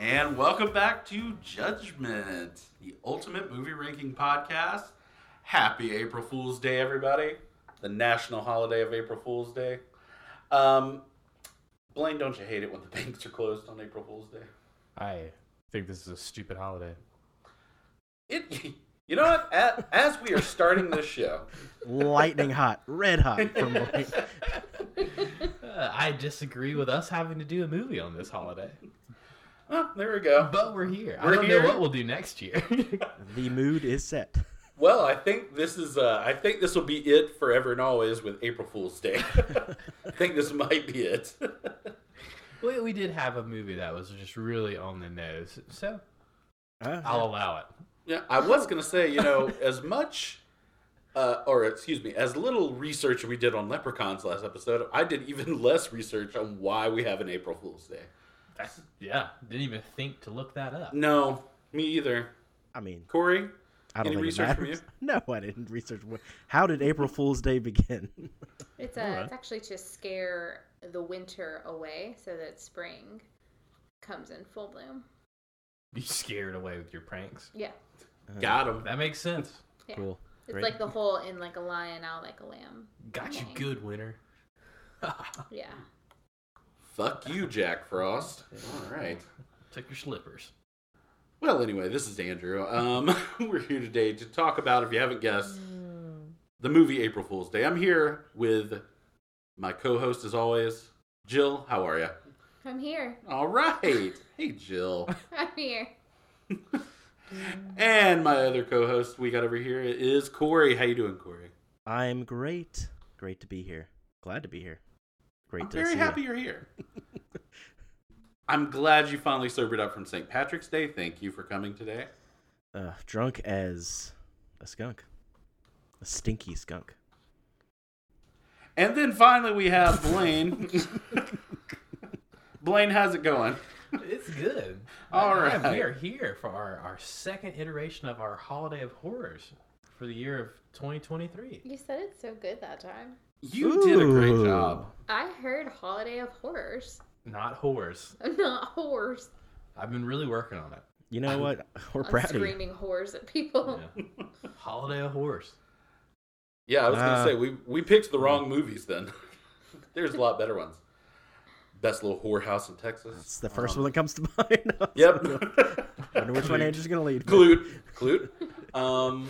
And welcome back to Judgment, the ultimate movie ranking podcast. Happy April Fool's Day, everybody. The national holiday of April Fool's Day. Um, Blaine, don't you hate it when the banks are closed on April Fool's Day? I think this is a stupid holiday. It, you know what? At, as we are starting this show, lightning hot, red hot from Blaine. Uh, I disagree with us having to do a movie on this holiday, oh, there we go. but we're here. We're I don't here. know what we'll do next year. The mood is set. Well, I think this is. Uh, I think this will be it forever and always with April Fool's Day. I think this might be it. we, we did have a movie that was just really on the nose, so Uh, I'll allow it. yeah, I was gonna say, you know, as much, uh, or excuse me, as little research we did on leprechauns last episode, I did even less research on why we have an April Fool's Day. That's, yeah, didn't even think to look that up. No, me either. I mean, Corey, I don't Any think research it from matters. No, I didn't research. What, how did April Fool's Day begin? It's, uh, it's actually to scare the winter away so that spring comes in full bloom. Be scared away with your pranks. Yeah. got him. That makes sense. yeah. Uh, Cool. It's Great. like the whole in like a lion out like a lamb. Got you thing. good, winner. Yeah. Fuck you, Jack Frost. All right. Took your slippers. Well, anyway, this is Andrew. Um, we're here today to talk about, if you haven't guessed, the movie April Fool's Day. I'm here with my co-host, as always, Jill. How are you? I'm here. All right. Hey, Jill. I'm here. and my other co-host we got over here is Corey. How you doing, Corey? I'm great. Great to be here. Glad to be here. Great I'm to very see happy You. you're here. I'm glad you finally sobered up from St. Patrick's Day. Thank you for coming today. Uh, drunk as a skunk, a stinky skunk. And then finally we have Blaine. Blaine, how's it going? It's good. All Yeah, right. We are here for our, our second iteration of our Holiday of Horrors for the year of 2023. You said it so good that time. You did a great Ooh. job. I heard Holiday of Horrors. Not horrors. Not horrors. I've been really working on it. You know what? We're I'm proud of you. screaming horrors at people. Yeah. Holiday of Horrors. Yeah, I was gonna Uh, say we we picked the wrong movies then. There's a lot better ones. Best little whorehouse in Texas. It's the first Um, one that comes to mind. I Yep. wonder which one Andrew's gonna lead. with. Clute. Clute. Um,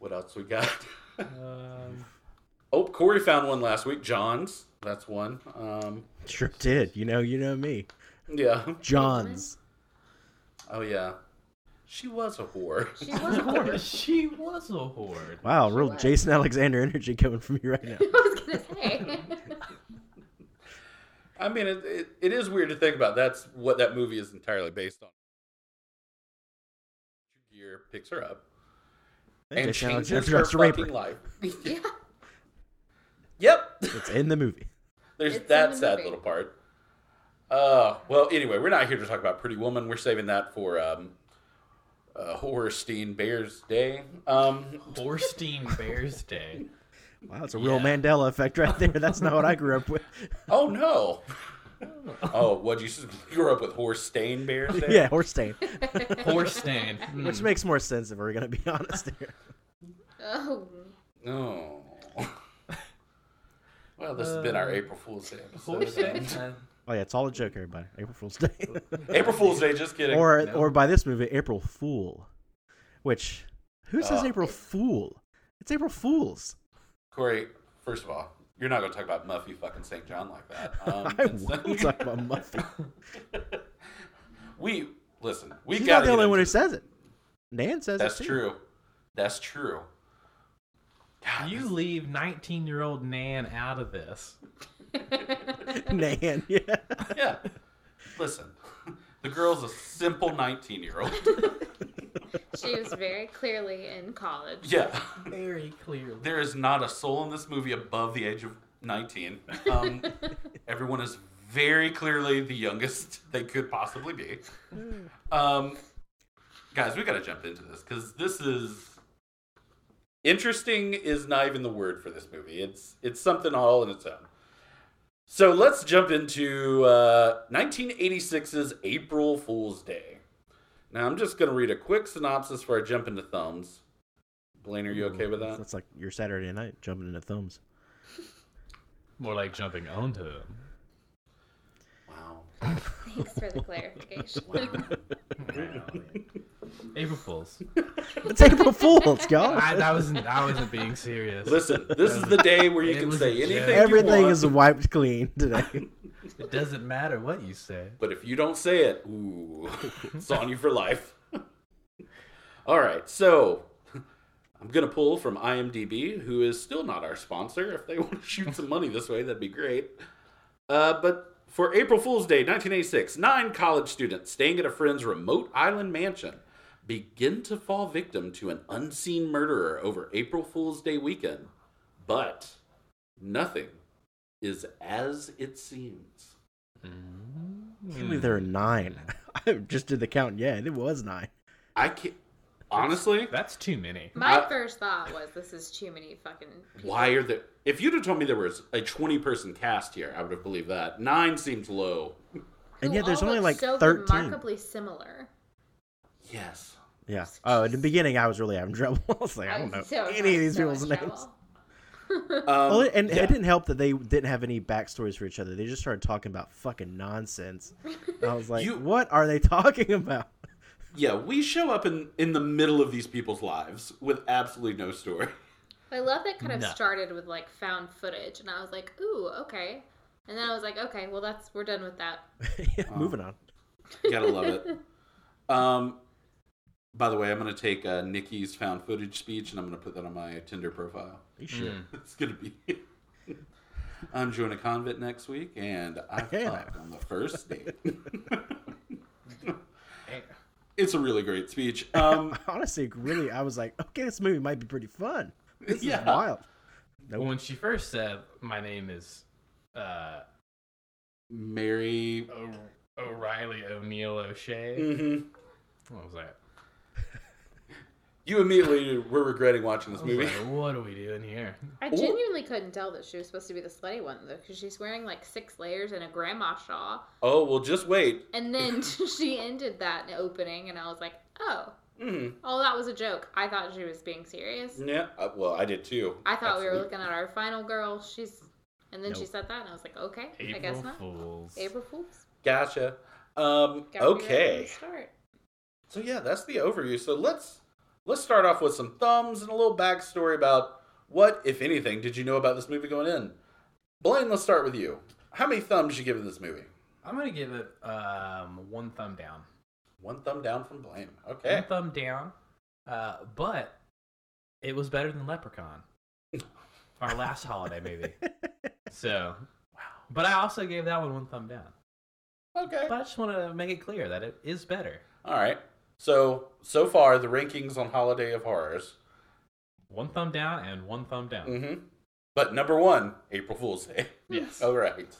what else we got? Um, Oh, Corey found one last week. John's. That's one. Um, Sure did. You know, you know me. yeah. John's. Oh yeah. She was a whore. She was a horror. she was a whore. Wow, real was. Jason Alexander energy coming from you right now. I was going to say. I mean, it, it, it is weird to think about. That's what that movie is entirely based on. Gear picks her up and Jason changes Alexander her tries to rape fucking her. life. yeah. Yep. It's in the movie. There's It's in that the sad movie. little part. Uh, well, anyway, we're not here to talk about Pretty Woman. We're saving that for um, uh, Horstein Bear's Day. Um, Horstein Bears Day. Wow, it's a real Mandela effect right there. That's not what I grew up with. oh no! oh, what you s- you grew up with Horstein Bear's Day? yeah, horse stain. Horstein. Hmm. Which makes more sense if we're gonna be honest here. Oh, Oh. well, this has been our Uh, April Fool's Day episode. Horstein. Oh yeah, it's all a joke, everybody. April Fool's Day. April Fool's Day, just kidding. or No. or by this movie, April Fool. Which who says Oh. April Fool? It's April Fools. Corey, first of all, you're not going to talk about Muffy fucking St. John like that. Um, I and will second- talk about Muffy. we listen. We She's got not the only one who says it. Nan says That's it too. true. That's true. God, You leave 19 year old Nan out of this. Nan, yeah. this- yeah. Listen, the girl's a simple 19 year old. she was very clearly in college. Yeah. Very clearly. There is not a soul in this movie above the age of 19. Um, everyone is very clearly the youngest they could possibly be. Um, guys, we got to jump into this because this is. Interesting is not even the word for this movie. It's it's something all in its own. So let's jump into uh, 1986's April Fool's Day. Now I'm just going to read a quick synopsis before I jump into thumbs. Blaine, are you okay with that? That's like your Saturday night jumping into thumbs. More like jumping onto them. Wow. Thanks for the clarification. April Fools. It's April Fool's, y'all. I, I wasn't. I wasn't being serious. Listen, this is the day where you It can was a say joke. anything. you Everything want, is wiped clean today. It doesn't matter what you say. But if you don't say it, ooh, it's on you for life. All right, so I'm gonna pull from IMDb, who is still not our sponsor. If they want to shoot some money this way, that'd be great. Uh, but for April Fool's Day, 1986, nine college students staying at a friend's remote island mansion begin to fall victim to an unseen murderer over April Fool's Day weekend. But nothing is as it seems. Can't believe there are nine. I just did the count. Yeah, it was nine. I can't. Honestly, That's too many. My I- first thought was this is too many fucking. people. why are there? If you'd have told me there was a twenty-person cast here, I would have believed that. Nine seems low. And who yet there's all only look like so 13. Remarkably similar. Yes. Yeah. Oh, in the beginning, I was really having trouble. I was like, I don't know was so- any of these so in people's trouble. names. Um, Well, and yeah. it didn't help that they didn't have any backstories for each other. They just started talking about fucking nonsense. And I was like, You- what are they talking about? yeah, we show up in in the middle of these people's lives with absolutely no story. I love that kind of No. started with like found footage, and I was like, ooh, okay. And then I was like, okay, well, that's we're done with that. Yeah, Moving on. Gotta love it. Um, by the way, I'm gonna take uh, Nikki's found footage speech and I'm gonna put that on my Tinder profile. You sure? It's gonna be. I'm joining a convent next week, and I Yeah. fucked on the first date. it's a really great speech. Um, Honestly, really, I was like, okay, this movie might be pretty fun. This Yeah. is wild. When she first said, "My name is uh, Mary. o- O'Reilly O'Neill O'Shea," Mhm. I was like, You immediately were regretting watching this I was movie. like, "What are we doing here?" I genuinely couldn't tell that she was supposed to be the slutty one though, because she's wearing like six layers and a grandma shawl. Oh well, just wait. And then she ended that opening, and I was like, oh, Mhm. oh, that was a joke. I thought she was being serious. Yeah. uh, well, I did too. I thought we were Absolutely. looking at our final girl. She's, and then she Nope. said that, and I was like, okay, I guess April not. Fools. April Fools. Gotcha. Um, Gotta be ready okay. to Start. So yeah, that's the overview. So let's let's start off with some thumbs and a little backstory about what, if anything, did you know about this movie going in? Blaine, let's start with you. How many thumbs you giving this movie? I'm gonna give it um, one thumb down. One thumb down from Blaine. Okay. One thumb down. Uh, but it was better than Leprechaun, our last holiday movie. So, but I also gave that one one thumb down. Okay. But I just want to make it clear that it is better. All right. So so far the rankings on Holiday of Horrors. One thumb down and one thumb down. Mm-hmm. But number one, April Fool's Day. Yes. All right.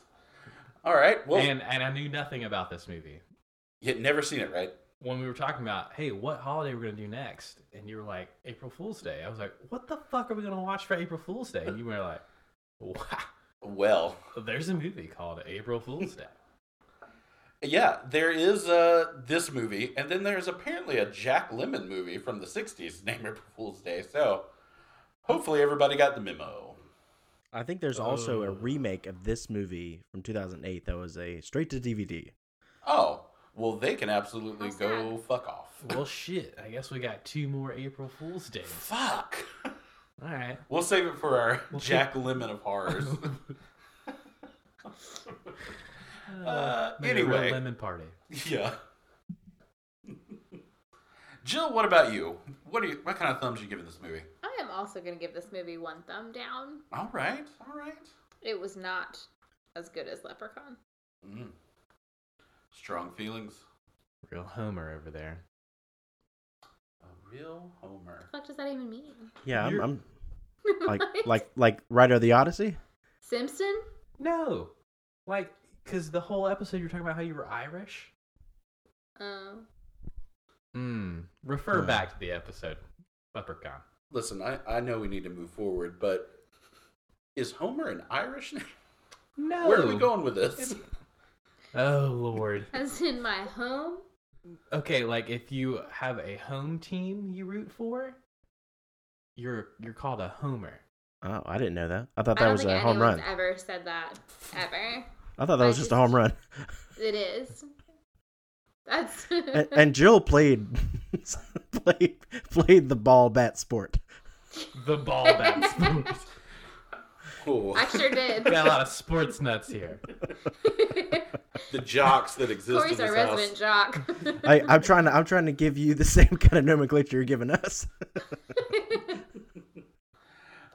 All right. Well, and and I knew nothing about this movie you'd never seen it, right? when we were talking about hey, what holiday we're gonna do next, and you were like April Fool's Day. I was like, what the fuck are we gonna watch for April Fool's Day? And you were like, wow, Well, there's a movie called April Fool's Day. Yeah, there is uh, this movie, and then there's apparently a Jack Lemon movie from the 60s named April Fool's Day. So hopefully everybody got the memo. I think there's also a Oh. remake of this movie from 2008 that was a straight to DVD. Oh, well, they can absolutely How's go fuck off. Well, shit. I guess we got two more April Fool's days. Fuck. All right. We'll save it for our We'll Jack Lemon of horrors. uh, Maybe a real anyway, lemon party. yeah. Jill, what about you? What are you? What kind of thumbs you giving this movie? I am also gonna give this movie one thumb down. All right, all right. It was not as good as Leprechaun. Mm. Strong feelings. Real Homer over there. A real Homer. What the fuck does that even mean? Yeah, I'm, You're- I'm like like like Rider of the Odyssey. Simpson? No, like, cause the whole episode you're talking about how you were Irish. Oh. Hmm. Refer Uh. back to the episode. Leprechaun. Listen, I, I know we need to move forward, but is Homer an Irish name? No. Where are we going with this? Oh lord. As in my home? Okay, like if you have a home team you root for, you're you're called a homer. Oh, I didn't know that. I thought I that don't was think a home anyone's run. ever said that. Ever. I thought that I was just a just- home run. It is. That's. And, and Jill played played played the ball bat sport. The ball bat sports. Cool. I sure did. Got a lot of sports nuts here. The jocks that exist Corey's in this our house. resident jock. I, I'm trying to I'm trying to give you the same kind of nomenclature you're giving us.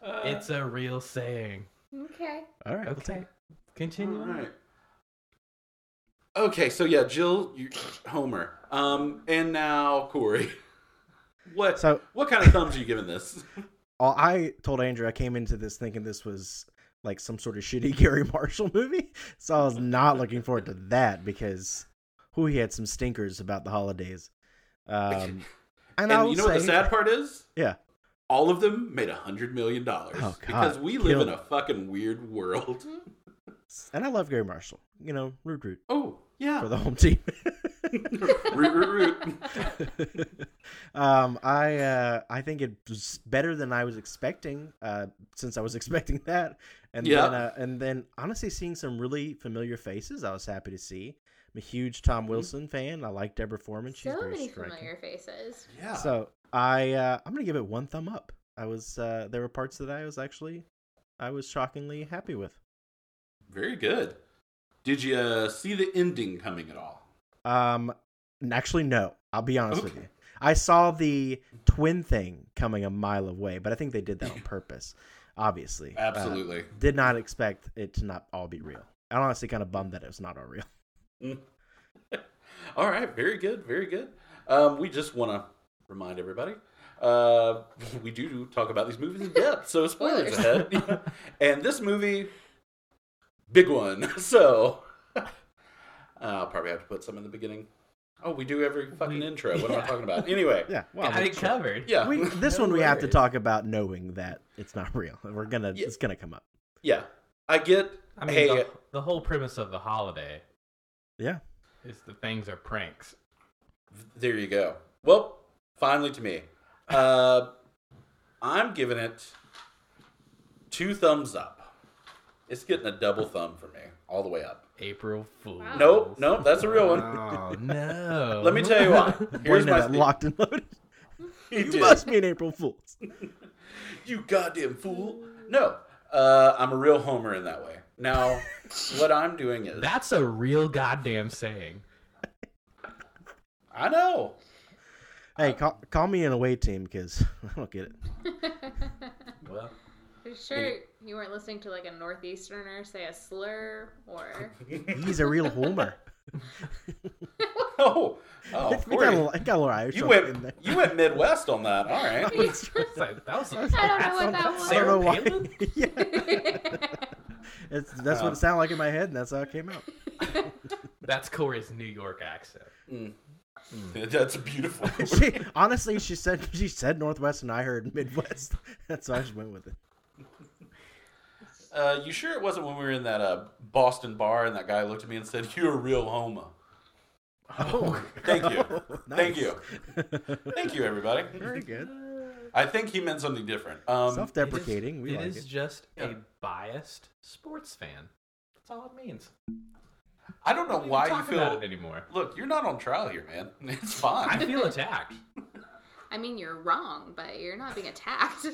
Uh, It's a real saying. okay. All right, we'll take Okay. it. Continue. All on. right. Okay, so yeah, Jill, you, Homer, um, and now Corey. What? So- what kind of thumbs are you giving this? All- I told Andrew I came into this thinking this was like some sort of shitty Gary Marshall movie, so I was not looking forward to that because who he had some stinkers about the holidays. Um, and And, I will you know what the say- sad part is? yeah. All of them made a hundred million dollars Oh, God. because we live in Killed. a fucking weird world. And I love Gary Marshall. You know, root root Oh for yeah, the home team. root root root. um, I uh, I think it was better than I was expecting. Uh, since I was expecting that, and Yeah. then uh, and then honestly, seeing some really familiar faces, I was happy to see. I'm a huge Tom Mm-hmm. Wilson fan. I like Deborah Foreman. She's so very many striking. familiar faces. Yeah. So I uh, I'm gonna give it one thumb up. I was uh, there were parts that I was actually I was shockingly happy with. Very good. Did you uh, see the ending coming at all? Um, n- actually, no. I'll be honest with Okay. you. I saw the twin thing coming a mile away, but I think they did that on purpose. Obviously, Uh, Absolutely. did not expect it to not all be real. I'm honestly kind of bummed that it was not all real. All right, very good, very good. Um, we just want to remind everybody uh, we do talk about these movies in depth, so spoilers ahead. and this movie, big one. So I'll probably have to put some in the beginning. Oh, we do every fucking We- intro. What am I yeah. talking about? Anyway, yeah. Yeah, well, Got it covered. Yeah. we, this No one we have to worries. talk about knowing that it's not real. We're gonna Yeah. it's gonna come up. I get. I mean, hey, uh, the, the whole premise of the holiday Yeah, is the things are pranks. There you go. Well, finally to me. Uh, I'm giving it two thumbs up. It's getting a double thumb for me, all the way up. April Fool. Wow. Nope, nope, that's a real one. Oh no. Let me tell you why. Here's Here's my that locked and loaded. You, It did. must be an April Fool's. You goddamn fool. No, uh, I'm a real homer in that way. Now, what I'm doing is, That's a real goddamn saying. I know. Hey, call, call me an away team because I don't get it. Well, I'm sure you weren't listening to like a Northeasterner say a slur or. He's a real homer. Oh, oh, we got a, Corey, little- got a little Irish you on- in went, there. you went Midwest on that. All right. it's like, that was. I don't know what that was. I don't know why. Palin? yeah, it's, that's what Um, it sounded like in my head, and that's how it came out. That's Corey's New York accent. That's beautiful. She honestly, she said she said Northwest, and I heard Midwest. That's why I just went with it. Uh, you sure it wasn't when we were in that uh, Boston bar and that guy looked at me and said, "You're a real homo." Oh, Thank you, thank nice. you, thank you, everybody. Very good. I think he meant something different. Um, Self-deprecating. we It like is it. just Yeah. a biased sports fan. That's all it means. I don't know Don't even why you talk about feel. it anymore. Look, you're not on trial here, man. It's I fine. feel attacked. I mean, you're wrong, but you're not being attacked.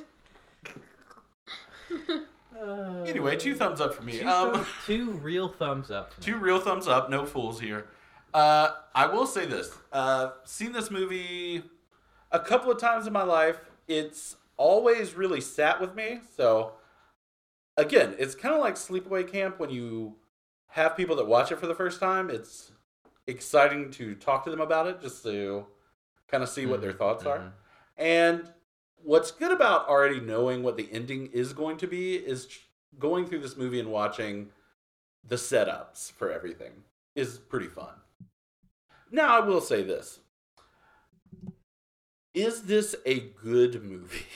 anyway, two thumbs up for me. Uh, Two, Um, thumb- two real thumbs up. for me. two real thumbs up. No fools here. Uh, I will say this. Uh, seen this movie a couple of times in my life. It's always really sat with me. So again, it's kind of like Sleepaway Camp when you have people that watch it for the first time. It's exciting to talk to them about it just to kind of see what their Mhm, thoughts mhm. are. And what's good about already knowing what the ending is going to be is tr- going through this movie and watching the setups for everything is pretty fun. Now, I will say this. Is this a good movie?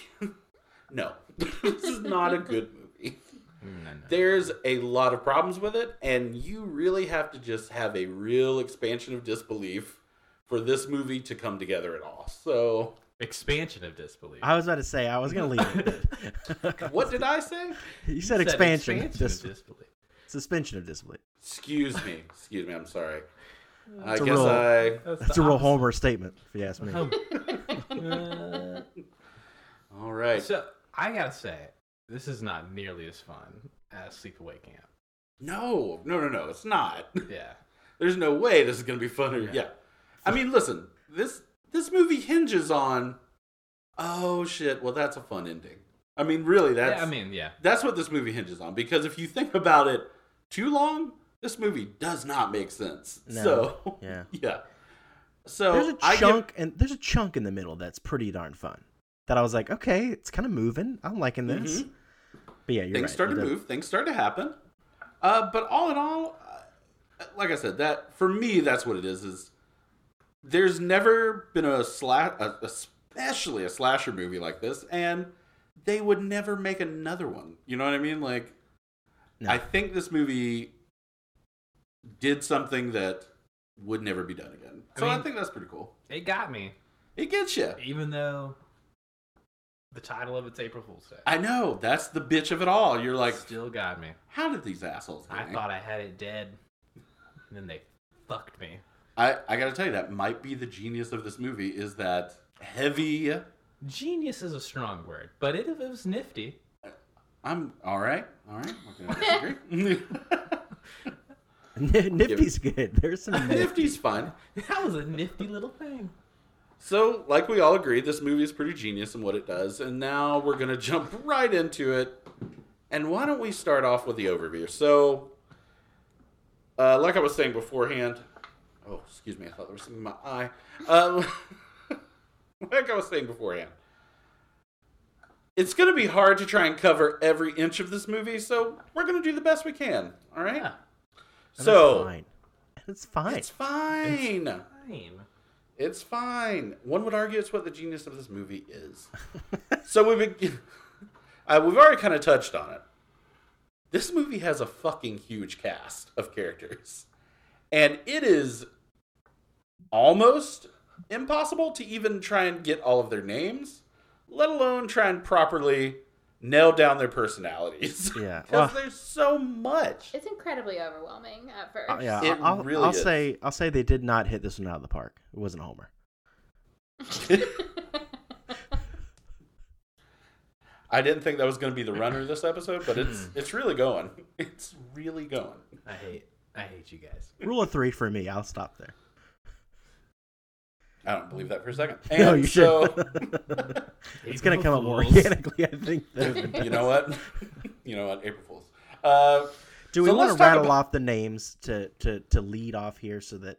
no. this is not a good movie. No, no. There's a lot of problems with it, and you really have to just have a real expansion of disbelief for this movie to come together at all. So, Expansion of disbelief. I was about to say I was gonna leave it. but- what did I say? you said expansion, expansion dis- of disbelief. suspension of disbelief. Excuse me. Excuse me. I'm sorry. I It's a guess real- I. That's It's the a real opposite. Homer statement, if you ask me. Home. All Uh, right. so I gotta say, this is not nearly as fun as Sleepaway Camp. No, no, no, no. It's not. Yeah, There's no way this is going to be funner. Yeah. Yeah. I mean, listen. This this movie hinges on. Oh shit! Well, that's a fun ending. I mean, really, that's. yeah. I mean, yeah. That's what this movie hinges on because if you think about it too long, this movie does not make sense. No. So Yeah. yeah. So There's a I give- chunk and there's a chunk in the middle that's pretty darn fun. That I was like, okay, it's kind of moving. I'm liking this. Mhm. But yeah, you're things right. start It to does- move, things start to happen. Uh, but all in all, uh, like I said, that for me, that's what it is. Is there's never been a slash, especially a slasher movie like this, and they would never make another one. You know what I mean? Like, No. I think this movie did something that would never be done again. I So I, mean- think that's pretty cool. It got me, It gets you. even though the title of it's April Fool's Day. I know that's the bitch of it all. You're like, still got me. how did these assholes? I hang? thought I had it dead, and then they fucked me. I, I gotta tell you that might be the genius of this movie is that heavy Genius is a strong word, but it, it was nifty. I'm all right, all right. I'm not gonna disagree. Nifty's good. There's some nifty. Nifty's fun. That was a nifty little thing. So, like we all agree, this movie is pretty genius in what it does, and now we're gonna jump right into it. And why don't we start off with the overview? So, uh, like I was saying beforehand, oh, excuse me, I thought there was something in my eye. Um, like I was saying beforehand, it's gonna be hard to try and cover every inch of this movie, so we're gonna do the best we can. All right. Yeah. That's so fine. It's fine. it's fine. Fine. It's fine. One would argue it's what the genius of this movie is. so we begin. Uh, we've already kind of touched on it. This movie has a fucking huge cast of characters, and it is almost impossible to even try and get all of their names, let alone try and properly nail down their personalities. Yeah. because Ugh. there's so much. It's incredibly overwhelming at first. Uh, yeah, It I'll, I'll- really I'll is. say I'll say they did not hit this one out of the park. It wasn't Homer. I didn't think that was going to be the runner this episode, but it's it's really going. It's really going. I hate. I hate you guys. Rule of three for me. I'll stop there. I don't believe that for a second. no, And you so, should. it's April gonna come up more Fools. organically, I think. than- you know what? You know what? April Fools. Uh, Do we So want to let's talk rattle about- off the names to, to, to lead off here so that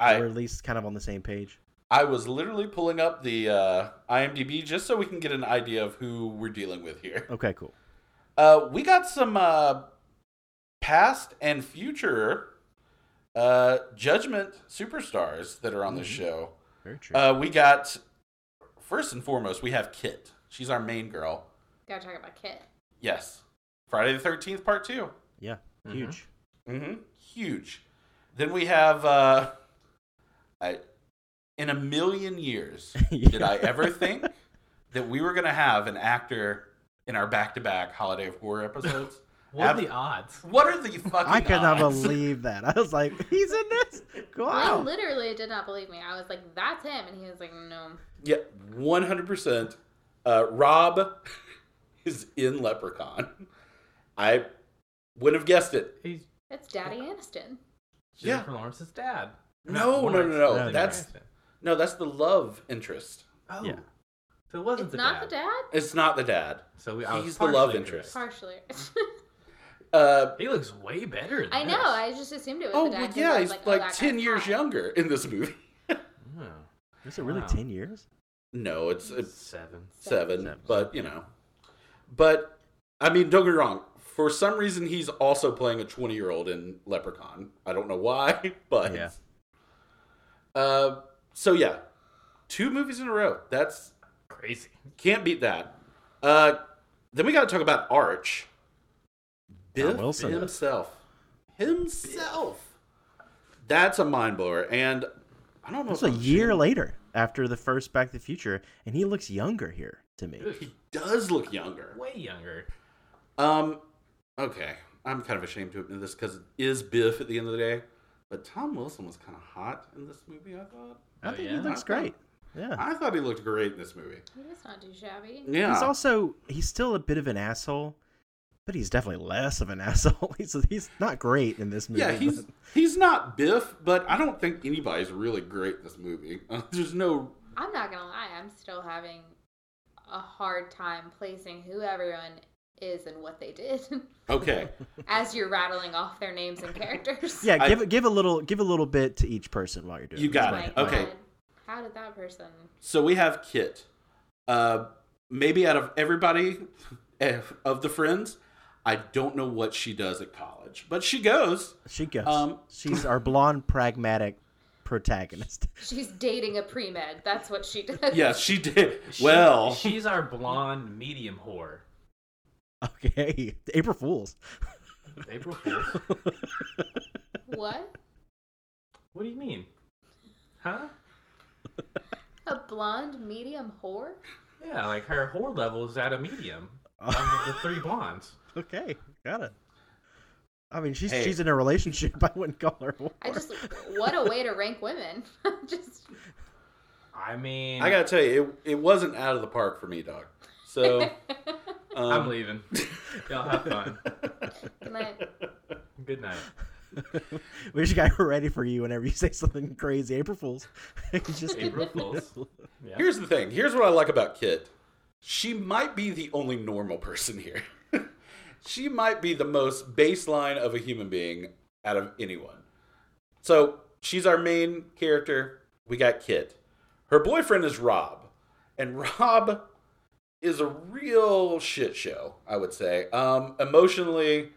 we're I at least kind of on the same page? I was literally pulling up the uh, IMDb just so we can get an idea of who we're dealing with here. Okay, cool. Uh, we got some uh, past and future uh, judgment superstars that are on Mm-hmm. this show. Very true. Uh, we got first and foremost, we have Kit. She's our main girl. Gotta talk about Kit. Yes, Friday the Thirteenth Part Two. yeah, Mhm. huge. Mm-hmm. Huge. Then we have uh, I, in a million years did I ever think that we were gonna have an actor in our back-to-back Holiday of Horror episodes? What are Ab- the odds? What are the fucking? I could not odds? believe that. I was like, he's in this? I Wow. literally did not believe me. I was like, that's him. And he was like, no. Yeah, one hundred percent. Uh, Rob is in Leprechaun. I would have guessed it. He's That's Daddy Aniston. Yeah. Jennifer Lawrence's dad. No, Not no, no, Lawrence, no, Jennifer that's- Aniston. No, that's the love interest. Oh. Yeah. So it wasn't It's the not dad. the dad? It's not the dad. So we, I was He's the love partially interest. correct. Partially. Uh, He looks way better. Than I know. I just assumed it was oh the dad. well, 'cause I yeah, was he's oh, like, that guy's ten years hot. younger in this movie. this. Is it really Wow. 10 years? No, it's, Oh, it's seven. seven, Seven. but you know, but I mean, don't get me wrong. For some reason, he's also playing a twenty-year-old in Leprechaun. I don't know why, but Yeah. Uh, so yeah, two movies in a row. That's Crazy. can't beat that. Uh, then we got to talk about Arch, Biff Wilson. himself. Himself. That's a mind blower. And I don't know. That's if a I'm year shitting. later after the first Back to the Future, and he looks younger here to me. Dude, He does look younger. way younger. Um, okay. I'm kind of ashamed to admit this because it is Biff at the end of the day. But Tom Wilson was kind of hot in this movie, I thought. I Oh, think yeah? he looks great. Yeah. I thought he looked great in this movie. He was not too shabby. Yeah. He's also he's still a bit of an asshole, but he's definitely less of an asshole. he's he's not great in this movie. yeah, he's but- he's not Biff, but I don't think anybody's really great in this movie. there's no I'm not gonna lie, I'm still having a hard time placing who everyone is and what they did okay. as you're rattling off their names and characters. yeah. I- Give give a little give a little bit to each person while you're doing. You it. got My it. Okay. God. How did that person? So we have Kit. Uh, maybe out of everybody eh, of the friends, I don't know what she does at college, but she goes. She goes. Um, She's our blonde pragmatic protagonist. She's dating a pre med. That's what she does. Yes, she did. She- well, she's our blonde medium whore. Okay, April Fools. April Fool's. What? what do you mean? Huh? A blonde medium whore? Yeah, like her whore level is at a medium. Of the three blondes. okay, got it. I mean, she's Hey. she's in a relationship. I wouldn't call her. a I whore. just what a way to rank women. just I mean, I gotta tell you, it, it wasn't out of the park for me, dog. So I'm um, leaving. Y'all have fun. can I, Good night. We just got ready for you whenever you say something crazy. April Fools. It's just April Fools. Yeah. here's the thing. Here's what I like about Kit. She might be the only normal person here. she might be the most baseline of a human being out of anyone. So she's our main character. We got Kit. Her boyfriend is Rob, and Rob is a real shit show. I would say, um, emotionally,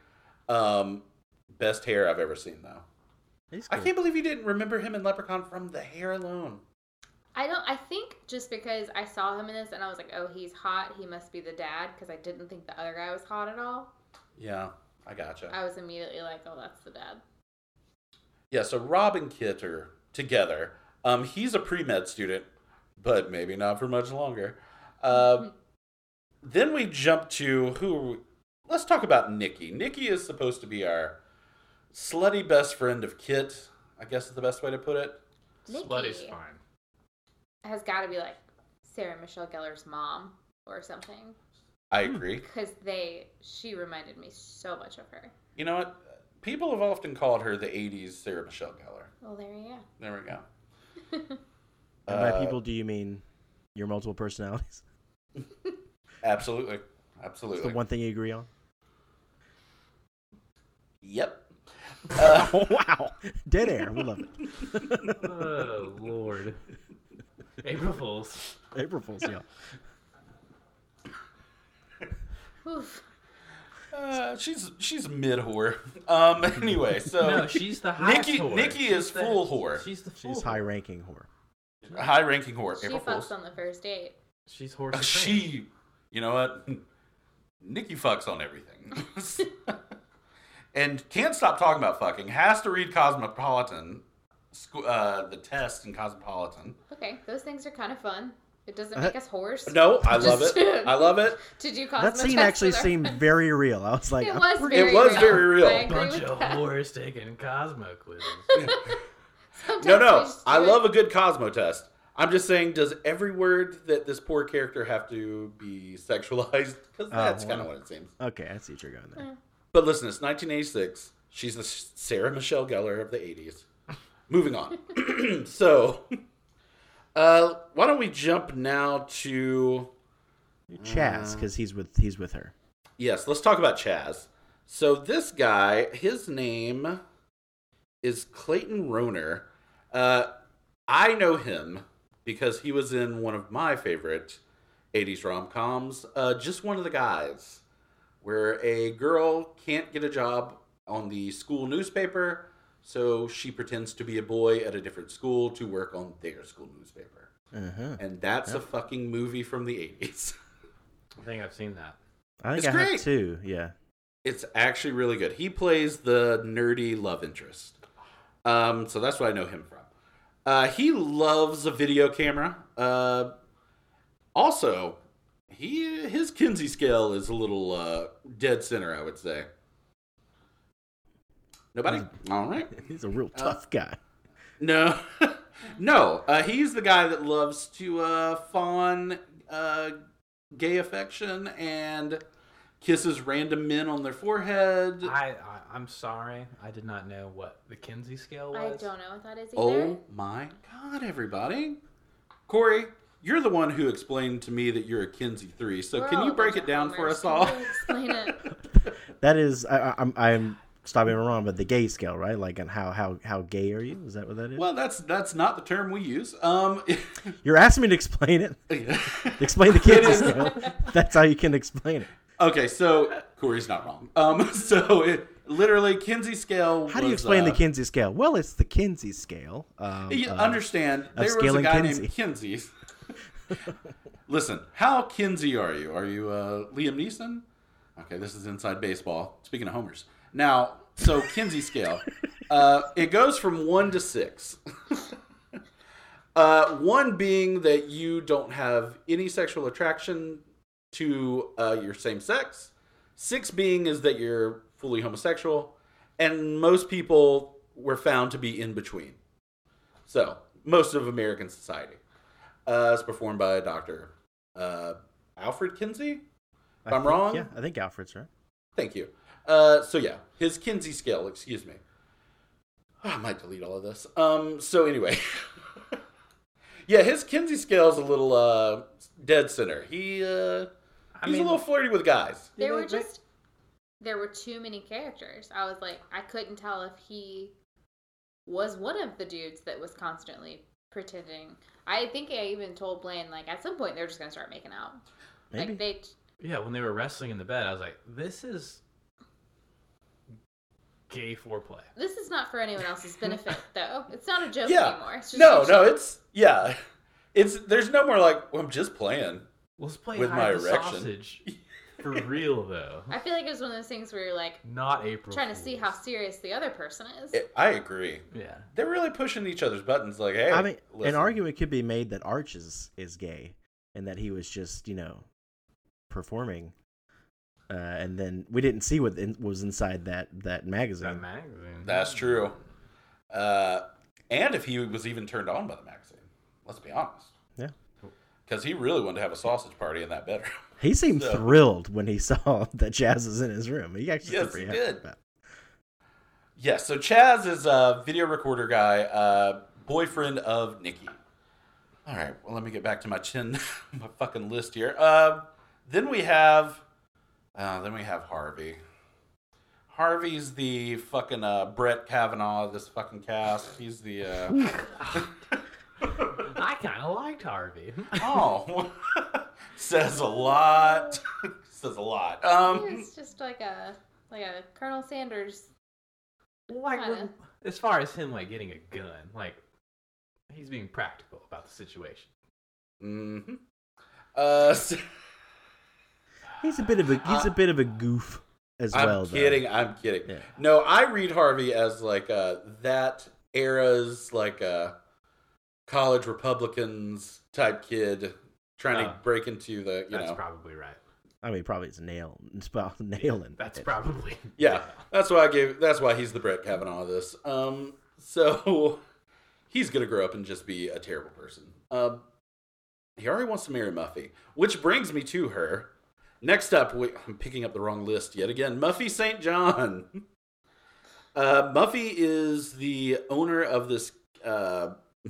um, best hair I've ever seen though. He's I cool. can't believe you didn't remember him in Leprechaun from the hair alone. I don't. I think just because I saw him in this and I was like, oh, he's hot. He must be the dad because I didn't think the other guy was hot at all. Yeah, I gotcha. I was immediately like, oh, that's the dad. Yeah, so Rob and Kit are together. Um, he's a pre med student, but maybe not for much longer. Um, then we jump to who? Let's talk about Nikki. Nikki is supposed to be our slutty best friend of Kit. I guess is the best way to put it. Slut is Nikki. fine. Has got to be like Sarah Michelle Gellar's mom or something I agree. because they. She reminded me so much of her. You know what? People have often called her the '80s Sarah Michelle Gellar. Well, there you go. There we go. And by Uh, people, do you mean your multiple personalities? Absolutely, It's absolutely. the one thing you agree on. Yep. Uh, Oh, wow, dead air. We love it. Oh Lord. April Fools. April Fools. Yeah. Oof. Uh, she's she's mid whore. Um. Anyway, so No, she's the highest Nikki whore. Nikki is She's the- full whore, She's the full She's whore. high ranking whore. high ranking whore. She April fucks Fools. on the first date. She's horse. Uh, she, you know what? Nikki fucks on everything, and can't stop talking about fucking. Has to read Cosmopolitan, squ- uh, the test in Cosmopolitan. Okay, those things are kind of fun. It doesn't Uh, make us horse No, I love Just- it. I love it. to do cosmo That scene tests actually with our seemed friends. very real. I was like, It I'm was pretty- very It was real. very real. I agree Bunch with of that. whores taking Cosmo quizzes. Sometimes No, we no, just I do it. love a good Cosmo test. I'm just saying, does every word that this poor character have to be sexualized? Because that's well. kind of what it seems. okay, I see what you're going there. But listen, it's 1986. She's the Sarah Michelle Gellar of the 80s. Moving on. so, uh, why don't we jump now to Mm. Chaz, because he's with he's with her. yes? Let's talk about Chaz. So this guy, his name is Clayton Roner. Uh, I know him because he was in one of my favorite 80s rom coms, uh, just one of the guys, where a girl can't get a job on the school newspaper, so she pretends to be a boy at a different school to work on their school newspaper. Uh-huh. And that's a fucking movie from the 80s. I think I've seen that. I think It's I great. have two. Yeah, It's actually really good. He plays the nerdy love interest. Um, so that's what I know him from. Uh, he loves a video camera. Uh, also, he his Kinsey scale is a little uh, dead center, I would say. Nobody? Mm. All right. He's a Uh, real tough guy. No, no. Uh, he's the guy that loves to uh, fawn uh, gay affection and kisses random men on their forehead. I, I I'm sorry, I did not know what the Kinsey scale I was. don't know what that is either. oh my god, everybody! Corey, you're the one who explained to me that you're a Kinsey three. So We're can all you a break bunch it of down for us homers. Can all? you Explain it. That is, I, I, I'm, I'm stopping me wrong, but the gay scale, right? Like, and how, how, how gay are you? Is that what that is? well, that's that's not the term we use. Um, You're asking me to explain it. Explain the It Kinsey is- scale. That's how you can explain it. okay, so Corey's not wrong. Um, so it, literally Kinsey scale. How do you was, explain uh, the Kinsey scale? Well, it's the Kinsey scale. Um, You uh, understand, there was a scaling guy Kinsey. named Kinsey. Listen, how Kinsey are you? Are you uh, Liam Neeson? Okay, this is inside baseball. Speaking of homers. Now, so Kinsey scale. Uh, it goes from one to six. uh, one being that you don't have any sexual attraction to uh, your same sex. Six being is that you're fully homosexual. And most people were found to be in between. So, most of American society. Uh, it's performed by Dr. Uh, Alfred Kinsey. I if I'm think- wrong. Yeah, I think Alfred's right. Thank you. Uh, so, yeah, his Kinsey scale, excuse me. Ah, I might delete all of this. Um, so, anyway. yeah, his Kinsey scale is a little uh, dead center. He uh, I He's mean, a little flirty with guys. There Yeah, were but- just there were too many characters. I was like, I couldn't tell if he was one of the dudes that was constantly pretending. I think I even told Blaine like at some point they're just gonna start making out. Maybe. Like they yeah, when they were wrestling in the bed, I was like, this is gay foreplay. this is not for anyone else's benefit though. It's not a joke Yeah. anymore. It's just No, no, it's yeah. It's there's no more like well, I'm just playing. Let's play With With my hide the erection. sausage for real though. I feel like it was one of those things where you're like Not April. trying to see how Fools. serious the other person is. It- I agree. Yeah. They're really pushing each other's buttons. Like, hey, I mean, listen. an argument could be made that Arch is, is gay and that he was just, you know, performing. Uh, and then we didn't see what in, was inside that, that magazine. That magazine. That's true. Uh, and if he was even turned on by the magazine, let's be honest. Yeah. Because he really wanted to have a sausage party in that bedroom. He seemed So- thrilled when he saw that Jazz was in his room. He actually Yes, seemed pretty he happy did. about it. Yeah, so Chaz is a video recorder guy, uh, boyfriend of Nikki. All right, well, let me get back to my chin, my fucking list here. Uh, then we have, uh, then we have Harvey. Harvey's the fucking uh, Brett Kavanaugh of this fucking cast. He's the uh, I kind of liked Harvey. oh, says a lot. says a lot. Um, It's just like a like a Colonel Sanders. like Kinda. when- as far as him like getting a gun, like he's being practical about the situation. mhm. uh, so- He's a bit of a he's a bit of a goof as Uh, I'm well. though. kidding. I'm kidding. Yeah. No, I read Harvey as like uh, that era's like uh, college Republicans type kid trying to Oh. break into the you That's know probably right. I mean, probably it's nail it's about nailing. That's it. probably yeah. That's why I gave. That's why he's the Brett Kavanaugh of this. Um, so he's gonna grow up and just be a terrible person. Um, he already wants to marry Muffy, which brings me to her. Next up, we, I'm picking up the wrong list yet again. Muffy St. John. Uh, Muffy is the owner of this uh,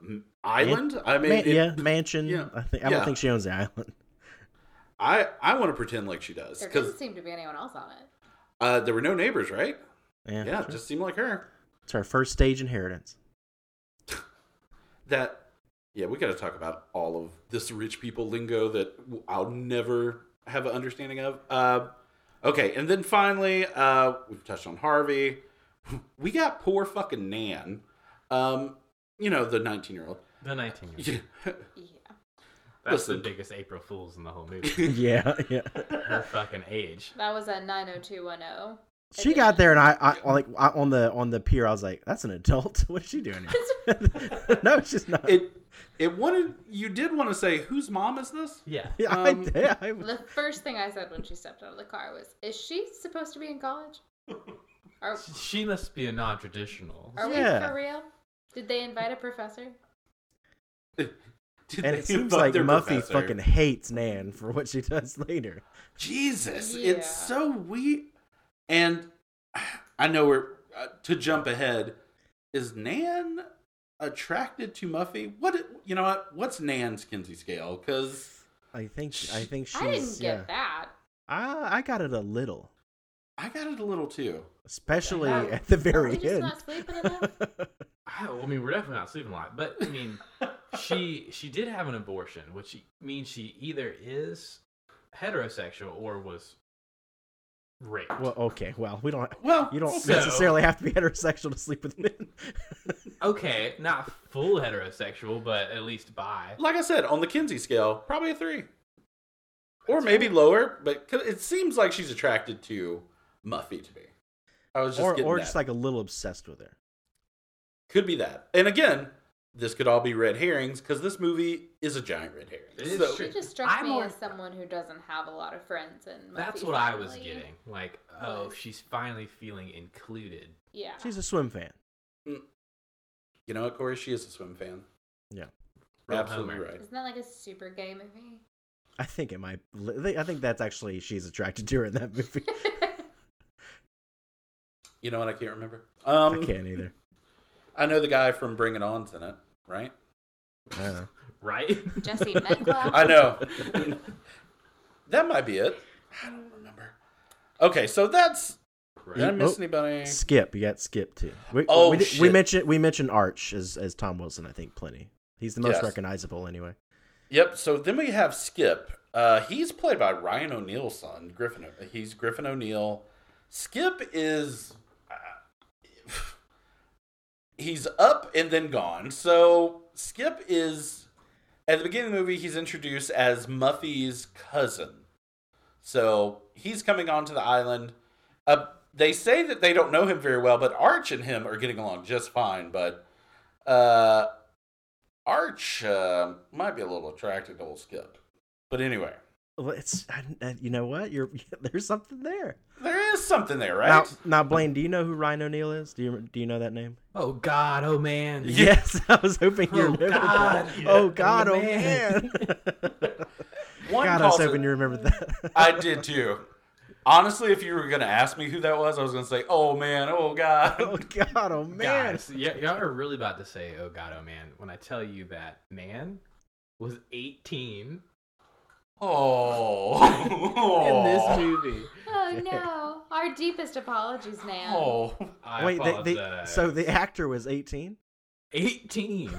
m- island. I mean, Man- it- yeah, mansion. yeah, I think I yeah. don't think she owns the island. I I want to pretend like she does There because doesn't seem to be anyone else on it. uh, there were no neighbors, right? Yeah, yeah sure. just seemed like her. it's her first stage inheritance. that yeah we got to talk about all of this rich people lingo that w- i'll never have an understanding of uh, okay and then finally uh, we've touched on harvey we got poor fucking nan um, you know the 19 year old the 19 year old. yeah Yeah. That's Listen. the biggest April Fools in the whole movie. yeah, yeah. Her fucking age. That was a 90210. She got there, and I, I like I, on the on the pier. I was like, "That's an adult. What is she doing?" Here? no, she's not. It it wanted you did want to say whose mom is this? Yeah. yeah, um, I, yeah, I, The first thing I said when she stepped out of the car was, "Is she supposed to be in college? Are She must be a non traditional. are we Yeah. for real? Did they invite a professor? Did and they it seems invite like their Muffy professor? fucking hates Nan for what she does later. Jesus, Yeah. it's so weird. And I know we're uh, to jump ahead. Is Nan attracted to Muffy? What you know? What what's Nan's Kinsey scale? Because I think I think she's. I didn't yeah. get that. I I got it a little, I got it a little too. especially Wow. at the Are we very just end. not sleeping enough? I, I mean, we're definitely not sleeping a lot, but I mean, she she did have an abortion, which means she either is heterosexual or was raped. well, okay. Well, we don't. Well, You don't So- necessarily have to be heterosexual to sleep with men. okay, not full heterosexual, but at least bi. like I said on the Kinsey scale, probably a three, or That's maybe lower. But 'cause it seems like she's attracted to Muffy to me. I was just or getting or that. just like a little obsessed with her. Could be that. And again, this could all be red herrings because this movie is a giant red herring. It is So- true. She just struck I'm me more- as someone who doesn't have a lot of friends and That's Muffy's what I was family. getting. Like, oh, she's finally feeling included. Yeah. She's a swim fan. You know what, Corey? She is a swim fan. Yeah. Rob Absolutely Homer. right. Isn't that like a super gay movie? I think it might. I think that's actually she's attracted to her in that movie. You know what? I can't remember. Um, I can't either. I know the guy from Bring It On's in it, right? I don't know. Right? Jesse Metcalf. I know. that might be it. I don't remember. Okay, so that's. Did I right. miss Oh. anybody? Skip, you got Skip too. We, Oh, we, did- we shit. mentioned we mentioned Arch as as Tom Wilson. I think plenty. He's the most Yes. recognizable anyway. Yep. So then we have Skip. Uh, he's played by Ryan O'Neill's son, Griffin. O- He's Griffin O'Neill. Skip is. Uh, he's up and then gone. So Skip is. At the beginning of the movie, he's introduced as Muffy's cousin. So he's coming onto the island. Uh, they say that they don't know him very well, but Arch and him are getting along just fine. But uh, Arch uh, might be a little attracted to old Skip. But anyway, Well, It's I, I- you know what you're there's something there. there is something there, right? Now, now Blaine, do you know who Ryan O'Neill is? Do you do you know that name? Oh, God. Oh, man. Yeah. Yes, I was hoping you Oh, remembered. God. that. Oh Yeah. God! Oh, Oh man! man. One God, I was calls hoping it- you remembered that. I did too. Honestly, if you were going to ask me who that was, I was going to say, oh man, oh oh god. God! Oh man! Guys, y- y'all are really about to say, oh, God, oh, man, when I tell you that man was 18 Oh. in this movie. oh no. Our deepest apologies, man. Oh. I Wait, they, they, apologize. so the actor was 18? 18.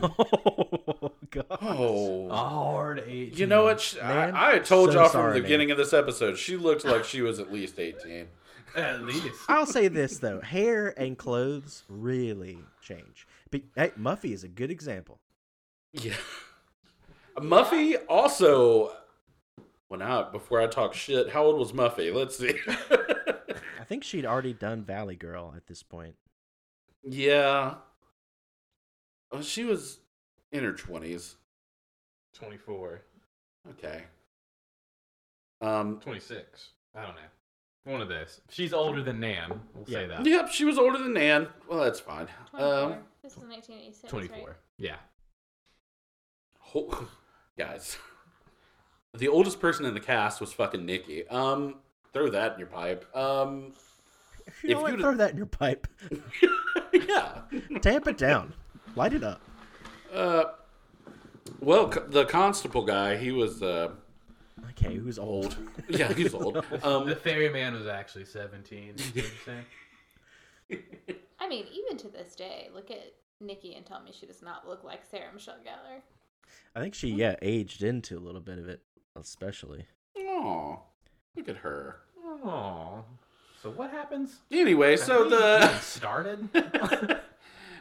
Oh, God. A Oh. hard 18. You know what? Sh Man, I, I told so y'all from sorry, the man. beginning of this episode, she looked like she was at least 18. At least. I'll say this, though. Hair and clothes really change. Be- hey, Muffy is a good example. Yeah. Muffy also. Well, now before I talk shit, how old was Muffy? Let's see. I think she'd already done Valley Girl at this point. yeah. Oh, she was in her twenties. 24. Okay. Um. 26. I don't know. One of those. She's older than Nan. We'll say that. Yep, she was older than Nan. Well, that's fine. 24. Um. this was 1986. 24. Right? Yeah. ho- guys, the oldest person in the cast was fucking Nikki. Um. Throw that in your pipe. Um. You know If what? you'd- Throw that in your pipe. yeah. Tamp it down. Light it up. Uh. Well, c- the constable guy, he was uh. Okay, who's old? Yeah, he's old. Um, The ferryman was actually 17. is what I'm saying. I mean, even to this day, look at Nikki and tell me she does not look like Sarah Michelle Gellar. I think she, yeah, aged into a little bit of it, especially. aw, look at her. Oh. So what happens? Anyway, so Have we even the started.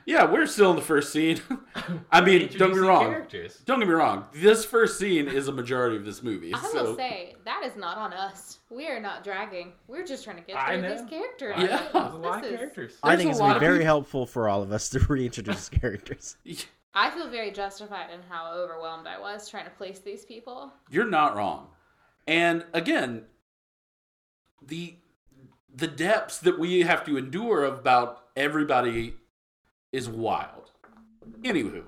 yeah, we're still in the first scene. I mean, don't get me Introducing wrong. Characters. Don't get me wrong. This first scene is a majority of this movie. I so will say that is not on us. We are not dragging. We're just trying to get I through know. these characters. I Yeah. know. There's a lot This of is- characters. I There's think a it's lot gonna of be very people- helpful for all of us to reintroduce characters. I feel very justified in how overwhelmed I was trying to place these people. you're not wrong. And again, the the depths that we have to endure about everybody is wild. Anywho,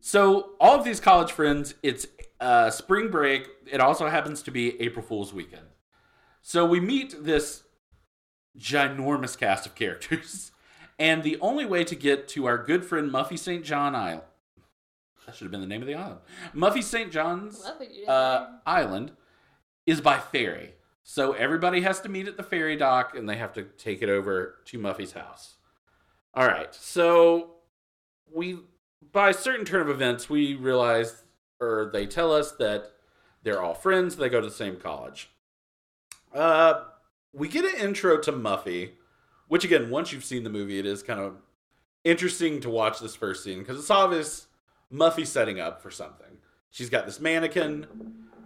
so all of these college friends, it's uh, spring break. It also happens to be April Fool's weekend. So we meet this ginormous cast of characters, and the only way to get to our good friend Muffy St. John Island. That should have been the name of the island. Muffy St. John's Love what you did uh, there. island is by ferry. So everybody has to meet at the ferry dock and they have to take it over to Muffy's house. All right. So we, by a certain turn of events, we realize, or they tell us that they're all friends. They go to the same college. Uh, we get an intro to Muffy, which again, once you've seen the movie, it is kind of interesting to watch this first scene because it's obvious Muffy's setting up for something. She's got this mannequin.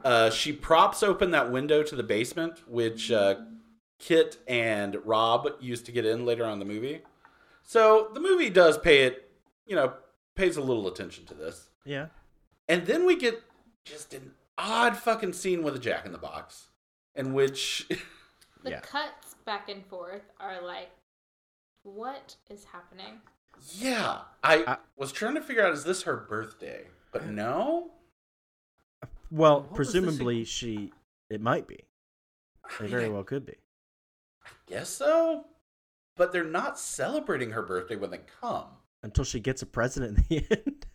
Uh, she props open that window to the basement, which uh, Kit and Rob used to get in later on in the movie. So the movie does pay it, you know, pays a little attention to this. Yeah. And then we get just an odd fucking scene with a jack in the box, in which The Yeah. cuts back and forth are like, what is happening? Yeah, I, I- was trying to figure out is this her birthday, but no. Well, What was the presumably she. It might be. It very well could be. Guess so. But they're not celebrating her birthday when they come. Until she gets a present in the end.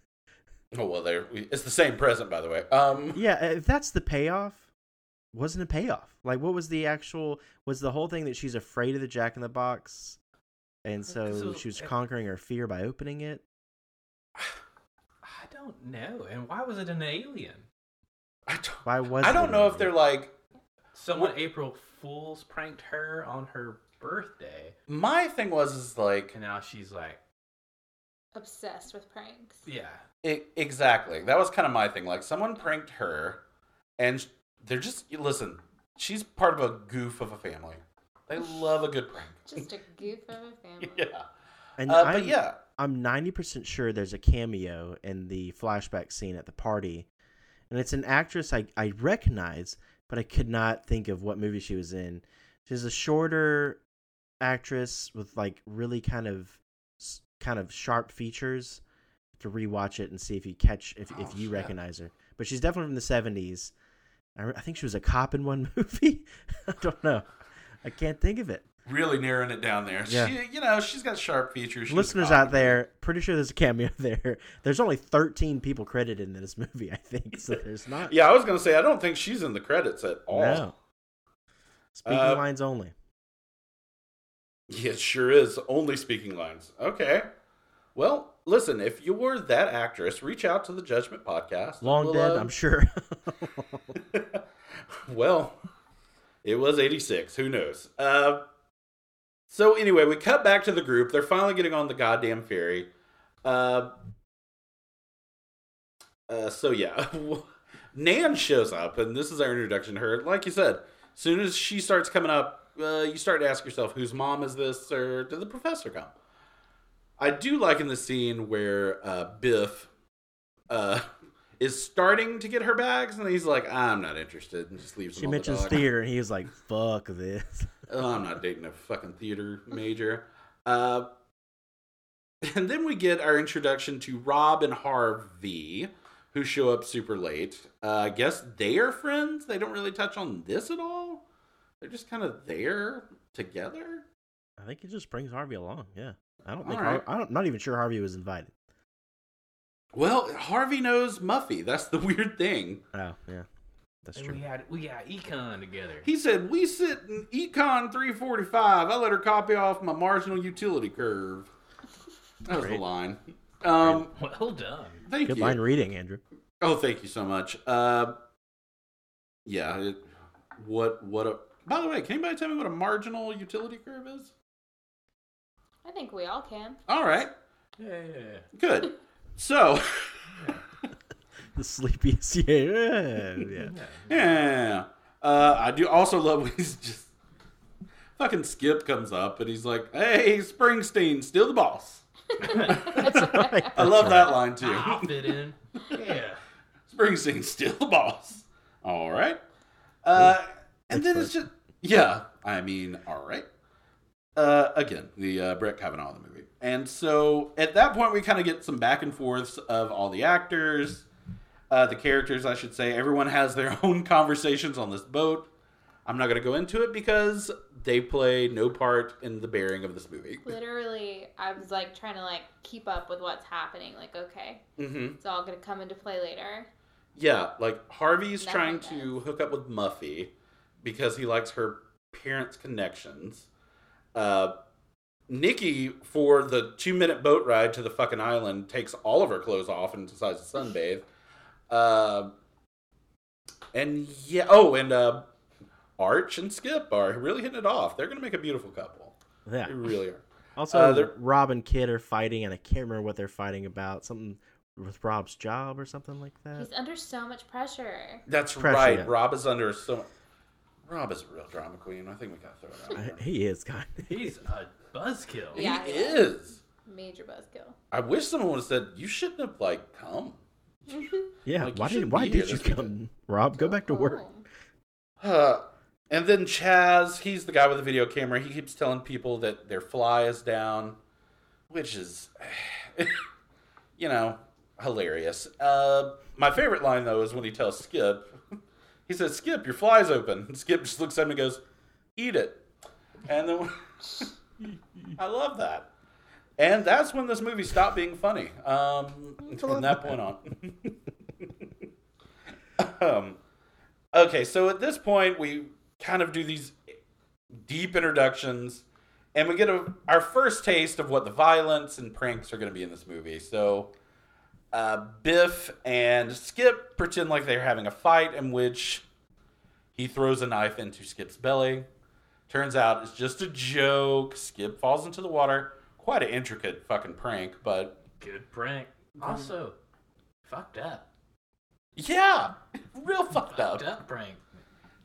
Oh well, they it's the same present by the way. Um, yeah, uh, if that's the payoff, wasn't a payoff. Like, what was the actual? Was the whole thing that she's afraid of the Jack in the Box, and Uh, so, So- she was conquering her fear by opening it? I don't know. And why was it an alien? I don't, Why was? I it don't an know if alien? they're like Someone What- April Fools pranked her on her birthday, my thing was is like and now she's like, Obsessed with pranks. yeah, I- e, exactly. That was kind of my thing. Like someone pranked her, and sh- they're just listen. She's part of a goof of a family. They love a good prank. Just a goof of a family. yeah, And uh, I'm, but yeah, I'm ninety percent sure there's a cameo in the flashback scene at the party, and it's an actress I I recognize, but I could not think of what movie she was in. She's a shorter actress with like really kind of s- kind of sharp features. To rewatch it and see if you catch if Oh, if you shit. recognize her, but she's definitely from the seventies. I, re- I think she was a cop in one movie. I don't know. I can't think of it. really narrowing it down there. Yeah. She, you know, she's got sharp features. She's listeners a cop. out there, pretty sure there's a cameo there. There's only 13 people credited in this movie, I think. So there's not. Yeah, I was gonna say I don't think she's in the credits at all. No. Speaking Uh, lines only. Yeah, it sure is. Only speaking lines. Okay. Well, listen, if you're that actress, reach out to the Judgment Podcast. Long We'll, dead, uh, I'm sure. well, it was 86. Who knows? Uh, so, anyway, we cut back to the group. They're finally getting on the goddamn ferry. Uh, uh, so, yeah. Nan shows up, and this is our introduction to her. Like you said, soon as she starts coming up, uh, you start to ask yourself, whose mom is this, or did the professor come? I do like in the scene where uh, Biff uh, is starting to get her bags, and he's like, "I'm not interested," and just leaves. she them on the mentions dock. theater, and he was like, fuck this. Oh, I'm not dating a fucking theater major. Uh, and then we get our introduction to Rob and Harvey, who show up super late. Uh, I guess they are friends. They don't really touch on this at all. They're just kind of there together. I think it just brings Harvey along. Yeah. I don't think. All right. Har- I don't, am not even sure Harvey was invited. Well, Harvey knows Muffy. That's the weird thing. Oh, yeah. That's and true. we had we got econ together. He said, We sit in Econ 345. I let her copy off my marginal utility curve. That was Great. the line. Um, well done. thank Good you. line reading, Andrew. Oh, thank you so much. Uh, yeah. It, what? What a. By the way, can anybody tell me what a marginal utility curve is? I think we all can. All right, Yeah, yeah, yeah. good. So, The sleepiest. Yeah, yeah. yeah. yeah. Uh, I do also love when he's just fucking Skip comes up and he's like, "Hey, Springsteen, still the boss." That's right. I love that line too. I'll fit in. Yeah. Springsteen's still the boss. All right. Uh, and then it's just yeah. I mean, all right. Uh, again, the uh, Brett Kavanaugh of the movie, and so at that point we kind of get some back and forths of all the actors, uh, the characters, I should say. Everyone has their own conversations on this boat. I'm not going to go into it because they play no part in the bearing of this movie. Literally, I was like trying to like keep up with what's happening. Like, okay, Mm-hmm. it's all gonna come into play later. Yeah, like Harvey's That trying makes to hook up with Muffy because he likes her parents' connections. Uh, Nikki, for the two minute boat ride to the fucking island, takes all of her clothes off and decides to sunbathe. Uh, and yeah, oh, and uh, Arch and Skip are really hitting it off. They're going to make a beautiful couple. Yeah. They really are. Also, Uh, they're- Rob and Kid are fighting, and I can't remember what they're fighting about. Something with Rob's job or something like that. He's under so much pressure. That's Pressure, right. yeah. Rob is under so. Rob is a real drama queen. I think we got to throw it out. I- he is kind of. He's a buzzkill. there. Yeah. He is. Major buzzkill. I wish someone would have said, you shouldn't have, like, come. Yeah. Like, you why shouldn't did Why be here did you this weekend. come, Rob? Go back to work. home. Uh, and then Chaz, he's the guy with the video camera. He keeps telling people that their fly is down, which is, you know, hilarious. Uh, my favorite line, though, is when he tells Skip, he says, Skip, your fly's open. And Skip just looks at him and goes, eat it. And then I love that. And that's when this movie stopped being funny. Um, from that point on. um, okay, so at this point, we kind of do these deep introductions, and we get a, our first taste of what the violence and pranks are going to be in this movie. So, uh, Biff and Skip pretend like they're having a fight in which he throws a knife into Skip's belly. Turns out it's just a joke. Skip falls into the water. Quite an intricate fucking prank, but Good prank. Also, fucked up. yeah, real fucked up. Fucked up prank.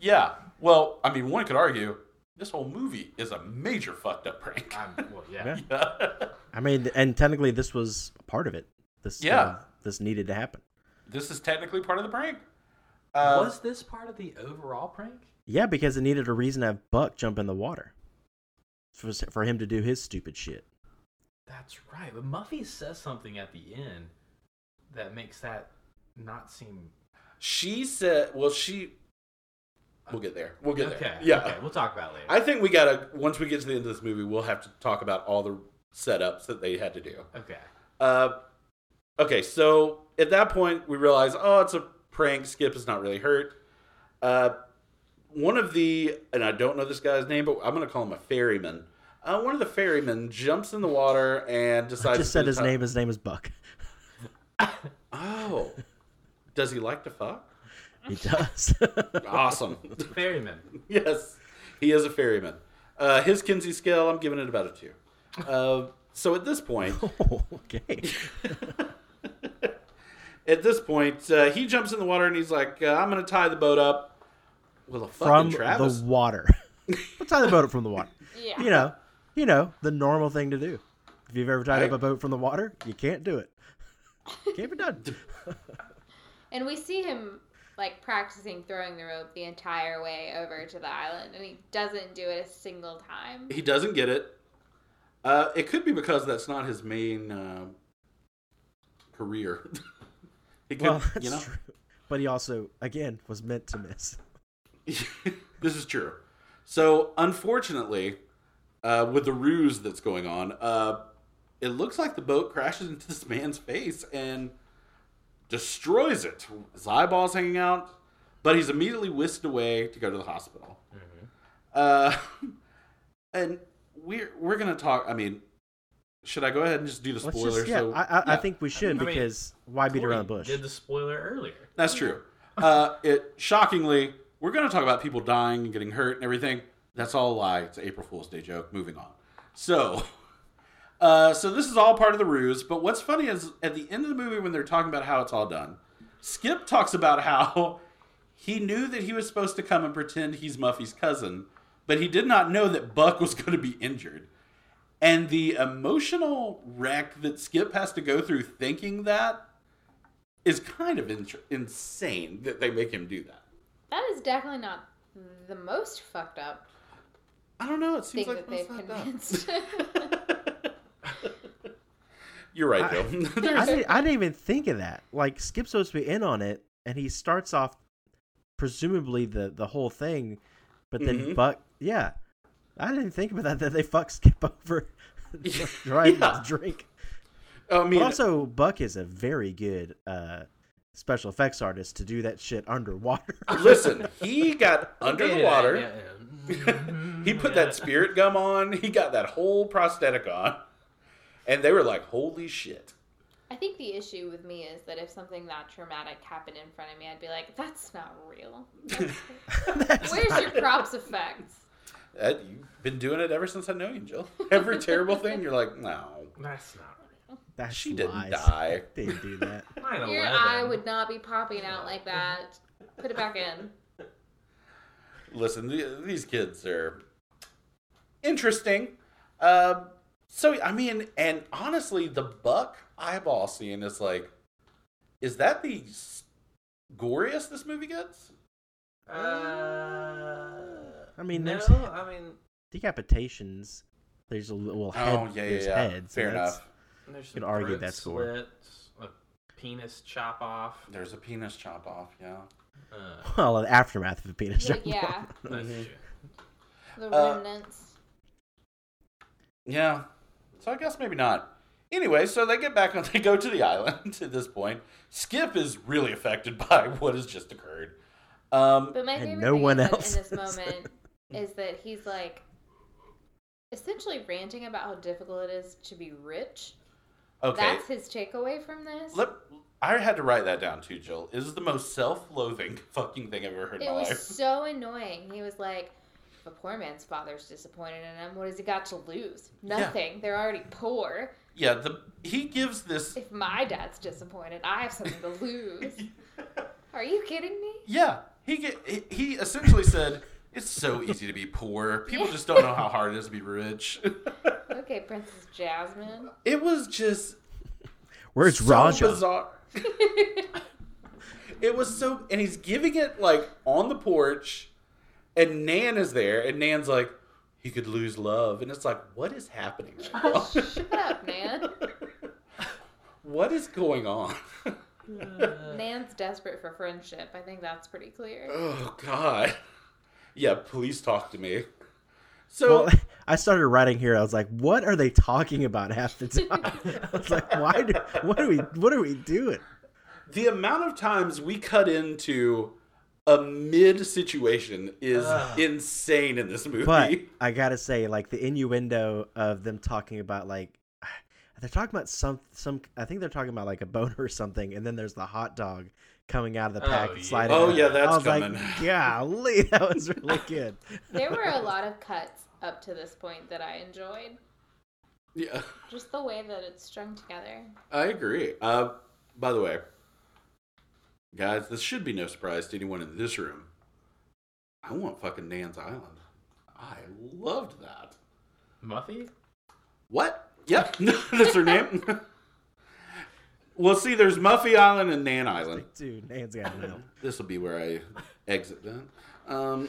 Yeah. Well, I mean, one could argue this whole movie is a major fucked up prank. I'm, well, yeah. Yeah. Yeah. I mean, and technically, this was part of it. This Yeah. uh, this needed to happen. this is technically part of the prank. Uh, Was this part of the overall prank? Yeah, because it needed a reason to have Buck jump in the water for for him to do his stupid shit. That's right. But Muffy says something at the end that makes that not seem. she said, well, she. We'll get there. We'll get Okay. there. Yeah. Okay. We'll talk about it later. I think we gotta, once we get to the end of this movie, we'll have to talk about all the setups that they had to do. okay. Uh, okay, so at that point, we realize, oh, it's a prank. Skip is not really hurt. Uh, one of the, and I don't know this guy's name, but I'm going to call him a ferryman. Uh, one of the ferrymen jumps in the water and I decides. just to said his attack- name. His name is Buck. Oh, does he like to fuck? He does. Awesome. Ferryman. yes, he is a ferryman. Uh, his Kinsey scale, I'm giving it about a two. Uh, so at this point, oh, okay. at this point, uh, he jumps in the water and he's like, uh, "I'm going to tie the boat up." Well, a From fucking Travis. the water. Let's tie the boat up from the water. Yeah. you know, you know, the normal thing to do. If you've ever tied up Right. a boat from the water, you can't do it. Can't be done. And we see him like practicing throwing the rope the entire way over to the island, and he doesn't do it a single time. he doesn't get it. Uh, it could be because that's not his main uh, career. he could, Well, that's you know, true. But he also, again, was meant to miss. this is true. So, unfortunately, uh, with the ruse that's going on, uh, it looks like the boat crashes into this man's face and destroys it. His eyeballs hanging out, but he's immediately whisked away to go to the hospital. Uh, and we're we're gonna talk. I mean, should I go ahead and just do the Let's spoiler? just, yeah, so I, I, I yeah. think we should I mean, because why beat around the Corey bush? Did the spoiler earlier. That's true. Uh, it shockingly, we're going to talk about people dying and getting hurt and everything. That's all a lie. It's an April Fool's Day joke. Moving on. So, Uh, so this is all part of the ruse. But what's funny is at the end of the movie when they're talking about how it's all done, Skip talks about how he knew that he was supposed to come and pretend he's Muffy's cousin, but he did not know that Buck was going to be injured. And the emotional wreck that Skip has to go through thinking that is kind of in- insane that they make him do that. That is definitely not the most fucked up I don't know. It seems thing like that they've most fucked up. convinced. You're right, Bill. I didn't, I didn't even think of that. Like Skip's supposed to be in on it, and he starts off presumably the the whole thing, but then Mhm. Buck, yeah, I didn't think about that. That they fuck Skip over driving Yeah. his drink. I mean, But also, Buck is a very good uh, special effects artist to do that shit underwater. listen, he got under the water. Yeah, Mm, yeah. He put that spirit gum on. He got that whole prosthetic on. And they were like, holy shit. I think the issue with me is that if something that traumatic happened in front of me, I'd be like, "That's not real. Where's your props effects?" That, you've been doing it ever since I know you, Jill. Every terrible thing, you're like, no. That's not That She didn't lies. die. They didn't do that. right. 9/11. Your eye would not be popping out like that. Put it back in. Listen, the, these kids are interesting. Uh, so, I mean, and honestly, the buck eyeball scene is like, is that the s- goriest this movie gets? Uh, I mean, no, there's I mean, decapitations. There's a little head. oh, yeah, yeah, there's yeah. heads. and Fair that's- enough. there's Could some argue throat that's gore. slits, a penis chop off. There's a penis chop off, yeah. Uh, Well, the aftermath of a penis. Yeah, jump. yeah. Mm-hmm. that's Mhm. true. the Uh, remnants. Yeah. So I guess maybe not. Anyway, so they get back on, they go to the island at this point. Skip is really affected by what has just occurred. Um, But my And favorite no thing one is that else in this is. moment is that he's like essentially ranting about how difficult it is to be rich. okay. That's his takeaway from this. Let, I had to write that down too, Jill. It is the most self loathing fucking thing I've ever heard in it my was life. so annoying. He was like, "If a poor man's father's disappointed in him, what has he got to lose? Nothing. They're already poor. Yeah, the, he gives this. If my dad's disappointed, I have something to lose. Are you kidding me? Yeah, he, get, he, he essentially said, It's so easy to be poor. People just don't know how hard it is to be rich. Okay, Princess Jasmine. it was just Where's so Raja? bizarre. it was so, and he's giving it like on the porch, and Nan is there, and Nan's like, he could lose love, and it's like, what is happening? Right now? Oh, Shut up, Nan. what is going on? Nan's desperate for friendship. I think that's pretty clear. oh God. Yeah, please talk to me. So Well, I started writing here. I was like, "What are they talking about half the time?" I was like, "Why? Do, what are we? What are we doing?" the amount of times we cut into a mid situation is Ugh. insane in this movie. But I gotta say, like the innuendo of them talking about like they're talking about some some. I think they're talking about like a boner or something, and then there's the hot dog coming out of the Oh, pack yeah. and sliding. oh out. yeah, that's I was coming. like, "Golly, that was really good." There were a lot of cuts up to this point that I enjoyed. yeah. Just the way that it's strung together. I agree. Uh, by the way, guys, this should be no surprise to anyone in this room. I want fucking Nan's Island. I loved that. Muffy? What? Yep, that's her name. well, see, there's Muffy Island and Nan Island. Dude, Nan's got an island. This will be where I exit then. Um,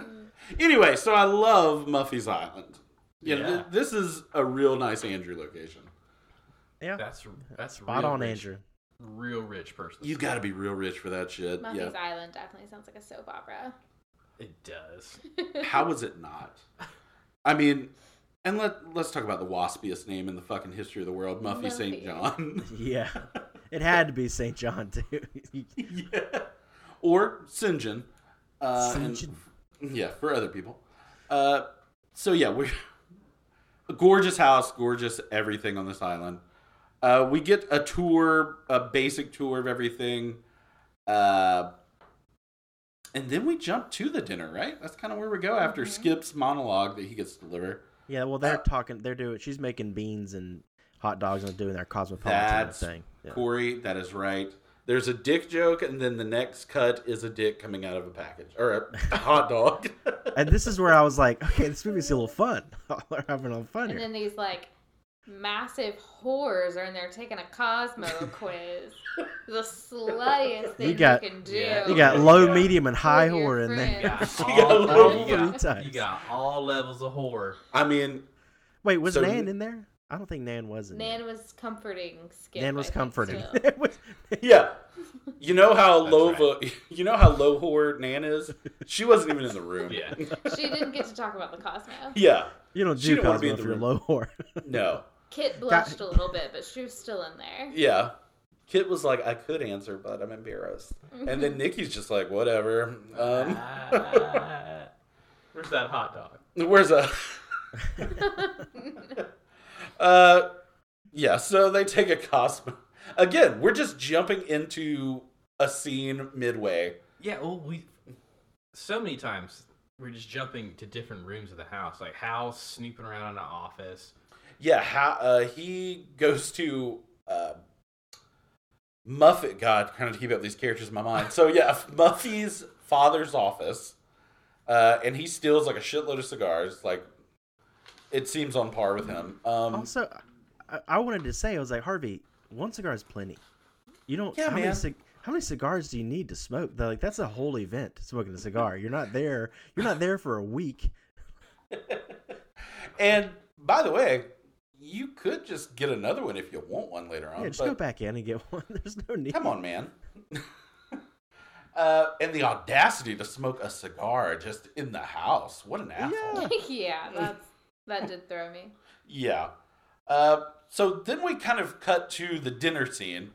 anyway, so I love Muffy's Island. Yeah, Yeah. th- this is a real nice Andrew location. Yeah, That's that's spot real on, rich, Andrew. Real rich person. You got to be real rich for that shit. Muffy's yeah. Island definitely sounds like a soap opera. It does. How was it not? I mean, and let let's talk about the waspiest name in the fucking history of the world, Muffy Muffy. St. John. Yeah, it had to be St. John too. yeah. Or St. John. Uh, and- St. yeah, for other people. Uh, so yeah, we're a gorgeous house, gorgeous everything on this island. Uh, we get a tour, a basic tour of everything. Uh, and then we jump to the dinner, right? That's kind of where we go after Skip's monologue that he gets to deliver. Yeah, well, they're talking. They're doing. She's making beans and hot dogs and doing their cosmopolitan That's thing. Yeah. Corey, that is right. There's a dick joke, and then the next cut is a dick coming out of a package or a hot dog. And this is where I was like, okay, this movie's a little fun. We're having a little fun And here. then these like massive whores are in there taking a Cosmo quiz. The sluttiest thing you, got- can do. yeah. You got low, Yeah. medium, and high With your horror in You there. got You all got a levels- little you, bit got, of you got all levels of horror. I mean, Wait, was So- Nan in there? I don't think Nan was in there. Nan was comforting. Skip, Nan I was think, comforting. still. It was- yeah. You know how That's low, vo- you know how low whore Nan is. She wasn't even in the room. Yeah. she didn't get to talk about the Cosmo. Yeah. you don't She do didn't wanna be Cosmo in if the you're room. low horror. Mm-hmm. No. Kit blushed a little bit, but she was still in there. Yeah. Kit was like, I could answer, but I'm embarrassed. And then Nikki's just like, whatever. Um, Ah. where's that hot dog? where's a? uh, yeah. So they take a Cosmo. Again, we're just jumping into a scene midway. Yeah, well, we so many times we're just jumping to different rooms of the house, like house, snooping around in the office. Yeah. Ha- uh, he goes to. Uh, Muffet, God, trying to keep up these characters in my mind. So yeah, Muffy's father's office, uh, and he steals like a shitload of cigars. Like, it seems on par with him. Mm-hmm. Um, Also, I, I wanted to say, I was like, Harvey, one cigar is plenty. You don't. Yeah, how Many man. cig- how many cigars do you need to smoke? They're like that's a whole event smoking a cigar. You're not there. You're not there for a week. And by the way, you could just get another one if you want one later on. Yeah, just but go back in and get one. There's no need. Come on, man. uh, and the audacity to smoke a cigar just in the house. What an asshole. Yeah. yeah, that's that did throw me. Uh, so then we kind of cut to the dinner scene.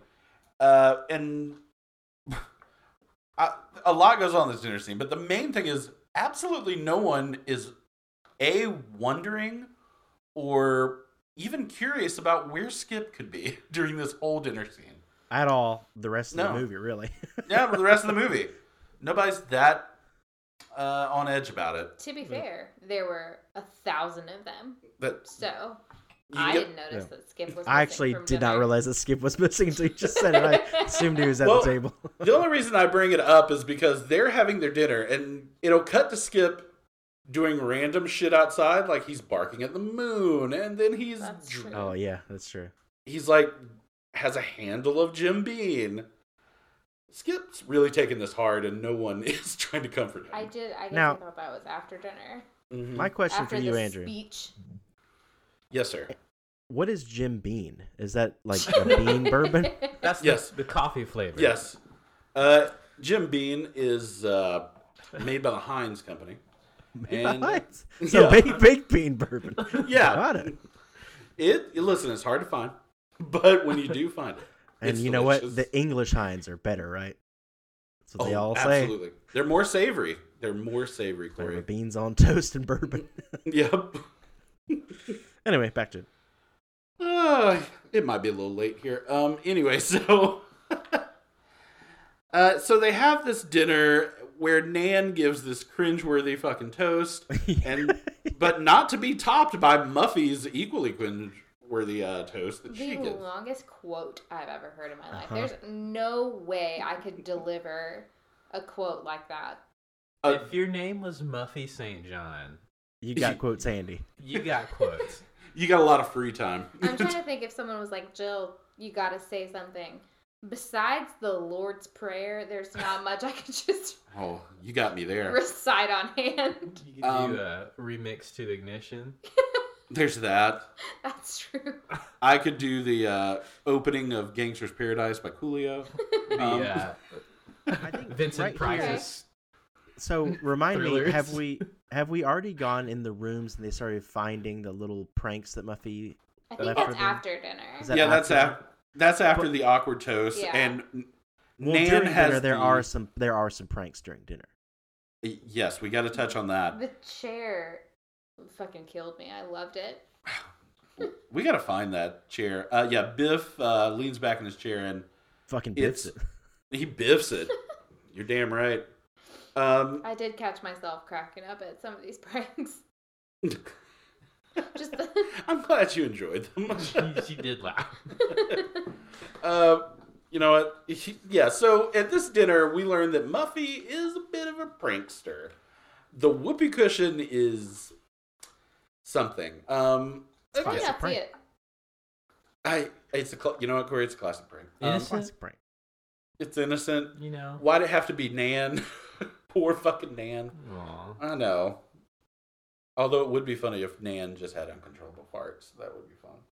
Uh, and I, a lot goes on in this dinner scene, but the main thing is absolutely no one is A, wondering or even curious about where Skip could be during this whole dinner scene. At all. The rest of No. the movie, really. Yeah, for the rest of the movie. Nobody's that uh, on edge about it. To be fair, there were a thousand of them, That so you I get- didn't notice that Skip was. I missing actually from did not dinner. realize that Skip was missing until you just said it. I assumed he was at Well- the table. the only reason I bring it up is because they're having their dinner and it'll cut to Skip doing random shit outside, like he's barking at the moon, and then he's That's dr- true. Oh yeah, that's true. he's like has a handle of Jim Bean. Skip's really taking this hard, and no one is trying to comfort him. I did. I guess Now- I thought that was after dinner. Mhm. My question Mm. after for you, the Andrew: Speech. yes, sir. What is Jim Bean? Is that like a bean bourbon? That's the- Yes. the, coffee flavor. Yes, uh, Jim Bean is uh, made by the Heinz Company. And- What? So Yeah. big, big bean bourbon. Yeah. Got it. It listen, it's hard to find, but when you do find it, And it's you know delicious. what? The English hinds are better, right? That's what they Oh, all say. absolutely. They're more savory. They're more savory, Whatever, Corey. beans on toast and bourbon. yep. anyway, back to Uh, it might be a little late here. Um. Anyway, so, uh, so they have this dinner where Nan gives this cringeworthy fucking toast, and but not to be topped by Muffy's equally cringeworthy uh, toast that she The gives. longest quote I've ever heard in my life. Uh-huh. There's no way I could deliver a quote like that. Uh, If your name was Muffy St. John, you got quotes handy. you got quotes. you got a lot of free time. I'm trying to think if someone was like, Jill, you gotta say something. Besides the Lord's Prayer, there's not much I could just oh, you got me there. recite on hand. You could Um, do a remix to Ignition. There's that. That's true. I could do the uh, opening of Gangster's Paradise by Coolio. Um, yeah. I think Vincent right Price's. So remind me, Thrillers. have we have we already gone in the rooms and they started finding the little pranks that Muffy? I think After that's dinner. after dinner. Is that yeah, that's after? after that's after the awkward toast, Yeah. and mm, N- Well, Nan during has dinner there the- are some there are some pranks during dinner. Yes, we got to touch on that. The chair fucking killed me. I loved it. We got to find that chair. Uh, yeah, Biff uh, leans back in his chair and Fucking It's- biffs it. he biffs it. You're damn right. Um, I did catch myself cracking up at some of these pranks. Just I'm glad you enjoyed them. she, she did laugh. uh, you know what? Yeah, so at this dinner, we learned that Muffy is a bit of a prankster. The whoopee cushion is something. Um, I Classic can't see prank. it. I it's a cl- you know what Corey, it's a classic prank. Um, Innocent? Classic prank. it's innocent. You know. Why'd it have to be Nan? Poor fucking Nan. Aw. I know. Although it would be funny if Nan just had uncontrollable farts. That would be fun.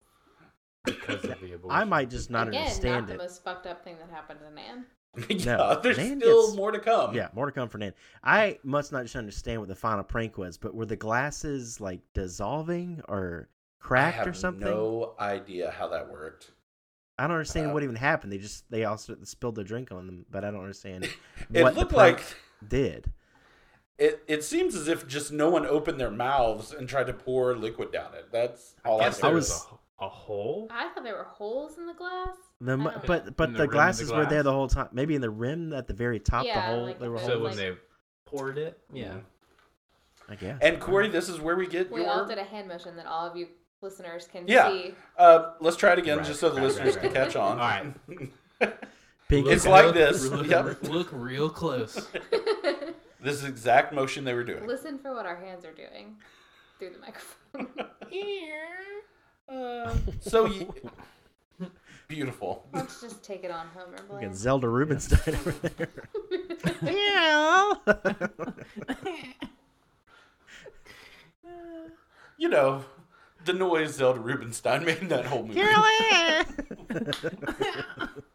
Because of the abortion. I might just not Again, not understand the it. most fucked up thing that happened to Nan. yeah, No, there's Nan still gets- more to come. Yeah, more to come for Nan. I must not just understand what the final prank was, but were the glasses like dissolving or I cracked have or something? no idea how that worked. I don't understand Uh, what even happened. They just they also spilled their drink on them, but I don't understand It what the looked prank like did. it. It seems as if just no one opened their mouths and tried to pour liquid down it. That's all I, guess can there I do. was was- a, a hole. I thought there were holes in the glass. The don't mu- know. but but In the rim of the, the glasses were there glass. the whole time. Maybe in the rim at the very top, the Yeah, hole like there the were whole So holes. when like- they poured it, yeah. Mm-hmm. I guess. And Corey, this is where we get We your. all did a hand motion that all of you listeners can Yeah. see. uh, let's try it again, Right, just so the right, listeners right, can right. catch on. All right. Pink Look- It's like look- this. Look, Yep. look real close. This is the exact motion they were doing. Listen for what our hands are doing through the microphone. So y- beautiful. Let's just take it on Homer Fucking Blaine. Zelda Rubinstein over there. yeah. You know, the noise Zelda Rubinstein made in that whole movie.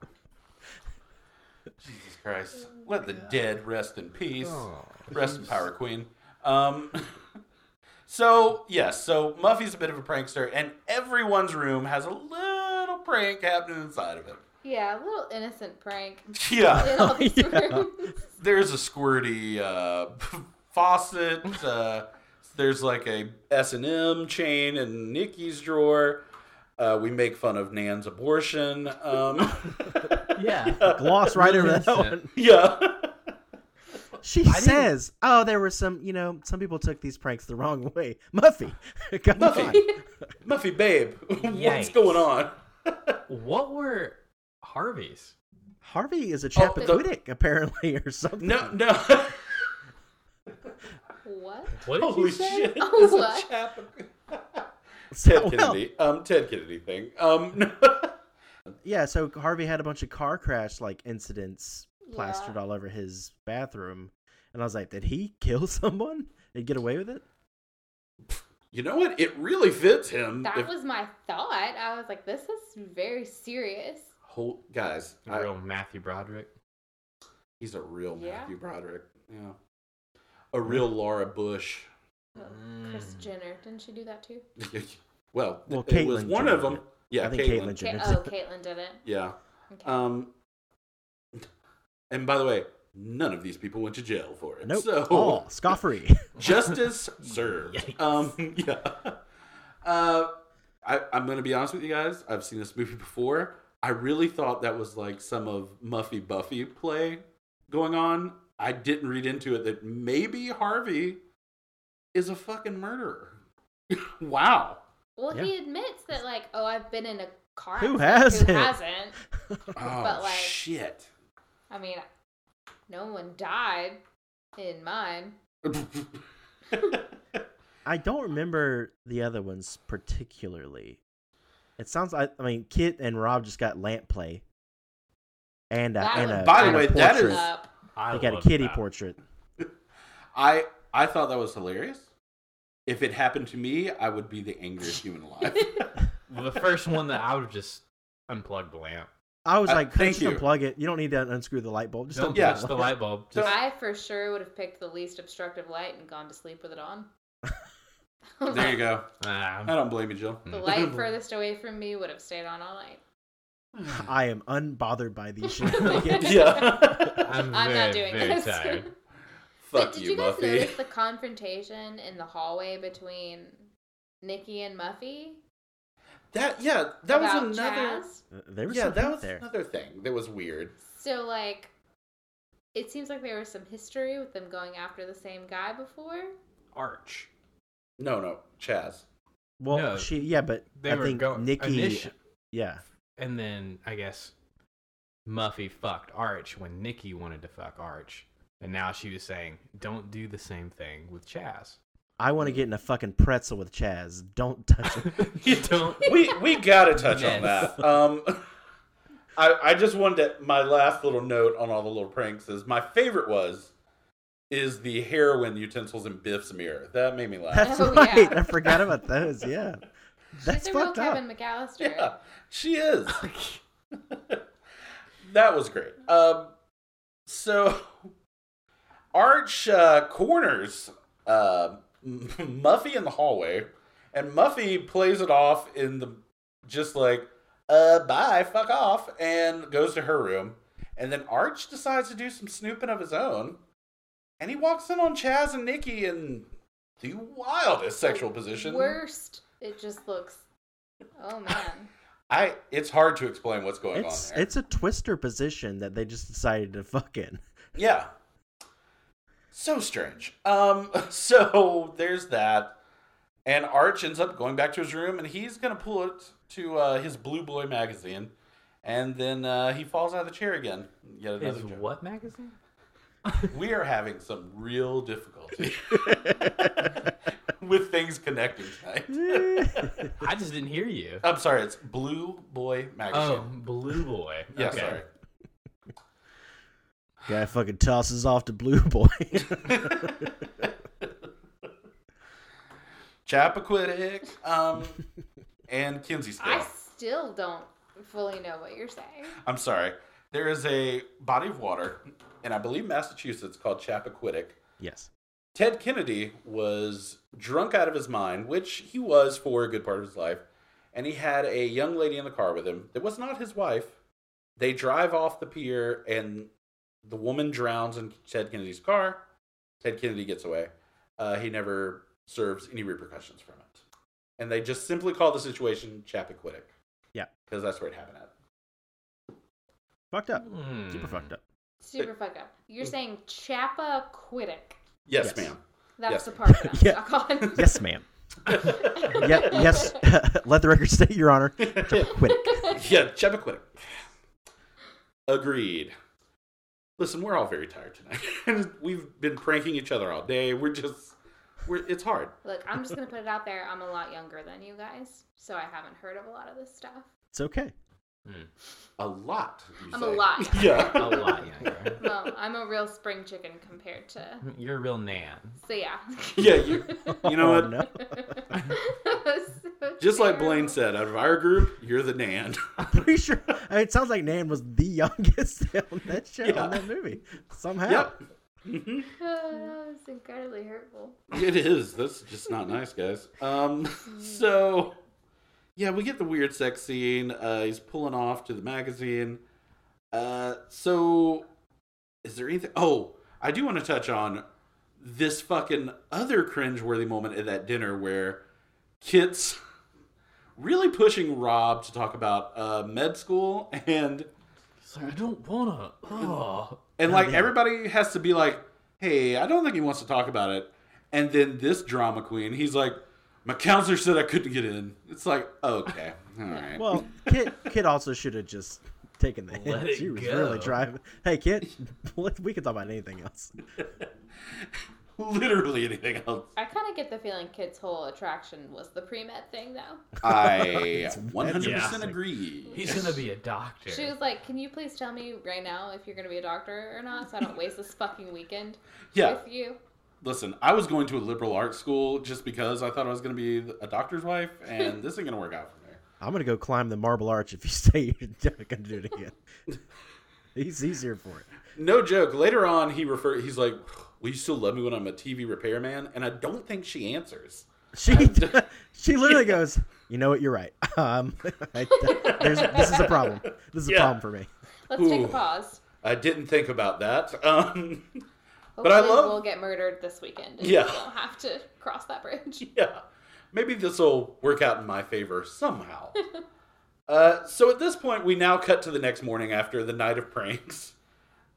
Jesus Christ. Let the dead rest in peace. Oh. Rest in power, Queen. Um, so, yes, so Muffy's a bit of a prankster, and everyone's room has a little prank happening inside of it. Yeah, a little innocent prank. Yeah, In all these Yeah. rooms. there's a squirty uh, faucet. Uh, there's like a S&M chain in Nikki's drawer. Uh, we make fun of Nan's abortion. Um, Yeah. Gloss right over that Innocent. one. yeah. She I didn't- says, "Oh, there were some. You know, some people took these pranks the wrong way." Muffy, come Muffy. on. Muffy, babe, what's Yikes. going on? What were Harvey's? Harvey is Oh, a the- Chappaquiddick apparently, or something. No, no. What? What did you Holy say? shit. Oh, That's a what? chap- So, Ted well, Kennedy. Um, Ted Kennedy thing. Um, no. yeah. So Harvey had a bunch of car crash like incidents plastered Yeah. all over his bathroom, and I was like, "Did he kill someone and get away with it?" you know what? It really fits him. That if- was my thought. I was like, this is very serious. Hol- guys, The I- real Matthew Broderick. he's a real Yeah. Matthew Broderick. Yeah. A real Laura Bush. Chris Mm. Jenner, didn't she do that too? well, Well, it was Caitlyn one Jenner of them. did. Yeah, I think Caitlyn. Caitlyn Ca- Jenner. Uh, oh, Caitlyn did it. Yeah. Okay. Um, and by the way, none of these people went to jail for it. Nope. So All scoffery. justice served. Yikes. Um, yeah. Uh, I, I'm going to be honest with you guys. I've seen this movie before. I really thought that was like some of Muffy Buffy play going on. I didn't read into it that maybe Harvey is a fucking murderer. wow. well, yeah. he admits that, like, oh, I've been in a car. Who accident. Who hasn't? hasn't? Oh But, like- shit. I mean, no one died in mine. I don't remember the other ones particularly. It sounds like I mean Kit and Rob just got lamp play, and a, That and was- a By the and a way, that portrait. is- Up. I they got a love kitty that. portrait. I I thought that was hilarious. If it happened to me, I would be the angriest human alive. Well, the first one that I would just unplug the lamp. I was Uh, like, thank just you. unplug it. You don't need to unscrew the light bulb. Just Don't unplug yeah. touch the light bulb. Don't- Just I for sure would have picked the least obstructive light and gone to sleep with it on. there you go. ah, I don't blame you, Jill. The light furthest away from me would have stayed on all night. I am unbothered by these shit. Yeah. I'm, I'm very, not doing very this. tired. but Fuck did you, you, guys Muffy. notice the confrontation in the hallway between Nikki and Muffy? That yeah, that was about another Chaz? there was yeah, something that was there. another thing that was weird. So like, it seems like there was some history with them going after the same guy before. Arch. No, no, Chaz. Well, No, she yeah, but They I were think going Nikki initi- yeah. and then I guess Muffy fucked Arch when Nikki wanted to fuck Arch, and now she was saying, "Don't do the same thing with Chaz." I want to get in a fucking pretzel with Chaz. Don't touch it. you don't. we we gotta touch on Yes. that. Um, I I just wanted to, my last little note on all the little pranks is my favorite was is the heroin utensils in Biff's mirror. That made me laugh. That's Oh, right. yeah. I forgot about those. Yeah, that's She's a real fucked up. Kevin McAllister. yeah, she is. that was great. Um, so Arch uh, corners uh, Muffy in the hallway, and Muffy plays it off in the just like uh bye fuck off and goes to her room and then arch decides to do some snooping of his own and he walks in on chaz and nikki in the wildest sexual position Worst. It just looks. Oh man. i it's hard to explain what's going It's on there it's a twister position that they just decided to fuck in. yeah so strange um so there's that and arch ends up going back to his room and he's gonna pull it to uh his blue boy magazine and then uh, he falls out of the chair again. Yet another Is joke. what magazine? We are having some real difficulty with things connecting tonight. I just didn't hear you. I'm sorry, it's Blue Boy Oh, Magazine. Blue Boy. yeah, Okay. sorry. Guy fucking tosses off to Blue Boy. Chappaquiddick um, and Kinsey I Scale. still don't fully know what you're saying. I'm sorry. There is a body of water, and I believe Massachusetts called Chappaquiddick. yes, Ted Kennedy was drunk out of his mind, which he was for a good part of his life, and he had a young lady in the car with him that was not his wife. They drive off the pier, and the woman drowns in Ted Kennedy's car. Ted Kennedy gets away. Uh, he never serves any repercussions from it. And they just simply call the situation Chappaquiddick. Yeah. Because that's where it happened at. fucked up. Hmm. Super fucked up. Super fuck up. Mm. You're saying Chappaquiddick. Yes, Yes. ma'am. That's Yes. the part that I'm Yeah. stuck Hmm. on. Yes, ma'am. yep. Yes. Let the record state, Your Honor. Quit it. Yeah, Chappaquiddick. Agreed. Listen, we're all very tired tonight. We've been pranking each other all day. We're just, we're it's hard. Look, I'm just gonna put it out there. I'm a lot younger than you guys, so I haven't heard of a lot of this stuff. It's okay. A lot. you I'm say. a lot. Younger. A Yeah. lot younger. Well, I'm a real spring chicken compared to. You're a real nan. So yeah. yeah. You, you know Oh, what? No. So Just like terrible. Blaine said, out of our group, you're the nan. Pretty sure. I mean, it sounds like Nan was the youngest on that show Yeah. on that movie somehow. yep. Oh, it's incredibly hurtful. It is. That's just not nice, guys. Um, so yeah, we get the weird sex scene. Uh, he's pulling off to the magazine. Uh, so is there anything? Oh, I do want to touch on this fucking other cringeworthy moment at that dinner where Kit's really pushing Rob to talk about uh, med school and It's like, I don't wanna. Oh. and like yeah. everybody has to be like, "Hey, I don't think he wants to talk about it." And then this drama queen, he's like, "My counselor said I couldn't get in." It's like, okay, all right. Well, Kit Kit also should have just taken the hint. Let it she was go. really driving. Hey, Kit, let- we can talk about anything else. Literally anything else. I kind of get the feeling Kit's whole attraction was the pre med thing, though. I 100 percent Yeah. agree. He's gonna be a doctor. She was like, "Can you please tell me right now if you're gonna be a doctor or not, so I don't waste this fucking weekend Yeah, with you?" listen, I was going to a liberal arts school just because I thought I was going to be a doctor's wife, and this ain't gonna work out for me. I'm gonna go climb the Marble Arch if you say you're not gonna do it again. he's he's here for it. No joke. Later on, he refer. He's like, "Will you still love me when I'm a TV repairman?" And I don't think she answers. She she literally goes. You know what? You're right. Um, I, there's, this is a problem. This is Yeah. a problem for me. Let's take Ooh. a pause. I didn't think about that. Um, Hopefully I love- we'll get murdered this weekend. And Yeah. we won't have to cross that bridge. yeah, maybe this will work out in my favor somehow. uh, so at this point, we now cut to the next morning after the night of pranks.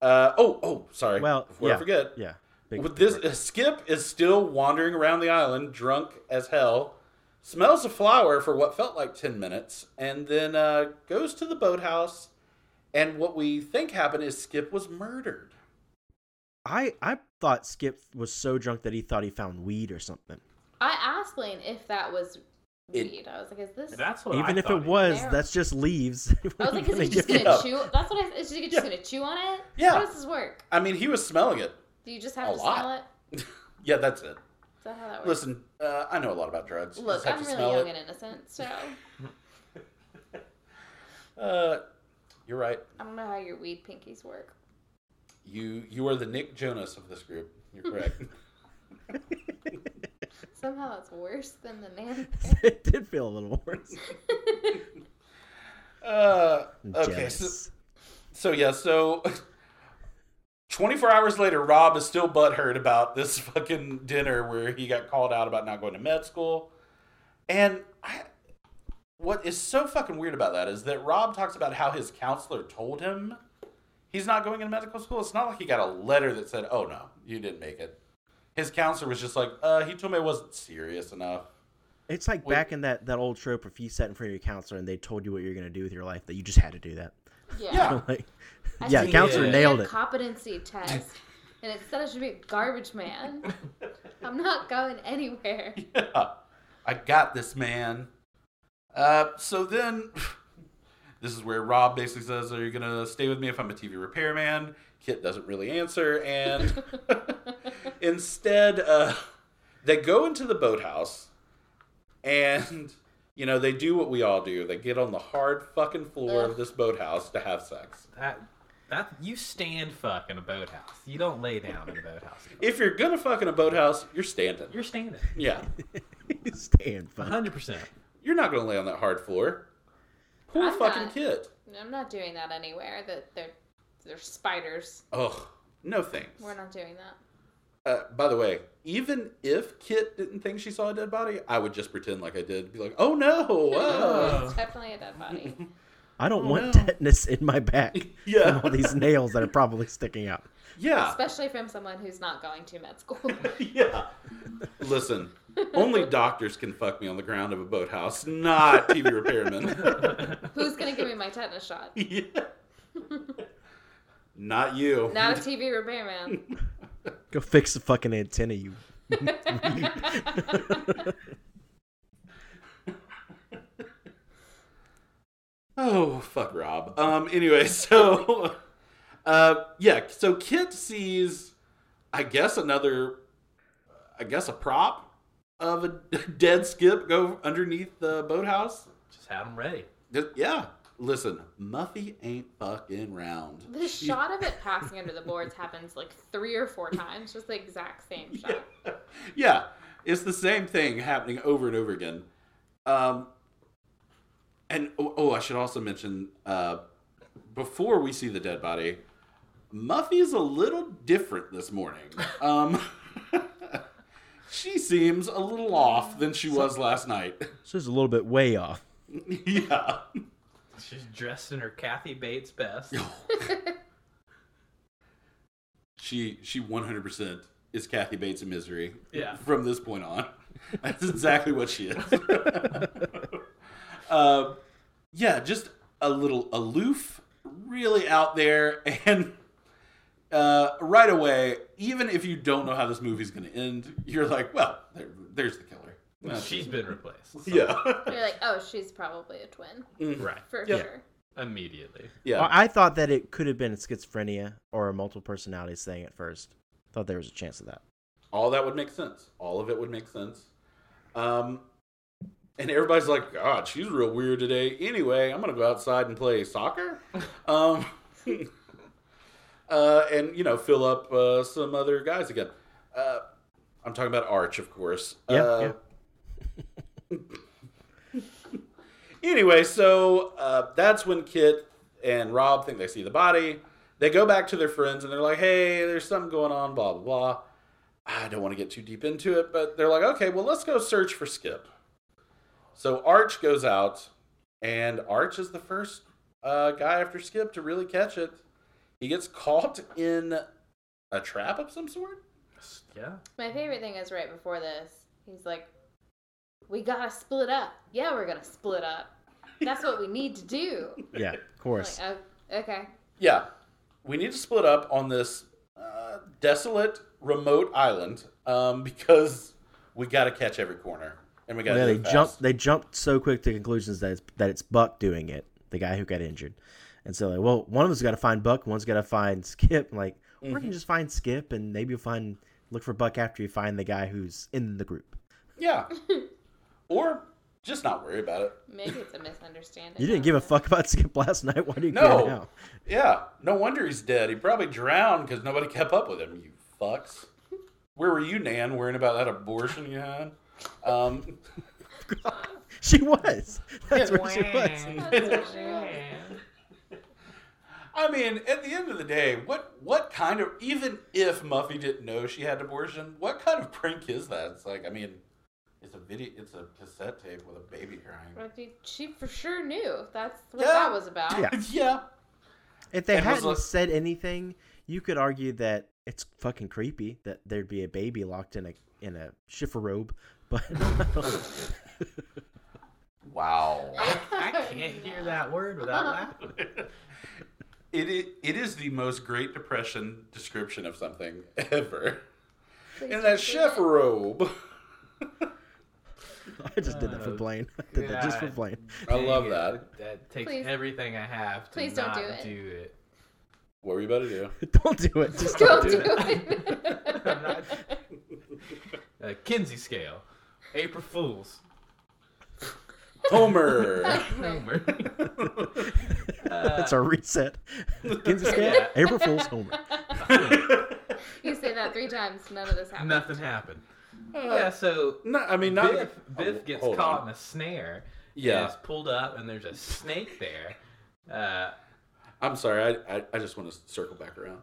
Uh, oh, oh, sorry. Well, before yeah, I forget, Yeah. Big- with big this, Skip is still wandering around the island, drunk as hell, smells a flower for what felt like 10 minutes, and then uh, goes to the boathouse. And what we think happened is Skip was murdered. I I thought Skip was so drunk that he thought he found weed or something. I asked Blaine if that was It- weed. I was like, "Is this?" That's what Even I if thought it was, was. that's just leaves. I was like, "Is he just give gonna it up. chew?" That's what I. Is he just Yeah. gonna chew on it? Yeah. How does this work? I mean, he was smelling it. Do you just have A to lot. smell it? Yeah, that's it. Is that how that works? Listen, uh, I know a lot about drugs. You just Look, have to I'm really smell young it. and innocent, so Uh, you're right. I don't know how your weed pinkies work. You you are the Nick Jonas of this group. You're correct. Somehow that's worse than the man. it did feel a little worse. uh, I'm okay, so, jealous. so yeah, so 24 hours later, Rob is still butthurt about this fucking dinner where he got called out about not going to med school. And I, what is so fucking weird about that is that Rob talks about how his counselor told him he's not going into medical school. It's not like he got a letter that said, oh no, you didn't make it. His counselor was just like, uh, he told me I wasn't serious enough. It's like Wait. back in that, that old trope if you sat in front of your counselor and they told you what you're going to do with your life, that you just had to do that. Yeah. like, I yeah, said counselor you did a nailed it. Competency test, and it said I should be a garbage man. I'm not going anywhere. yeah, I got this, man. Uh, so then, this is where Rob basically says, "Are you gonna stay with me if I'm a TV repairman?" Kit doesn't really answer, and instead, uh, they go into the boathouse, and you know they do what we all do. They get on the hard fucking floor of this boathouse to have sex. that that you stand fuck in a boathouse. You don't lay down in a boathouse. If you're gonna fuck in a boathouse, you're standing. You're standing. Yeah, Stand fuck. hundred percent. you're not gonna lay on that hard floor. Poor I'm fucking not. Kit. I'm not doing that anywhere. That they're they're spiders. Ugh, no thanks. We're not doing that. Uh, by the way, even if Kit didn't think she saw a dead body, I would just pretend like I did. Be like, oh no. uh." It's definitely a dead body. I don't want Oh, no. tetanus in my back from Yeah. all these nails that are probably sticking out. Yeah. Especially from someone who's not going to med school. Yeah. Listen, only doctors can fuck me on the ground of a boathouse, not TV repairmen. Who's going to give me my tetanus shot? yeah. Not you. Not a TV repairman. Go fix the fucking antenna, you. Oh fuck, Rob. Um. Anyway, so, uh, yeah. So Kit sees, I guess another, I guess a prop of a dead skip go underneath the boathouse. Just have them ready. Just- Yeah. Listen, Muffy ain't fucking round. The shot of it passing under the boards happens like three or four times, just the exact same shot. yeah, it's the same thing happening over and over again. Um, and oh, oh, I should also mention uh, before we see the dead body, Muffy is a little different this morning. Um, she seems a little off than she was last night. So it's a little bit way off. yeah. She's dressed in her Kathy Bates best. She she 100% is Kathy Bates in misery. Yeah. From this point on. That's exactly what she is. Um yeah, just a little aloof, really out there and uh, right away, even if you don't know how this movie's going to end, you're like, well, there, there's the killer. That's- She's been replaced. yeah. You're like, oh, she's probably a twin. Right. For Yeah. sure. Immediately. yeah. I I thought that it could have been schizophrenia or a multiple personalities thing at first. Thought there was a chance of that. all that would make sense. All of it would make sense. Um, and everybody's like, God, she's real weird today. Anyway, I'm gonna go outside and play soccer. Um, uh, and you know, fill up uh, some other guys again. Uh, I'm talking about Arch, of course. Yeah, Uh, anyway, so uh, that's when Kit and Rob think they see the body. They go back to their friends and they're like, "Hey, there's something going on." Blah blah blah. I don't want to get too deep into it, but they're like, okay, well, let's go search for Skip. So Arch goes out, and Arch is the first uh, guy after Skip to really catch it. He gets caught in a trap of some sort. Yeah. My favorite thing is right before this, he's like, we gotta split up. Yeah, we're gonna split up. That's what we need to do. Yeah, of course. Like, oh, okay. Yeah. We need to split up on this uh, desolate, remote island um, because we got to catch every corner. And we got to yeah, do they it fast. jumped. They jumped so quick to conclusions that it's, that it's Buck doing it, the guy who got injured. And so, like, well, one of us got to find Buck. One's got to find Skip. I'm like, or Mm-hmm. you can just find Skip, and maybe you'll find look for Buck after you find the guy who's in the group. Yeah. or just not worry about it. Maybe it's a misunderstanding. You didn't give a fuck about Skip last night. Why do you No. care now? Yeah. No wonder he's dead. He probably drowned because nobody kept up with him, you fucks. Where were you, Nan, worrying about that abortion you had? Um, She was. That's where she was. That's what she was. I mean, at the end of the day, what what kind of even if Muffy didn't know she had an abortion, what kind of prank is that? It's like, I mean, it's a video, it's a cassette tape with a baby crying. But she- She for sure knew. That's what Yeah. that was about. Yeah. yeah, If they And was hadn't like- said anything, you could argue that it's fucking creepy that there'd be a baby locked in a in a shiffer robe. But wow. I can't hear that word without Uh-huh. laughing. It is, it is the most Great Depression description of something ever. In that chef robe. I just did that for Oh, Blaine. I did that just for God. Blaine. I love Dang it. that. That takes Please. everything I have to Please don't not do it. do it. What were you about to do? Don't do it. Just Don't don't do do it. it. I'm not- Uh, Kinsey scale. April Fools. Homer. Homer. That's our reset. Kinsey Scott, Yeah. April Fool's Homer. you say that three times, none of this happened. Nothing happened. Uh, yeah, so no, I mean not. oh, Biff, Biff gets Hold caught on. in a snare. Yeah. And is pulled up, and there's a snake there. Uh, I'm sorry. I, I I just want to circle back around.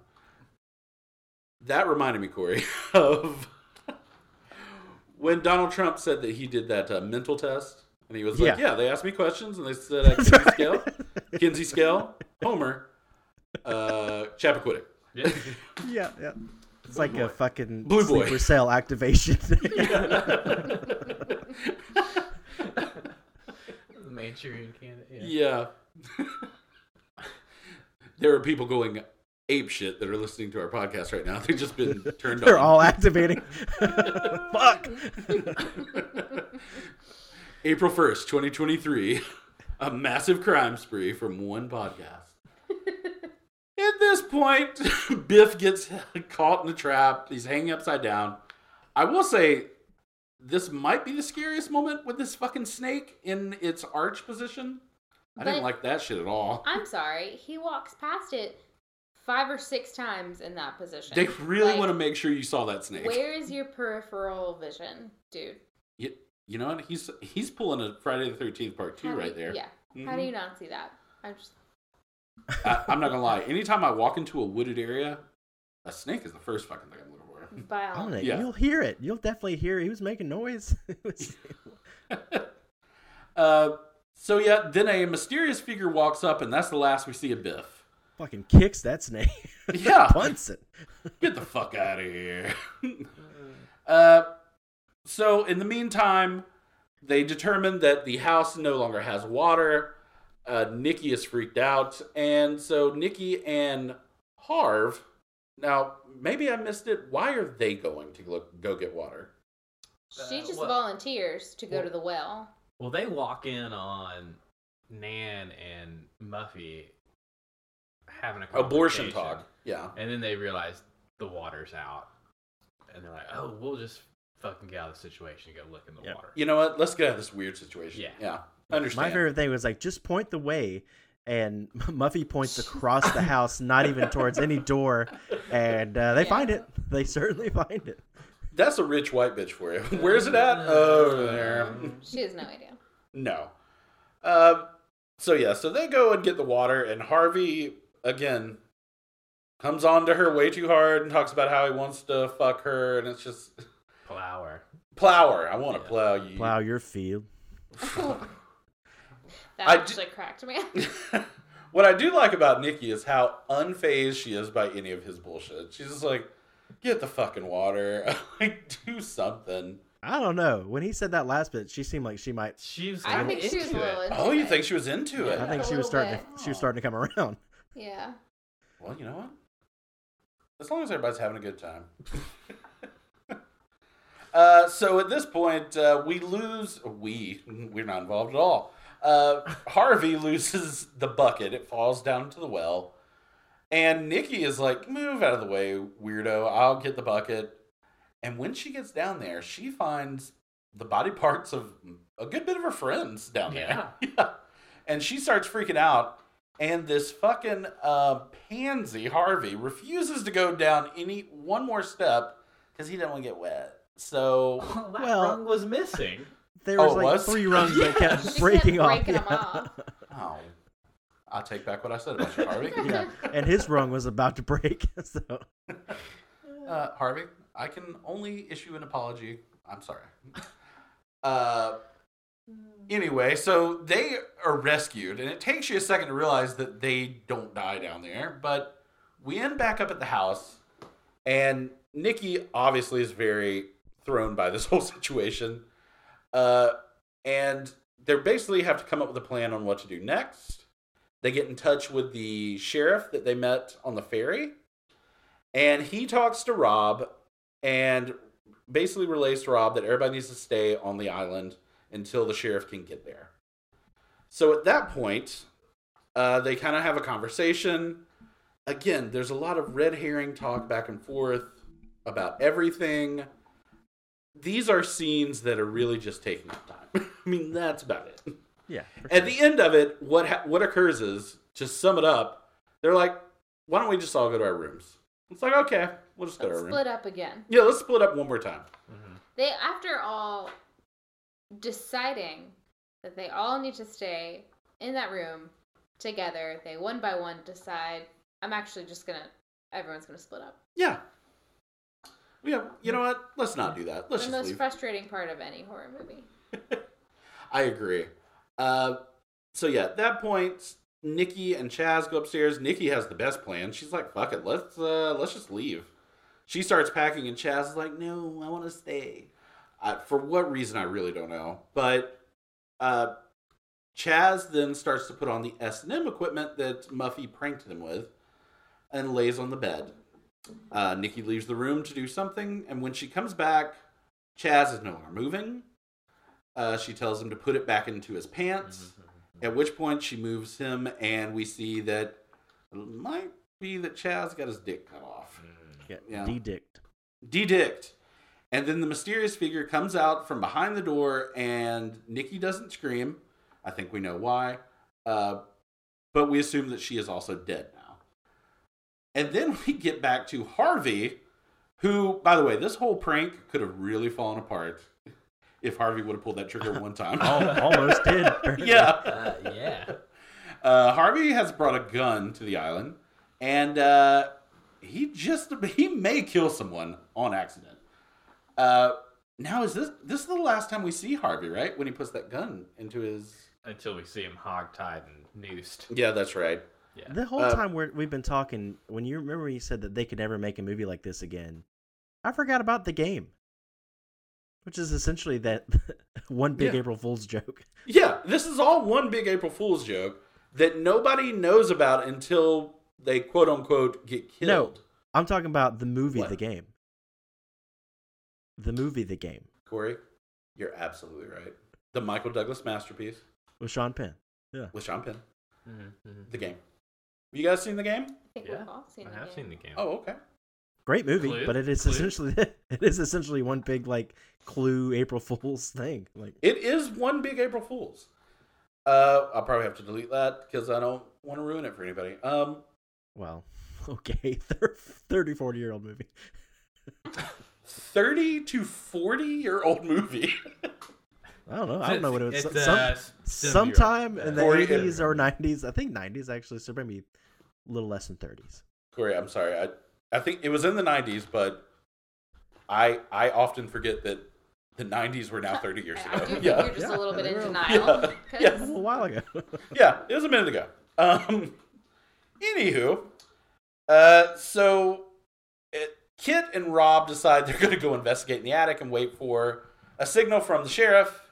That reminded me, Corey, of when Donald Trump said that he did that uh, mental test, and he was like, Yeah. "Yeah, they asked me questions, and they said uh, Kinsey scale, Kinsey scale, Homer, uh, Chappaquiddick." yeah. Yeah, yeah. It's like a fucking Blue boy. sleeper cell activation. Manchurian candidate. Yeah. Yeah. there are people going ape shit that are listening to our podcast right now. They've just been turned They're on. all activating. Fuck. April 1st, 2023. A massive crime spree from one podcast. At this point, Biff gets caught in a trap. He's hanging upside down. I will say, this might be the scariest moment with this fucking snake in its arch position. I didn't But- like that shit at all. I'm sorry. He walks past it five or six times in that position. They really Like, want to make sure you saw that snake. Where is your peripheral vision, dude? You, you know what? He's he's pulling a Friday the Thirteenth Part Two How do right you- there. Yeah. Mm-hmm. How do you not see that? I'm just I, I'm not gonna lie. Anytime I walk into a wooded area, a snake is the first fucking thing I'm looking for. by all On it. Yeah. You'll hear it. You'll definitely hear it. He was making noise. It was- Uh, so yeah, then a mysterious figure walks up, and that's the last we see of Biff. fucking kicks that snake. Yeah, Punts it. get the fuck out of here. uh, so in the meantime, they determine that the house no longer has water. Uh, Nikki is freaked out, and so Nikki and Harv. Now, maybe I missed it. Why are they going to look, go get water? She Uh, just what- volunteers to go what- to the well. Well, they walk in on Nan and Muffy having a Abortion conversation. talk. Yeah. And then they realize the water's out. And they're like, oh, we'll just fucking get out of the situation and go look in the Yep. water. You know what? Let's get out of this weird situation. Yeah. Yeah. Understand. My favorite thing was like just point the way, and Muffy points across the house, not even towards any door, and uh, they Yeah. find it. They certainly find it. That's a rich white bitch for you. Where's it Um, at? Over there. She has no idea. No. Um, so yeah, so they go and get the water, and Harvey again comes on to her way too hard and talks about how he wants to fuck her, and it's just Flower. plow her. I want to Yeah. plow you. Plow your field. That I actually cracked me. up. what I do like about Nikki is how unfazed she is by any of his bullshit. She's just like, get the fucking water, like do something. I don't know. When he said that last bit, she seemed like she might. She was. I I'm think she was a into little it. into Oh, you it. think she was into I it? think A she was little starting. bit. To, she was starting to come around. Yeah. Well, you know what? As long as everybody's having a good time. uh, so at this point, uh, we lose. We we're not involved at all. Uh, Harvey loses the bucket. It falls down to the well, and Nikki is like, "Move out of the way, weirdo! I'll get the bucket." And when she gets down there, she finds the body parts of a good bit of her friends down there. yeah. And she starts freaking out and this fucking uh, pansy Harvey refuses to go down any one more step because he didn't want to get wet. So Well, that Well- rung was missing. There Oh, was it like was? three runs that She kept kept breaking off. breaking 'em yeah. off. oh, I'll take back what I said about you, Harvey. Yeah. and his rung was about to break. So uh, Harvey, I can only issue an apology. I'm sorry. Uh, anyway, so they are rescued, and it takes you a second to realize that they don't die down there. But we end back up at the house, and Nikki obviously is very thrown by this whole situation. Uh, and they basically have to come up with a plan on what to do next. They get in touch with the sheriff that they met on the ferry and he talks to Rob and basically relays to Rob that everybody needs to stay on the island until the sheriff can get there. So at that point, uh, they kind of have a conversation. Again, there's a lot of red herring talk back and forth about everything. These are scenes that are really just taking up time. I mean, that's about it. yeah, At the end of it, what ha- what occurs is to sum it up, they're like, "Why don't we just all go to our rooms?" It's like, "Okay, we'll just go to Let's our room." split up again. Yeah, let's split up one more time. They, after all, deciding that they all need to stay in that room together, they one by one decide, I'm actually just gonna, everyone's gonna split up. Yeah. Yeah, you know what? Let's not do that. Let's just the most leave. frustrating part of any horror movie. I agree. Uh, so yeah, at that point, Nikki and Chaz go upstairs. Nikki has the best plan. She's like, "Fuck it, let's uh, let's just leave." She starts packing, and Chaz is like, "No, I want to stay." Uh, for what reason, I really don't know. But uh, Chaz then starts to put on the S and M equipment that Muffy pranked him with, and lays on the bed. Uh, Nikki leaves the room to do something, and when she comes back, Chaz is no longer moving. Uh, she tells him to put it back into his pants. At which point, she moves him, and we see that it might be that Chaz got his dick cut off, yeah, Yeah. de-dicked. de-dicked. And then the mysterious figure comes out from behind the door, and Nikki doesn't scream. I think we know why, uh, but we assume that she is also dead now. And then we get back to Harvey, who, by the way, this whole prank could have really fallen apart if Harvey would have pulled that trigger one time. Al- Almost did. yeah. Uh, yeah. Uh, Harvey has brought a gun to the island, and uh, he just he may kill someone on accident. Uh, now is this this is the last time we see Harvey, right? When he puts that gun into his Until we see him hogtied and noosed. yeah, that's right. Yeah. The whole Uh, time we're, we've been talking, when you remember when you said that they could never make a movie like this again, I forgot about the game, which is essentially that one big Yeah. April Fool's joke. Yeah, this is all one big April Fool's joke that nobody knows about until they quote unquote get No. killed. I'm talking about the movie, What? the game. The movie, the game Corey, you're absolutely right. The Michael Douglas masterpiece with Sean Penn. with Sean Penn. Mm-hmm. The game. You guys seen the game? I think Yeah, we've all seen I it. have seen the game. Oh, okay. Great movie, Clue? but it is Clue? essentially it is essentially one big like clue April Fool's thing. Like It is one big April Fool's. Uh, I'll probably have to delete that because I don't want to ruin it for anybody. Um, Well, okay, thir- 30, 40 year old movie. 30 to 40 year old movie. I don't know. I don't know what it was. It's, Some, uh, seventy-year-old. sometime in the Or you- eighties or nineties. I think nineties actually. So maybe a little less than thirties. Corey, I'm sorry. I, I think it was in the 90s, but I, I often forget that the 90s were now 30 years I do ago. think Yeah. you're just Yeah, a little bit they in were- denial. Yeah. 'cause Yeah. A little while ago. yeah, it was a minute ago. Um, anywho, uh, so uh Kit and Rob decide they're going to go investigate in the attic and wait for a signal from the sheriff.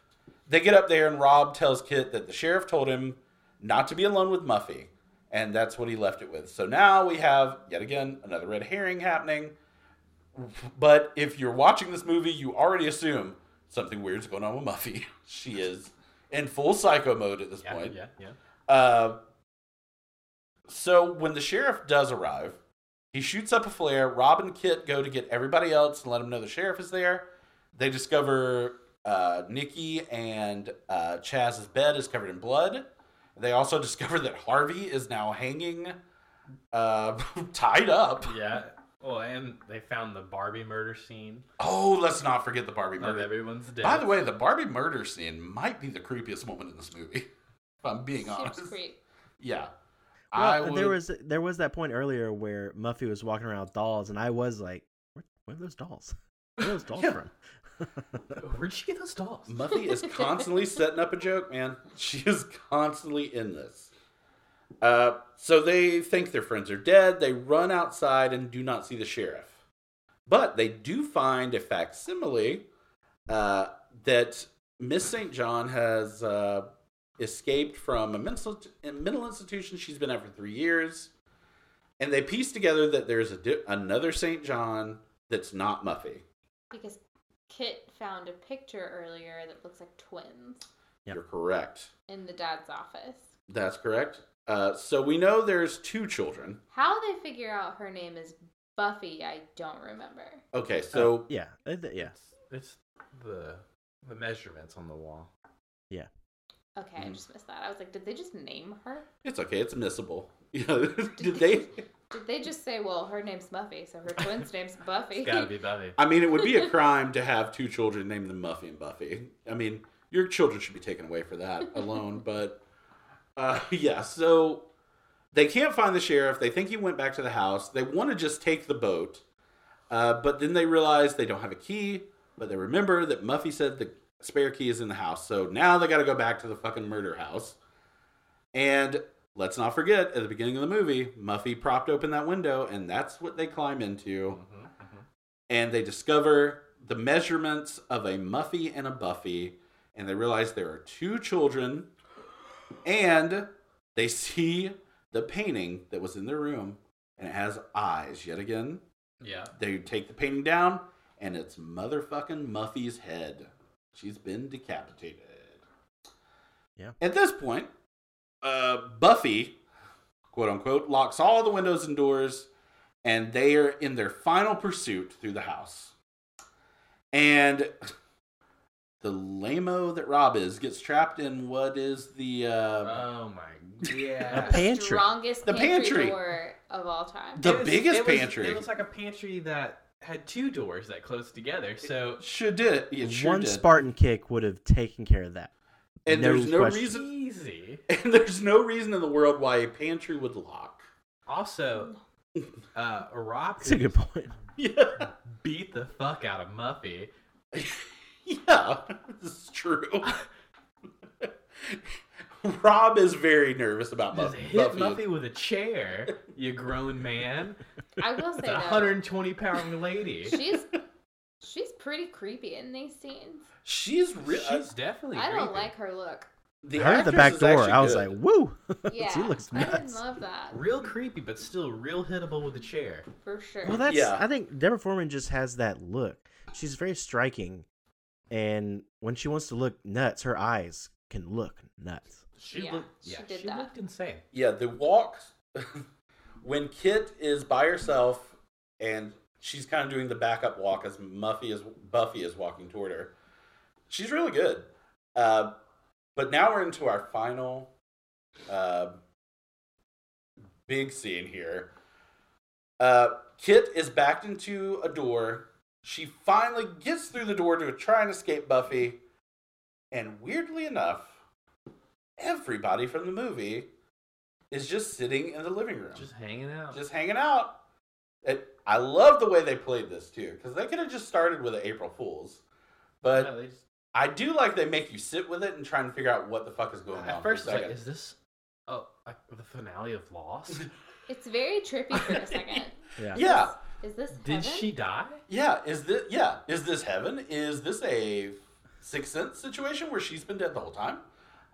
They get up there, and Rob tells Kit that the sheriff told him not to be alone with Muffy, and that's what he left it with. So now we have, yet again, another red herring happening. But if you're watching this movie, you already assume something weird's going on with Muffy. she is in full psycho mode at this Yeah, point. yeah, yeah. Uh, so when the sheriff does arrive, he shoots up a flare. Rob and Kit go to get everybody else and let them know the sheriff is there. They discover uh, Nikki and uh, Chaz's bed is covered in blood. They also discover that Harvey is now hanging, uh, tied up. Yeah. Well, and they found the Barbie murder scene Oh, let's not forget the Barbie of murder. everyone's dead. By the way, the Barbie murder scene might be the creepiest moment in this movie. If I'm being honest, Seems creep. yeah. Well, there would- was there was that point earlier where Muffy was walking around with dolls, and I was like, "Where, where are those dolls? Where are those dolls Yeah. from?" Oh, where'd you get those dolls? Muffy is constantly setting up a joke, man. She is constantly in this. Uh, so they think their friends are dead. They run outside and do not see the sheriff. But they do find a facsimile uh, that Miss St. John has uh, escaped from a mental, a mental institution she's been at for three years. And they piece together that there's a di- another St. John that's not Muffy. Because Kit found a picture earlier that looks like twins Yep. You're correct. in the dad's office. That's correct. Uh, so we know there's two children. How they figure out her name is Buffy, I don't remember. Okay, so yeah, uh, th- yeah, It's, it's the the measurements on the wall. Okay, I Mm. just missed that. I was like, did they just name her? it's okay. It's admissible. Yeah. Did they? Did they just say, well, her name's Buffy, so her twin's name's Buffy? It's gotta be Buffy. I mean, it would be a crime to have two children named them Muffy and Buffy. I mean, your children should be taken away for that alone. But uh, yeah, so they can't find the sheriff. They think he went back to the house. They want to just take the boat, uh, but then they realize they don't have a key. But they remember that Muffy said the spare key is in the house. So now they got to go back to the fucking murder house. And let's not forget, at the beginning of the movie, Muffy propped open that window, and that's what they climb into Mhm, mhm. and they discover the measurements of a Muffy and a Buffy, and they realize there are two children, and they see the painting that was in their room, and it has eyes yet again. Yeah. They take the painting down, and it's motherfucking Muffy's head. She's been decapitated. Yeah. At this point, uh, Buffy, quote unquote, locks all the windows and doors, and they are in their final pursuit through the house. And the lameo that Rob is gets trapped in what is the uh, Oh my a yeah. pantry. Strongest The pantry. pantry door of all time. The It was- biggest it was- pantry. It looks like a pantry that had two doors that closed together. So sure did it sure One did. Spartan kick would have taken care of that. and no there's no question. reason easy. And there's no reason in the world why a pantry would lock. Also, uh, Rob That's a good point. Yeah. beat the fuck out of Muffy. Yeah. This is true. Rob is very nervous about Just Muffy. hit Buffy. Muffy with a chair, you grown man. I will say It's a though, 120 pound lady. she's she's pretty creepy in these scenes. She's real. uh, She's definitely. I don't creepy. like her look. The I heard the actress back is door. actually I was good. like, "Woo!" Yeah, she looks I didn't nuts. love that Real creepy, but still real hittable with a chair. for sure. Well, that's. Yeah. I think Deborah Foreman just has that look. She's very striking, and when she wants to look nuts, her eyes can look nuts. She Yeah, looked. she Yeah, did she that. looked insane. Yeah, the walk. when Kit is by herself and she's kind of doing the backup walk as Muffy is Buffy is walking toward her, she's really good. Uh, but now we're into our final uh, big scene here. Uh, Kit is backed into a door. She finally gets through the door to try and escape Buffy. And weirdly enough, everybody from the movie is just sitting in the living room, Just hanging out. just hanging out. It, I love the way they played this too, because they could have just started with the April Fools, but No, they just- I do like they make you sit with it and try and figure out what the fuck is going on. at for a first, it's like, second. is this oh like, the finale of Lost? It's very trippy for a second. Yeah. yeah, Is this did heaven? she die? yeah. Is this yeah? Is this heaven? Is this a Sixth Sense situation where she's been dead the whole time.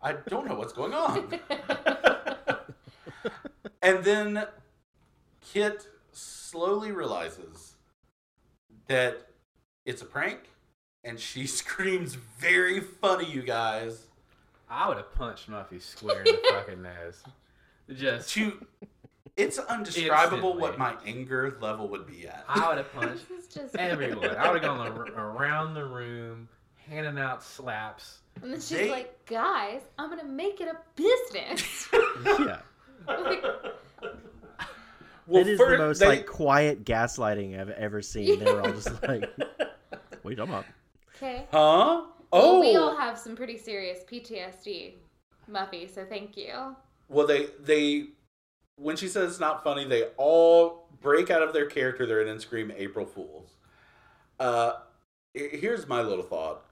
I don't know what's going on. and then Kit slowly realizes that it's a prank and she screams, Very funny, you guys. I would have punched Muffy square in the fucking nose. Just, To it's undescribable Instantly. what my anger level would be at. I would have punched This is just. everyone. I would have gone ar- around the room, handing out slaps. And then she's They- like, guys, I'm going to make it a business. yeah. Like, Well, it is fir- the most they- like quiet gaslighting I've ever seen. They were all just like, "What are you talking about?" okay. huh? Well, Oh, We all have some pretty serious PTSD, Muffy, so thank you. well, they they when she says it's not funny, they all break out of their character they're in and scream "April Fools." Uh, he- here's my little thought: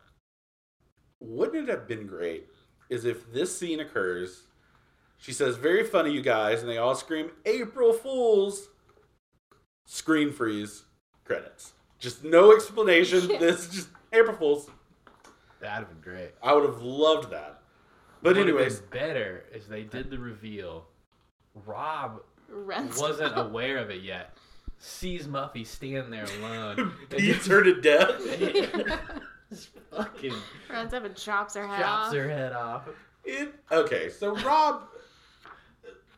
Wouldn't it have been great is if this scene occurs? She says, "Very funny, you guys," and they all scream "April Fools." Screen freeze, credits. Just no explanation. this just April Fools. That'd have been great. I would have loved that. But Would've been anyways, better if they did the reveal. Rob Runs wasn't aware of it yet. Sees Muffy standing there alone. and beats just her to death. fucking runs up and chops her head chops off. her head off. It, okay, so Rob,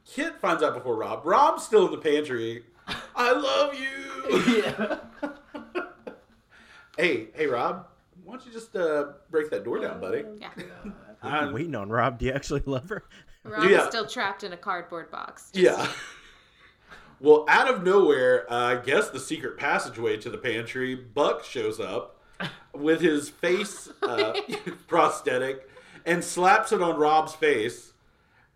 Kit finds out before Rob. Rob's still in the pantry. I love you. yeah. hey, hey, Rob, why don't you just uh, break that door down, buddy? Yeah. I'm- Waiting on Rob. Do you actually love her? Rob's Yeah. still trapped in a cardboard box. yeah. Well, out of nowhere, uh, I guess the secret passageway to the pantry, Buck shows up with his face uh, prosthetic and slaps it on Rob's face.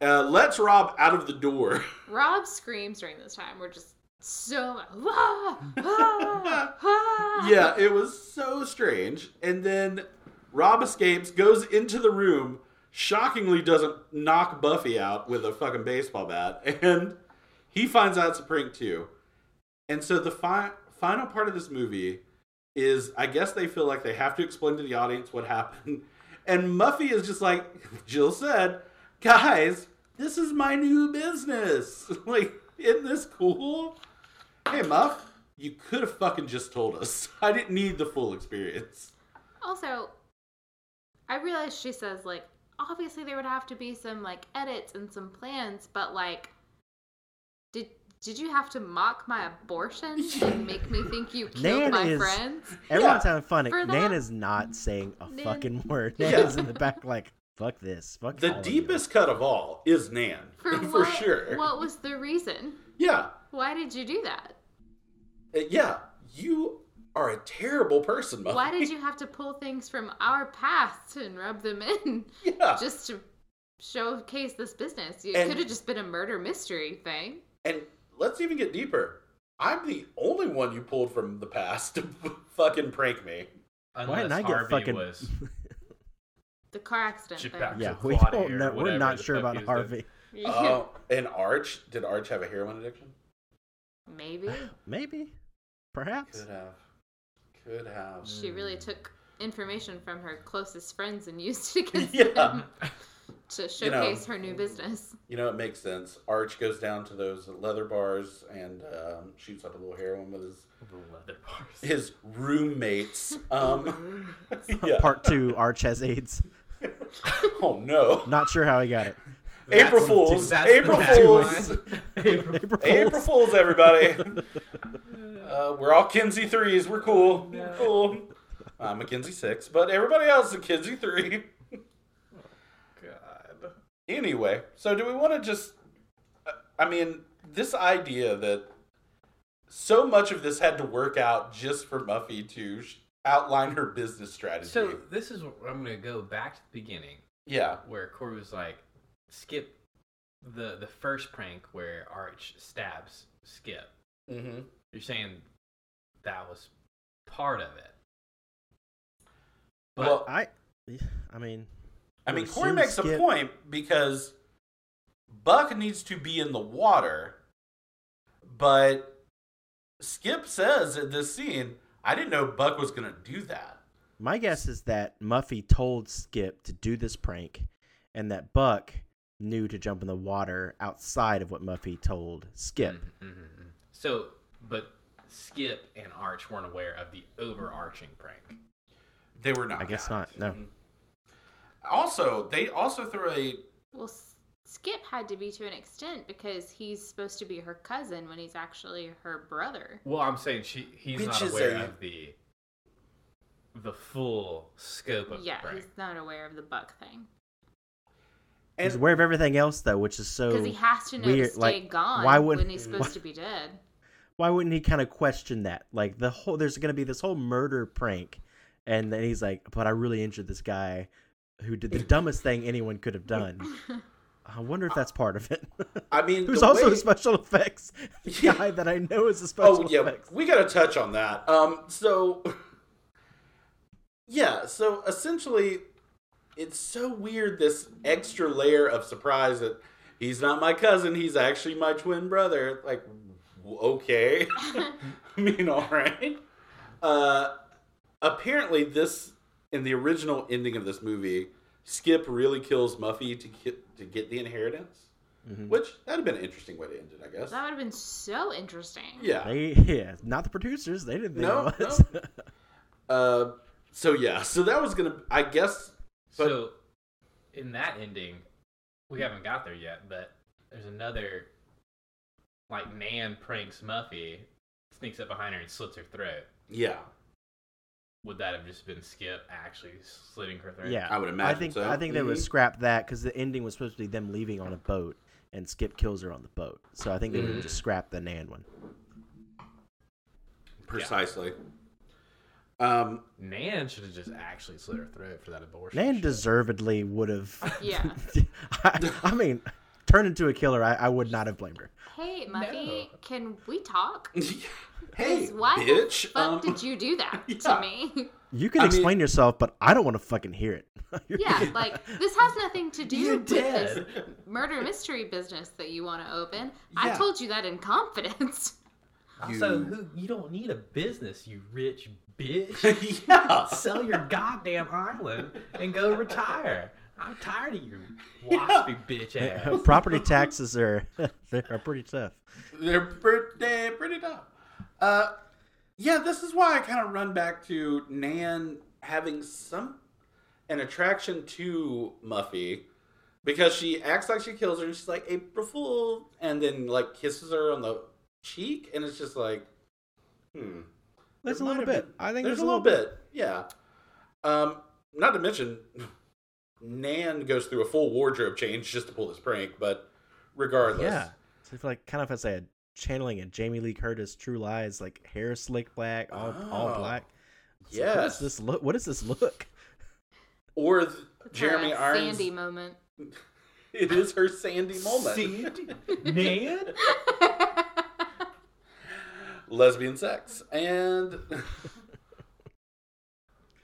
Uh, lets Rob out of the door. Rob screams during this time. We're just so. Wah, wah, wah. yeah, it was so strange. And then Rob escapes, goes into the room, shockingly doesn't knock Buffy out with a fucking baseball bat, and he finds out it's a prank too. And so the fi- final part of this movie is I guess they feel like they have to explain to the audience what happened. And Muffy is just like Jill said, guys, this is my new business. Like, isn't this cool? Hey, Muff, you could have fucking just told us. I didn't need the full experience. Also, I realized she says, like, obviously there would have to be some, like, edits and some plans, but, like, did. Did you have to mock my abortion and make me think you killed Nan my is- friends? Everyone's having fun. For that- Nana's not saying a Nan- fucking word. Yeah. Nana's in the back like, "Fuck this. Fuck The all of you." deepest cut of all is Nan, for, what, sure. What was the reason? Yeah, Why did you do that? Uh, yeah. You are a terrible person, Muff. Why did you have to pull things from our past and rub them in Yeah, just to showcase this business? It Uh, And- could have just been a murder mystery thing. and let's even get deeper. I'm the only one you pulled from the past to fucking prank me. Unless didn't I get Harvey fucking- was The car accident Chip thing. back. Yeah, Actual we quad don't hair, know. We're whatever not the sure fuck about he was Harvey. Oh, and Arch. Did Arch have a heroin addiction? Maybe Maybe, perhaps. have. Could have. she really took information from her closest friends and used it against Mm. Yeah. them to showcase know. her new business. You know, it makes sense. Arch goes down to those leather bars and um, shoots up a little heroin with his the leather bars. his roommates. Um, yeah. Part two. Arch has AIDS. Oh no! Not sure how he got it. April Fools! That's the April tagline. Fools! April April April Fools. Fools, everybody. uh, we're all Kinsey threes. We're cool. We're cool. I'm a Kinsey six, but everybody else is a Kinsey three. God. Anyway, so do we want to just? uh, I mean, this idea that so much of this had to work out just for Muffy to sh- outline her business strategy. So this is where I'm gonna go back to the beginning yeah, where Corey was like, skip the the first prank where Arch stabs Skip. mm-hmm. You're saying that was part of it. But Well- I. I mean, I mean, Well, Corey Sin makes a Skip- point because Buck needs to be in the water, but Skip says in this scene, "I didn't know Buck was going to do that." My guess is that Muffy told Skip to do this prank, and that Buck knew to jump in the water outside of what Muffy told Skip. Mm-hmm. So, but Skip and Arch weren't aware of the overarching prank. They were not. I guess not. No. Also, they also threw a Well, S- Skip had to be to an extent because he's supposed to be her cousin when he's actually her brother. Well, I'm saying she he's Bitch not is aware a- of the the full scope of yeah, the prank. he's not aware of the buck thing He's aware of everything else though, which is so. because he has to know weird, to stay like, gone why would- when he's supposed why- to be dead. Why wouldn't he kind of question that? Like the whole there's going to be this whole murder prank, and then he's like, "But I really injured this guy, who did the dumbest thing anyone could have done." I wonder if that's part of it. I mean, Who's the also way- a special effects guy that I know is a special Oh yeah, effects. we gotta touch on that. Um, so yeah, so essentially, it's so weird this extra layer of surprise that he's not my cousin; he's actually my twin brother. Like, w- okay, I mean, all right. Uh, apparently, this in the original ending of this movie, Skip really kills Muffy to get to get the inheritance, Mhm. which that'd have been an interesting way to end it, I guess. That would have been so interesting. yeah, They, yeah, not the producers. They didn't think No, it was. Uh, so yeah, so that was gonna, I guess. But- so in that ending, we haven't got there yet, but there's another like Nan pranks Muffy, sneaks up behind her and slits her throat. Yeah, Would that have just been Skip actually slitting her throat? yeah, I would I imagine. think so. I think they would Mhm. scrap that because the ending was supposed to be them leaving on a boat, and Skip kills her on the boat. So I think they would Mhm. have just scrapped the Nan one. precisely. Um, Nan should have just actually slit her throat for that abortion. Nan shit. deservedly would have. Yeah. I, I mean, turned into a killer. I, I would not have blamed her. Hey, Muffy, can we talk? hey, why the bitch. fuck um, did you do that yeah. to me? You can I mean- explain yourself, but I don't want to fucking hear it. yeah, like this has nothing to do You're with this dead. murder mystery business that you want to open. Yeah. I told you that in confidence. Also, You- who you don't need a business, you rich bitch. yeah. Sell your goddamn island and go retire. I'm tired of you, waspy bitch ass. Property taxes are they are pretty tough. They're pretty, pretty dumb. Uh, yeah, this is why I kind of run back to Nan having some an attraction to Muffy because she acts like she kills her and she's like April Fool, and then like kisses her on the cheek, and it's just like, hmm. There's a There might little have bit. been- I think there's, a little bit. Yeah. Um, not to mention, Nan goes through a full wardrobe change just to pull this prank. But regardless, Yeah. So it's like kind of as a channeling a Jamie Lee Curtis True Lies, like hair slick black, all, all Oh. black. It's like, What is yes. this look? What is this look? Or th- It's her Jeremy Irons. Sandy moment. It is her Sandy moment. Nan? Lesbian sex and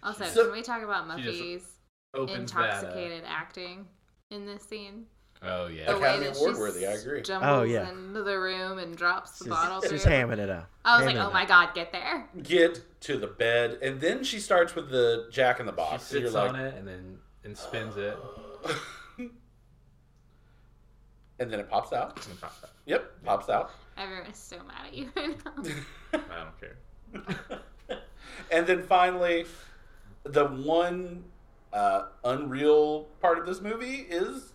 Also, So- can we talk about She just Muffy's Opens that, uh, intoxicated acting in this scene? Oh yeah. The way Academy that she Award worthy, I agree. Stumbles Oh, yeah. into the room and drops the She's, bottle. she's through. hamming it up. I was like, Hamming oh it my up. god, get there. get to the bed, and then she starts with the Jack in the She Box. and sits you're like, on it and then and spins it. and then it pops out. and pops out. Yep, pops out. Everyone is so mad at you right now. I don't care. and then finally, the one uh, unreal part of this movie is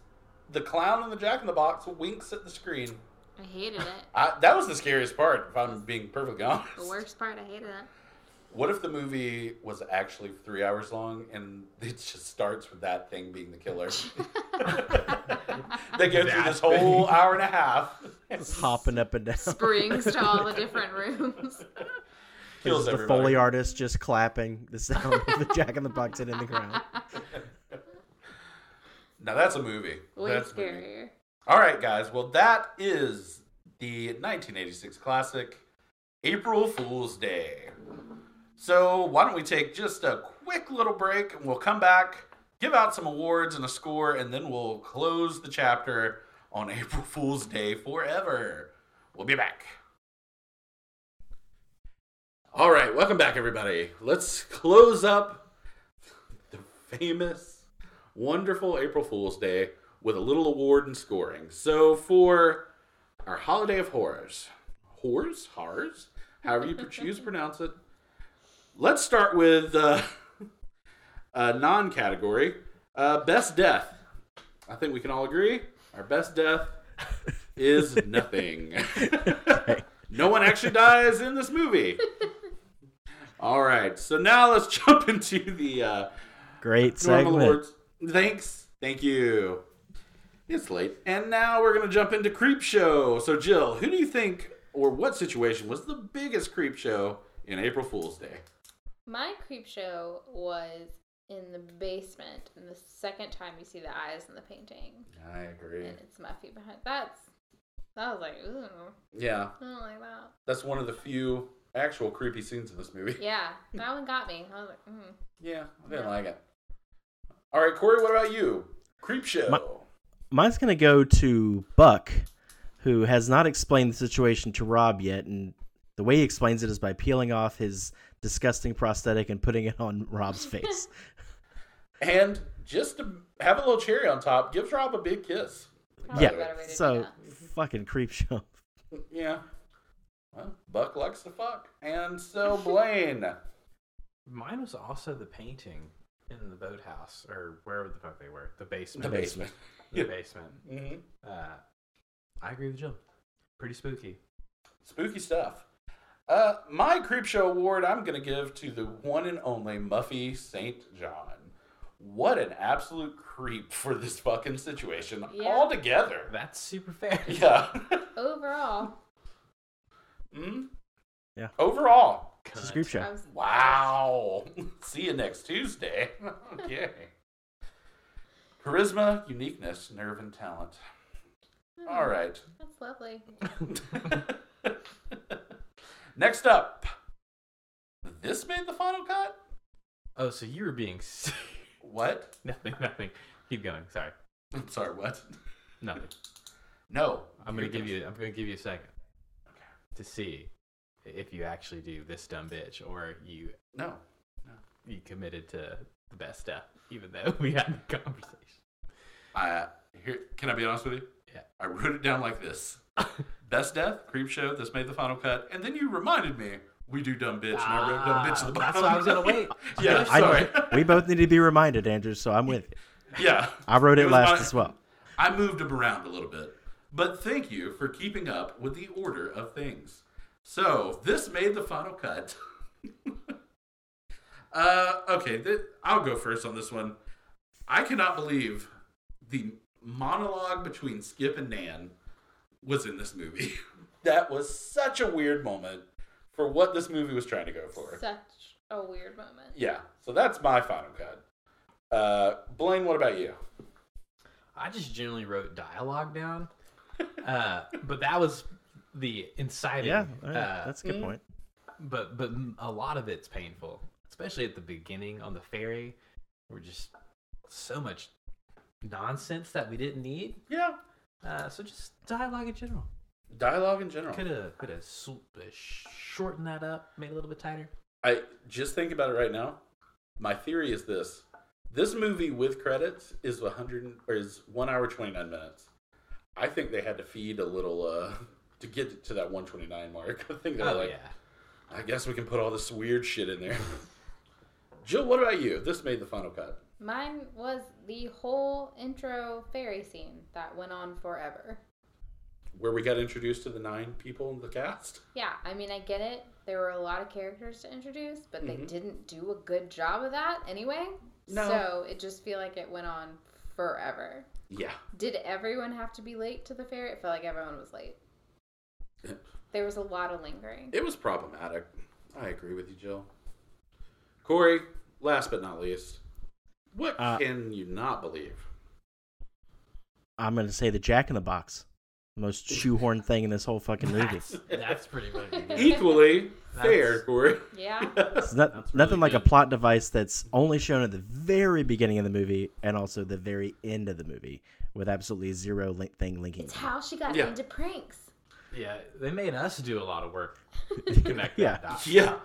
the clown in the Jack in the Box winks at the screen. I hated it. I, that was the scariest part, if I'm being perfectly honest. The worst part, I hated it. What if the movie was actually three hours long and it just starts with that thing being the killer? they go through That this thing. whole hour and a half. It's hopping up and down. Brings to all the different rooms. This Kills is the everybody. Foley artist just clapping the sound of the Jack in the Box hitting the ground. Now that's a movie. Way that's a movie. scarier. All right, guys. Well, that is the 1986 classic, April Fool's Day. So, why don't we take just a quick little break and we'll come back, give out some awards and a score, and then we'll close the chapter on April Fool's Day forever. We'll be back. All right, welcome back, everybody. Let's close up famous, wonderful April Fool's Day with a little award and scoring. So for our holiday of horrors, horrors, horrors, however you choose to pronounce it, let's start with uh, a non-category, uh, best death. I think we can all agree our best death is nothing. no one actually dies in this movie. All right, so now let's jump into the uh, Great normal segment. awards. Thanks, thank you. It's late, and now we're gonna jump into creep show. So, Jill, who do you think or what situation was the biggest creep show in April Fool's Day? My creep show was in the basement, and the second time you see the eyes in the painting, I agree. and it's Muffy behind. That's that was like, ooh, Yeah, I don't like that. that's one of the few actual creepy scenes in this movie. Yeah, that one got me. I was like, mm. Yeah, I didn't like it. All right, Corey, what about you? Creep show. Mine's going to go to Buck, who has not explained the situation to Rob yet. And the way he explains it is by peeling off his disgusting prosthetic and putting it on Rob's face. And just to have a little cherry on top, gives Rob a big kiss. probably yeah. a better way to do So, that. fucking creep show. Yeah. Well, Buck likes to fuck. And so Blaine. Mine was also the painting in the boathouse or wherever the fuck they were, the basement. the basement. The basement. hmm Uh, I agree with Jim. Pretty spooky. Spooky stuff. Uh, my creep show award I'm gonna give to the one and only Muffy St. John. What an absolute creep for this fucking situation Yeah. altogether. That's super fair. Yeah. overall, mm? Yeah. Overall, It's a creep I show. was Wow. See you next Tuesday. okay. Charisma, uniqueness, nerve, and talent. mm, All right. That's lovely. next up. This made the final cut? Oh, so you were being s- What? nothing, nothing. Keep going. Sorry, I'm sorry, what? nothing. No. I'm gonna Here give it you. I'm gonna give you a second to see if you actually do this dumb bitch or you comes. No. you committed to the best stuff, even though we had the conversation. I here can I be honest with you? Yeah. I wrote it down like this. Best death, creep show, this made the final cut, and then you reminded me we do dumb bitch, and I wrote dumb bitch to the Ah, bottom. that's why I was gonna wait. yeah, I, sorry. we both need to be reminded, Andrew, so I'm with you. yeah. I wrote it, was last my- as well. I moved him around a little bit. But thank you for keeping up with the order of things. So, this made the final cut. uh, okay, th- I'll go first on this one. I cannot believe the monologue between Skip and Nan was in this movie. that was such a weird moment for what this movie was trying to go for. Such a weird moment. Yeah, so that's my final cut. Uh, Blaine, what about you? I just generally wrote dialogue down, uh, but that was the inciting. Yeah, all right, uh, that's a mm. good point. but but a lot of it's painful, especially at the beginning on the ferry. We're just so much nonsense that we didn't need. Yeah, Uh, so just dialogue in general. dialogue in general. Could have could have uh, shortened that up, made it a little bit tighter. I just think about it right now. My theory is this: this movie with credits is one hundred or is one hour twenty nine minutes. I think they had to feed a little uh, to get to that one twenty nine mark. I think they're Oh like, yeah. I guess we can put all this weird shit in there. Jill, what about you? This made the final cut. Mine was the whole intro fairy scene that went on forever. Where we got introduced to the nine people in the cast. Yeah, I mean, I get it. There were a lot of characters to introduce, but they Mhm. didn't do a good job of that anyway. No. So it just feel like it went on forever. Yeah, Did everyone have to be late to the fair? It felt like everyone was late. Yep. There was a lot of lingering. it was problematic. I agree with you, Jill. Corey, last but not least, what Uh, can you not believe? I'm going to say the Jack in the Box, most shoehorned thing in this whole fucking movie. That's, that's pretty ridiculous. equally fair, That's- Corey. Yeah. It's not, That's really nothing like a good. plot device that's only shown at the very beginning of the movie and also the very end of the movie with absolutely zero link thing linking. it's how she got Yeah. into pranks. Yeah, they made us do a lot of work to connect Yeah. that dot. Yeah.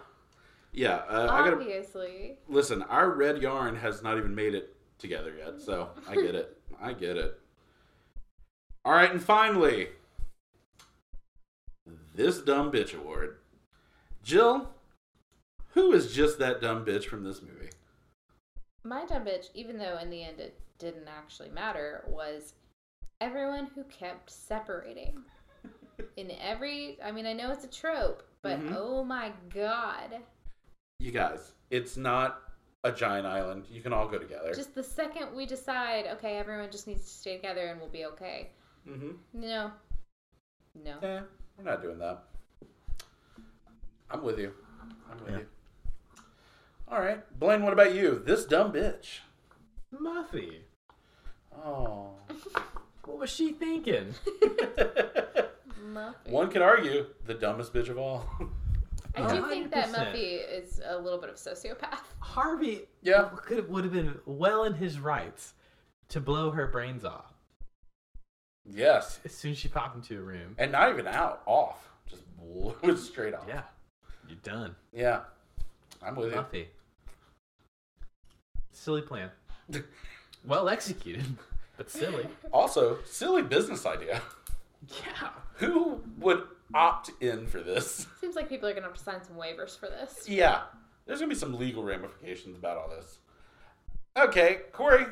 Yeah, uh, I gotta Obviously. listen. Our red yarn has not even made it together yet, so I get it. I get it. All right, and finally, this dumb bitch award. Jill, who is just that dumb bitch from this movie? My dumb bitch, even though in the end it didn't actually matter, was everyone who kept separating. in every, I mean, I know it's a trope, but Mhm. oh my god. You guys, it's not a giant island. You can all go together. Just the second we decide, okay, everyone just needs to stay together and we'll be okay. mm-hmm. No. No. Yeah, we're not doing that. I'm with you. I'm with Yeah. you. All right, Blaine. What about you? This dumb bitch. Muffy, Oh. what was she thinking? Muffy. One could argue the dumbest bitch of all. I do Oh, think that 100%. Muffy is a little bit of a sociopath. Harvey Yeah. could would have been well in his rights to blow her brains off yes, as soon as she popped into a room. and not even out, off, just blew it straight off. Yeah, you're done, yeah. I'm with you. Muffy. Silly plan. well executed, but silly. Also, silly business idea. Yeah. Who would opt in for this? Seems like people are gonna have to sign some waivers for this. Yeah, there's gonna be some legal ramifications about all this. Okay, Corey, who's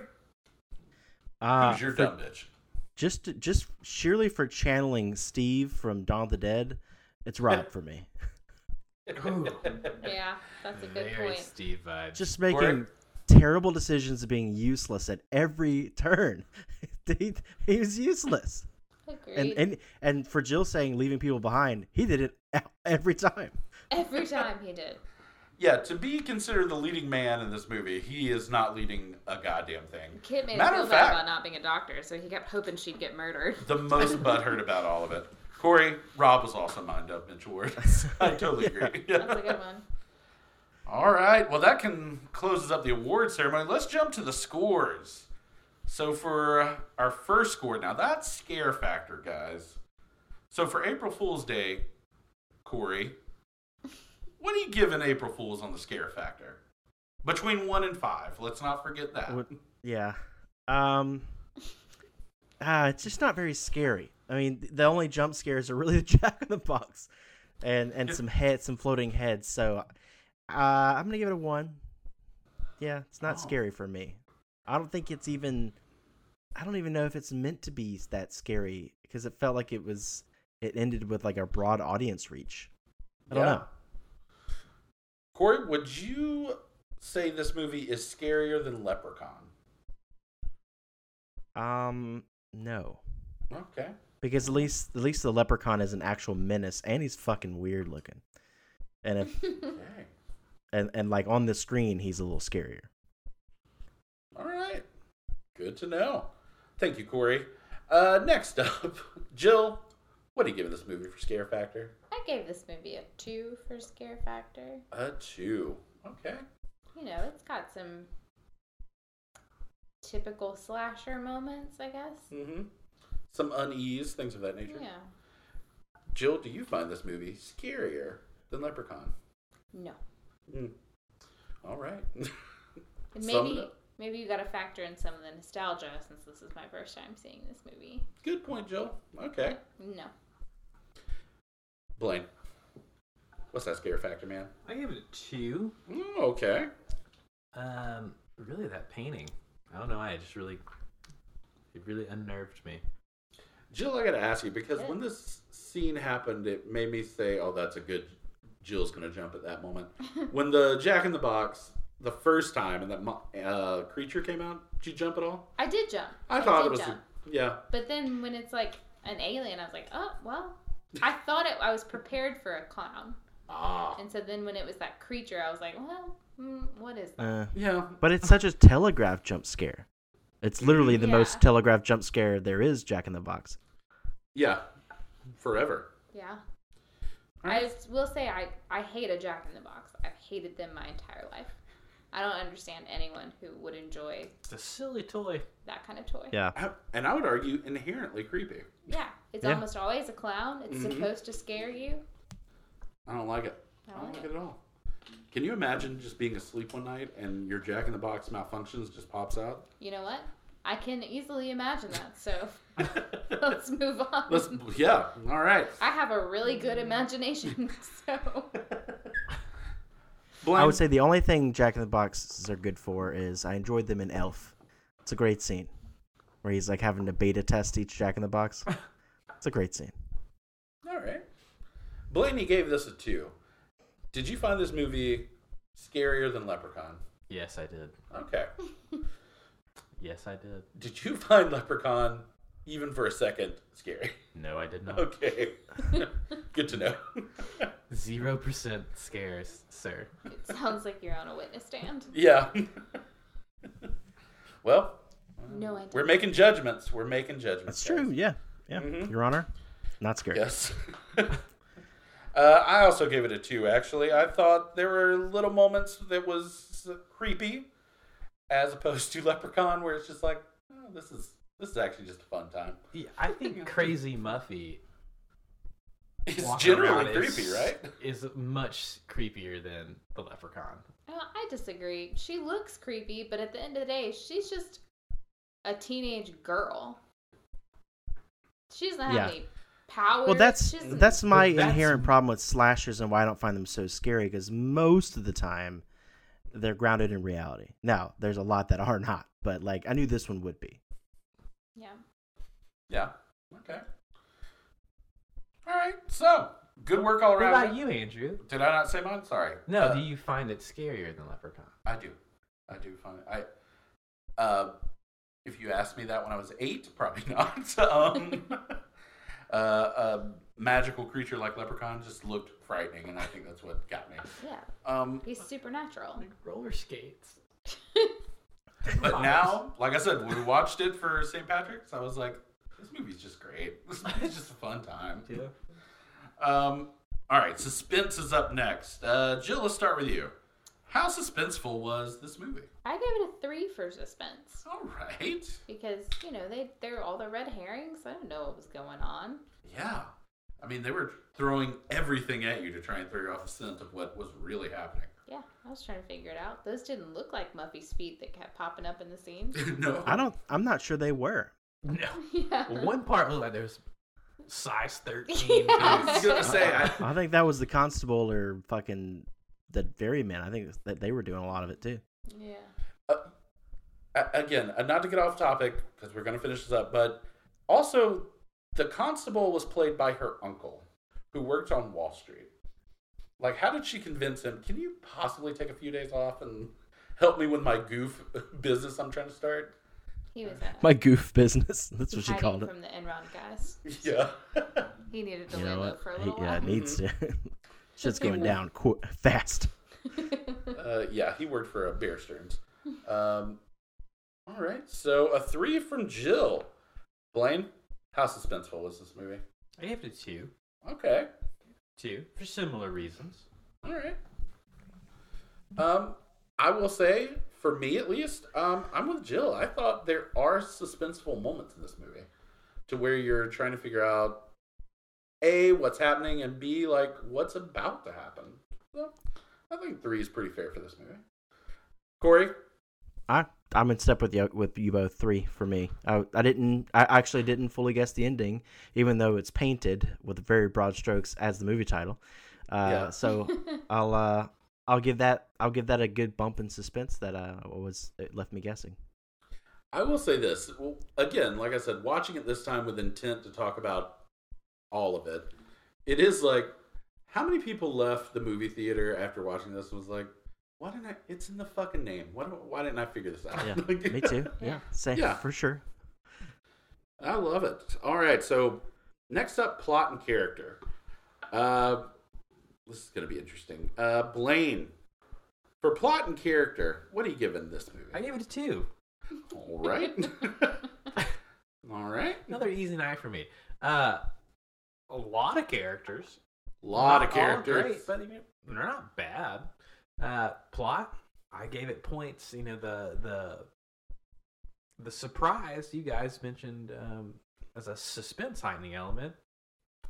Uh, your for- dumb bitch? just just surely for channeling Steve from Dawn of the Dead, it's Rob for me. Yeah, that's a good Very point. Steve vibes. Just making Work. terrible decisions and being useless at every turn. he, he was useless. Agreed. And and and for Jill saying leaving people behind, he did it every time. Every time he did. Yeah, to be considered the leading man in this movie, he is not leading a goddamn thing. Kit made Matter her feel of bad fact- about not being a doctor, so he kept hoping she'd get murdered. The most butthurt about all of it. Corey, Rob was also mind up in Schwartz. I totally agree. That's a good one. All right. Well, that can closes up the award ceremony. Let's jump to the scores. So for our first score, now that's scare factor, guys. So for April Fool's Day, Corey, what do you give an April Fool's on the scare factor? Between one and five. Let's not forget that. What- Yeah. Um uh, it's just not very scary. I mean, the only jump scares are really the Jack in the Box and and some heads, some floating heads. So uh, I'm going to give it a 1. Yeah, it's not scary for me. I don't think it's even I don't even know if it's meant to be that scary because it felt like it was it ended with like a broad audience reach. I don't Yeah. know. Corey, would you say this movie is scarier than Leprechaun? Um no. Okay. Because at least at least the leprechaun is an actual menace and he's fucking weird looking. And if Okay. and, and like on the screen he's a little scarier. All right. Good to know. Thank you, Corey. Uh, next up, Jill, what do you give this movie for scare factor? I gave this movie a two for scare factor. A two. Okay. You know, it's got some typical slasher moments, I guess. Mm-hmm. Some unease, things of that nature. Yeah. Jill, do you find this movie scarier than Leprechaun? No. Mm. All right. And Sum it maybe up. maybe you got to factor in some of the nostalgia since this is my first time seeing this movie. Good point, Jill. Okay. No. Blaine, what's that scare factor, man? I gave it a two. Mm, okay. Um, really, that painting. I don't know why. It just really, it really unnerved me. Jill, I gotta ask you because Yeah. when this scene happened, it made me say, "Oh, that's a good." Jill's gonna jump at that moment when the Jack in the Box the first time and that mo- uh, creature came out. Did you jump at all? I did jump. I, thought did it was. jump. A, yeah, But then when it's like an alien, I was like, oh well. I thought it. I was prepared for a clown, ah, and so then when it was that creature, I was like, well, mm, what is that? Uh, yeah. but it's such a telegraph jump scare. It's literally the Yeah. most telegraph jump scare there is Jack in the Box. Yeah, forever. Yeah. I Alright. s- will say I, I hate a Jack in the Box. I've hated them my entire life. I don't understand anyone who would enjoy It's a silly toy. that kind of toy. Yeah. I- and I would argue inherently creepy. Yeah, it's Yeah. Mm-hmm. almost always a clown. It's Mhm. supposed to scare you. I don't like it. I don't like it at all. Can you imagine just being asleep one night and your Jack in the Box malfunctions just pops out? You know what? I can easily imagine that. So let's move on. Let's, yeah, all right. I have a really good imagination. So Blaine, I would say the only thing Jack in the Boxes are good for is I enjoyed them in Elf. It's a great scene where he's like having to beta test each Jack in the Box. It's a great scene. all right. Blaney gave this a two. Did you find this movie scarier than Leprechaun? Yes, I did. Okay. Yes, I did. Did you find Leprechaun, even for a second, scary? No, I did not. Okay. Good to know. Zero percent scares, sir. it sounds like you're on a witness stand. yeah. well, No, I don't. we're making judgments. We're making judgments. That's guys. true. Yeah. Yeah. Your Honor, not scary. Yes. uh, I also gave it a two. Actually, I thought there were little moments that was creepy, as opposed to Leprechaun, where it's just like, oh, this is this is actually just a fun time. Yeah, I think Crazy Muffy It's walking generally around is- creepy, right? Is much creepier than the Leprechaun. Well, Uh, I disagree. She looks creepy, but at the end of the day, she's just a teenage girl. She doesn't have Yeah. any power. Well, that's that's my But that's- inherent problem with slashers and why I don't find them so scary because most of the time they're grounded in reality. Now, there's a lot that are not, but like I knew this one would be. yeah. Yeah. Okay. All right. So good work all What around. about you, Andrew? Did I not say mine? Sorry. No, Uh, do you find it scarier than Leprechaun? I do. I do find it. I, uh, if you asked me that when I was eight, probably not. um, uh, a magical creature like leprechaun just looked frightening, and I think that's what got me. Yeah. Um, He's supernatural. roller skates. but now, like I said, when we watched it for St. Patrick's, I was like, this movie's just great. This movie's just a fun time. Um, all right, suspense is up next. Uh, Jill, let's start with you. How suspenseful was this movie? I gave it a three for suspense All right. because you know they they're all the red herrings. I don't know what was going on. Yeah. I mean, they were throwing everything at you to try and throw you off a scent of what was really happening. Yeah, I was trying to figure it out. Those didn't look like Muffy's feet that kept popping up in the scene. no. I don't I'm not sure they were. No. yeah. One part looked like there's size 13. I was going to say, I, I think that was the constable or fucking the ferryman. I think that they were doing a lot of it too. Yeah. a- again, uh, not to get off topic, because we're going to finish this up, but also, the constable was played by her uncle, who worked on Wall Street. Like, how did she convince him? Can you possibly take a few days off and help me with my goof business I'm trying to start? He was uh, My goof business. That's what she hiding called it. from the Enron guys. Yeah. He needed to You lay know low what? for a He- little yeah, while. it needs to. Shit's going down qu- fast. uh, yeah, he worked for a Bear Stearns. Um, all right, so a three from Jill. Blaine, how suspenseful was this movie? I gave it a two. Okay, Two. For similar reasons. all right. Um, I will say, for me at least, um, I'm with Jill. I thought there are suspenseful moments in this movie, to where you're trying to figure out a what's happening and b like what's about to happen. So, I think three is pretty fair for this movie. Corey, I I'm in step with you with you both three for me. I I didn't I actually didn't fully guess the ending, even though it's painted with very broad strokes as the movie title. Uh, Yeah. So I'll uh, I'll give that I'll give that a good bump in suspense that uh, was it left me guessing. I will say this Well, again, like I said, watching it this time with intent to talk about all of it, it is like how many people left the movie theater after watching this and was like, "Why didn't I? It's in the fucking name. Why, don't- why didn't I figure this out?" Yeah, Like- me too. Yeah, same Yeah. for sure. I love it. All right, so next up, plot and character. Uh, this is gonna be interesting. Uh, Blaine, for plot and character, what are you giving this movie? I gave it a two. All right. All right. Another easy night for me. Uh, a lot of characters. lot of Not all characters. great, but I mean, they're not bad. Uh, plot, I gave it points. You know the the the surprise you guys mentioned um, as a suspense heightening element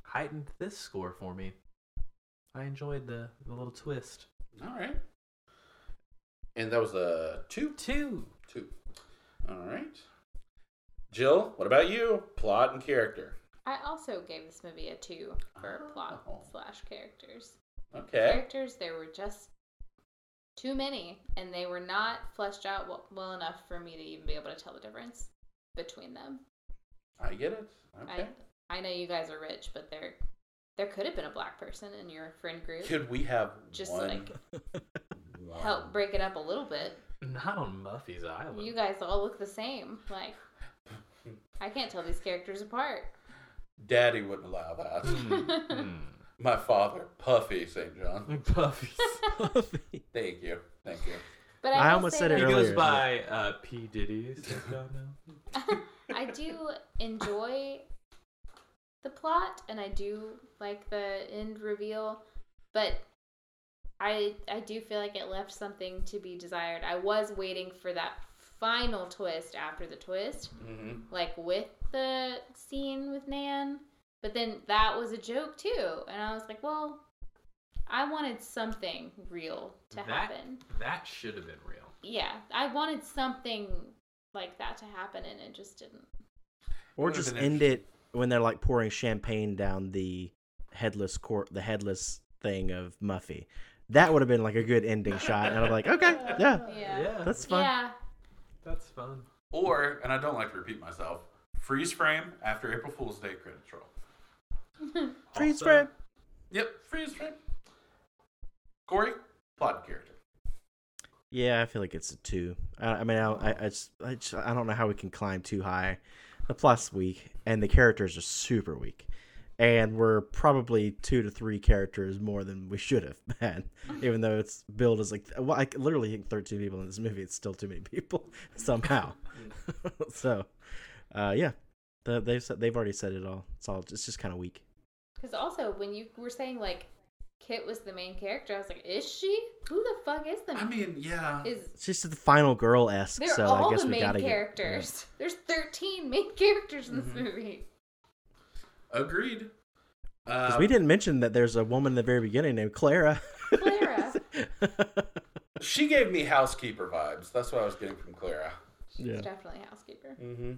heightened this score for me. I enjoyed the the little twist. All right. And that was a two. Two. Two. All right. Jill, what about you? Plot and character. I also gave this movie a two for plot Oh. slash characters. Okay. characters there were just too many and they were not fleshed out well, well enough for me to even be able to tell the difference between them I get it. Okay. i i know you guys are rich but there there could have been a black person in your friend group Could we have just one, like one- help break it up a little bit Not on Muffy's Island. you guys all look the same like i can't tell these characters apart Daddy wouldn't allow that. Mm, My father, Puffy St. John. mm. Puffy's. Thank you. Thank you. but I i, will almost say said it that He Earlier. goes by uh, P. Diddy's. I do enjoy the plot and I do like the end reveal, but I I do feel like it left something to be desired. I was waiting for that final twist after the twist, hmm like with the scene with Nan, but then that was a joke too. And I was like, well, I wanted something real to That- happen. That should have been real. Yeah, I wanted something like that to happen and it just didn't. or would've just been end it when they're like pouring champagne down the headless court, the headless thing of Muffy. That would have been like a good ending shot, and I'm like, okay, yeah, Yeah. that's fine. Yeah. that's fun. Or, and I don't like to repeat myself, freeze frame after April Fool's Day credit roll. Freeze Also- frame. Yep, freeze frame. Corey, plot and character. Yeah, I feel like it's a two. I, I mean, I, I, I, just, I just- I don't know how we can climb too high. The plot's weak, and the characters are super weak, and we're probably two to three characters more than we should have been. Even though it's billed as like, well, I literally think thirteen people in this movie. It's still too many people somehow. so, uh, yeah, the, they've said, they've already said it all. It's all it's just kind of weak. Because also, when you were saying like Kit was the main character, I was like, is she? Who the fuck is the? I mean, yeah. is It's just the final girl esque. they're So I all guess the we main gotta get- Mm-hmm. characters. There's 13 main characters in this movie. Agreed. 'Cause Uh, we didn't mention that there's a woman in the very beginning named Clara. Clara. she gave me housekeeper vibes. That's what I was getting from Clara. She's Yeah. definitely a housekeeper. Mm-hmm.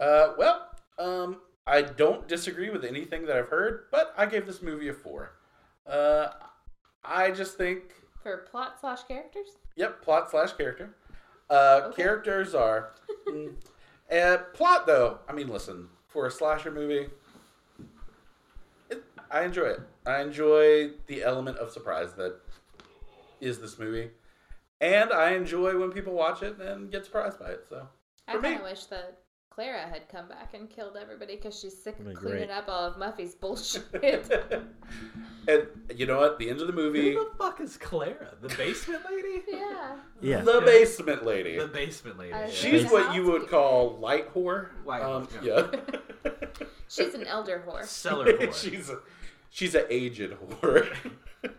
Uh, well, um, I don't disagree with anything that I've heard, but I gave this movie a four. Uh, I just think, For plot slash characters, yep, plot slash character. Uh, Okay. Characters are. mm, uh, plot, though, I mean, listen, for a slasher movie, it, I enjoy it. I enjoy the element of surprise that is this movie. And I enjoy when people watch it and get surprised by it. So I For me- kind of wish that Clara had come back and killed everybody because she's sick of That'd be cleaning great. up all of Muffy's bullshit. and you know what? The end of the movie, Who the fuck is Clara? The basement lady? yeah. Yeah. the basement lady. The basement lady. I- She's Yeah. what you would call light whore. Light um, whore, yeah. She's an elder whore. Cellar whore. she's a, she's an aged whore.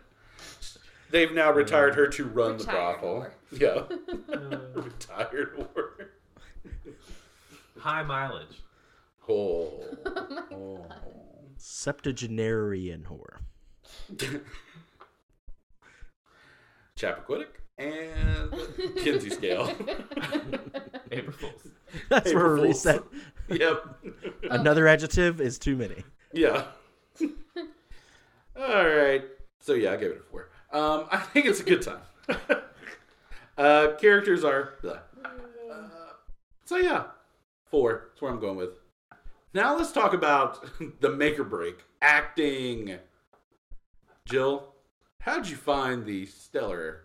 They've now retired her to run the Retired brothel. whore. Yeah, Uh, retired whore. high mileage. Oh. Septuagenarian whore. Chappaquiddick and Kinsey scale. April Fools. That's April where we Fools. reset. yep. Another adjective is too many. Yeah. All right. So yeah, I gave it a four. Um, I think it's a good time. uh, characters are. blah. Uh, so yeah, four. That's where I'm going with. Now let's talk about the make or break acting. Jill, how'd you find the stellar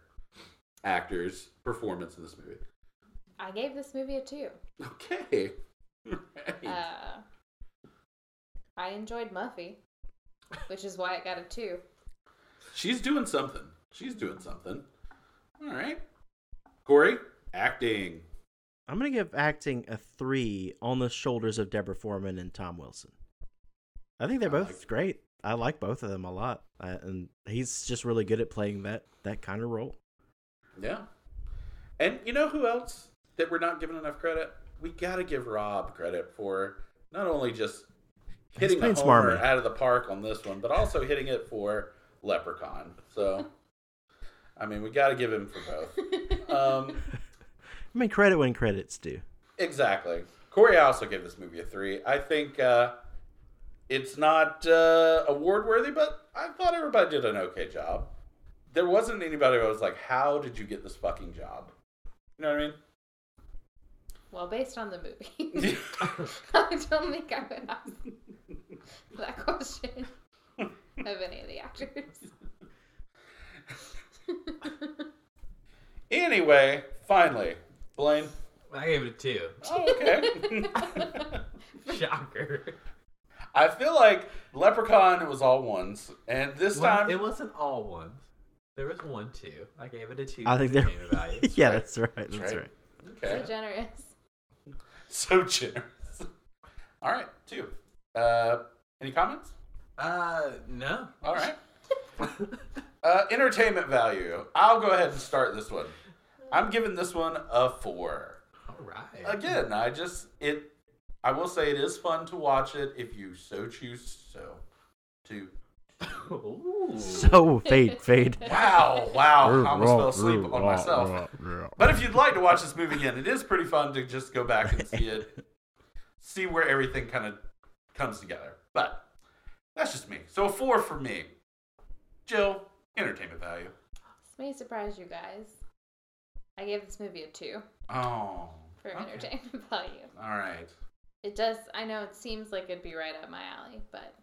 actors' performance in this movie? I gave this movie a two. Okay. Right. Uh, I enjoyed Muffy, which is why it got a two. She's doing something. She's doing something. All right. Corey, acting. I'm gonna give acting a three on the shoulders of Deborah Foreman and Tom Wilson. I think they're I both like- great. I like both of them a lot, I, and he's just really good at playing that that kind of role. Yeah. And you know who else that we're not giving enough credit? We got to give Rob credit for not only just He's hitting the playing homer smarmy. out of the park on this one, but also hitting it for Leprechaun. So I mean, we got to give him for both. Um, I mean, credit when credit's due. Exactly. Corey, I also gave this movie a three. I think uh, it's not uh, award worthy, but I thought everybody did an okay job. There wasn't anybody who was like, "How did you get this fucking job?" You know what I mean? Well, based on the movie, I don't think I would ask that question of any of the actors. Anyway, finally, Blaine. I gave it a two. Oh, okay. Shocker. I feel like Leprechaun was all ones, and this Well, time it wasn't all ones. There was one two. I gave it a two. I think for they're. entertainment value. yeah, that's right. That's, right. right. okay. So generous. So generous. All right, two. Uh, any comments? Uh, no. All right. uh, entertainment value. I'll go ahead and start this one. I'm giving this one a four. All right. Again, I just it. I will say it is fun to watch it if you so choose so to. Ooh. So fade, fade. Wow! Wow! I almost fell asleep on myself. myself. But if you'd like to watch this movie again, it is pretty fun to just go back and see it, see where everything kind of comes together. But that's just me. So a four for me. Jill, entertainment value. This may surprise you guys. I gave this movie a two Oh. for okay. entertainment value. All right. It does. I know it seems like it'd be right up my alley, but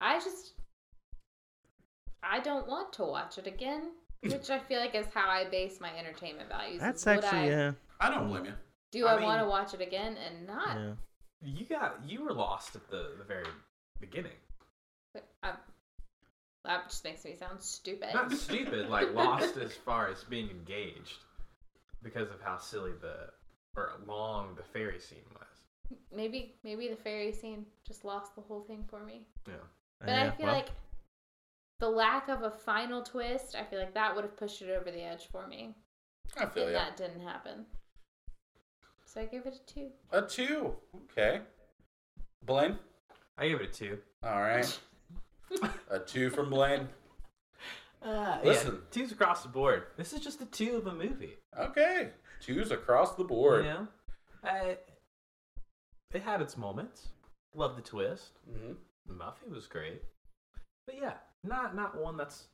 I just I don't want to watch it again, which I feel like is how I base my entertainment values. is That's would actually uh, I, yeah. I don't blame you. Do I I, mean- want to watch it again and not? yeah. You got you were lost at the, the very beginning. But I, um, that just makes me sound stupid. Not stupid, like lost as far as being engaged because of how silly the or long the fairy scene was. maybe maybe the fairy scene just lost the whole thing for me. Yeah. But I Yeah, feel well, like the lack of a final twist, I feel like that would have pushed it over the edge for me. I feel and you. that didn't happen. So I gave it a two. A two. Okay. Blaine? I gave it a two. All right. a two from Blaine. Uh, Listen. two's across the board. This is just a two of a movie. Okay. Twos across the board. You know, I, it had its moments. Love the twist. hmm Muffy was great, but yeah, not not one that's.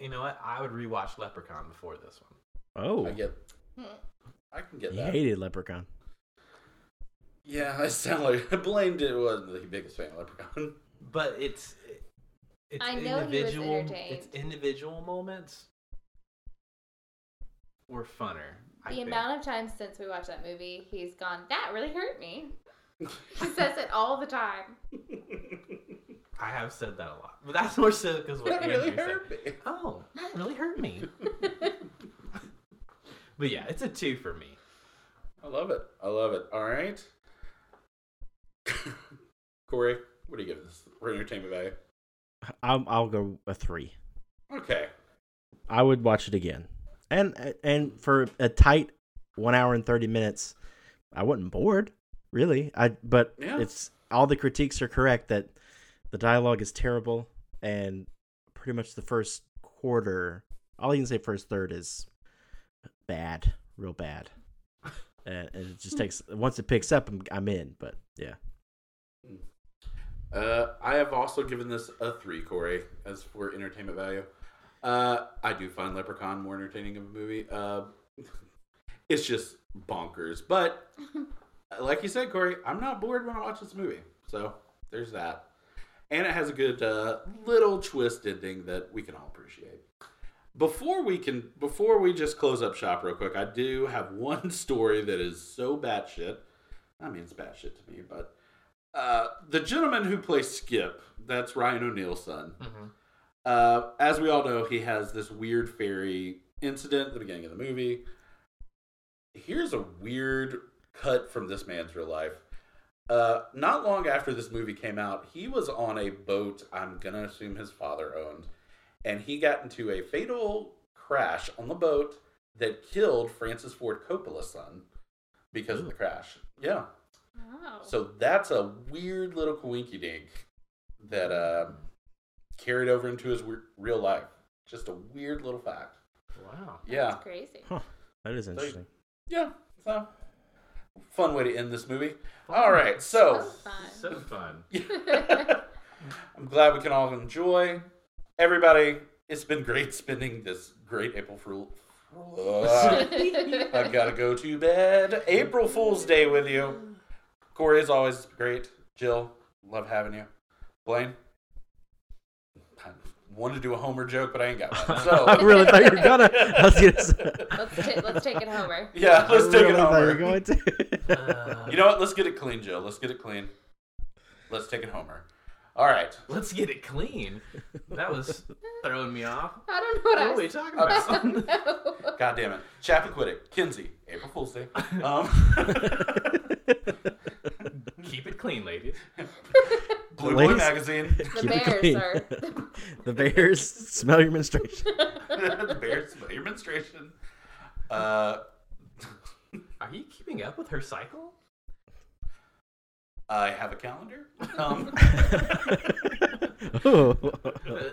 You know what? I would rewatch Leprechaun before this one. I oh, get. I can get he that. hated Leprechaun. Yeah, I sound like Blaine did, wasn't the biggest fan of Leprechaun. But it's it's I know he was individual. It's entertained. individual moments were funner. I the think. amount of times since we watched that movie, he's gone, that really hurt me. he says it all the time. I have said that a lot, but that's more so because what That really Andrew said. hurt me. Oh, that really hurt me. but yeah, it's a two for me. I love it. I love it. All right. Corey, what do you give this for entertainment value? I'm, I'll go a three. Okay. I would watch it again, and and for a tight one hour and thirty minutes, I wasn't bored really. I but Yeah. it's all the critiques are correct that the dialogue is terrible, and pretty much the first quarter, all you can say first third is bad, real bad, and, and it just takes once it picks up, I'm, I'm in. But yeah, Uh, I have also given this a three, Corey, as for entertainment value. Uh, I do find Leprechaun more entertaining of a movie. Uh, it's just bonkers. But like you said, Corey, I'm not bored when I watch this movie. So there's that. And it has a good uh, little twist ending that we can all appreciate. Before we can, before we just close up shop real quick, I do have one story that is so batshit. I mean, it's batshit to me, but uh, the gentleman who plays Skip, that's Ryan O'Neill's son. Uh, as we all know, he has this weird fairy incident at the beginning of the movie. Here's a weird cut from this man's real life. Uh, not long after this movie came out, he was on a boat, I'm going to assume his father owned, and he got into a fatal crash on the boat that killed Francis Ford Coppola's son because of the crash. Yeah. Wow. So that's a weird little coinky dink that um, uh, carried over into his weir- real life. Just a weird little fact. Wow. Yeah. That's crazy. That is interesting. Yeah. So fun way to end this movie. Fun. All right. So That's So fun. fun. I'm glad we can all enjoy. Everybody, it's been great spending this great April Fool. I gotta go to bed. April Fool's Day with you. Corey is always great. Jill, love having you. Blaine, I wanted to do a Homer joke, but I ain't got one. I So really thought you were gonna. I was gonna say, let's, ta- let's take it Homer. yeah, let's I take really it thought you were Homer. going to. Uh, You know what? Let's get it clean, Jill. Let's get it clean. Let's take it Homer. All right. let's get it clean. That was throwing me off. I don't know What what I are we was. talking Okay. I don't about? know. God damn it. Chappaquiddick, Kinsey, April Fool's Day. Um, Keep it clean, ladies. Blue Boy Ladies. Magazine, The Keep it bears clean. are. the bears smell your menstruation. Bears, your menstruation. Uh, Are you keeping up with her cycle? I have a calendar. Um, Ooh, Little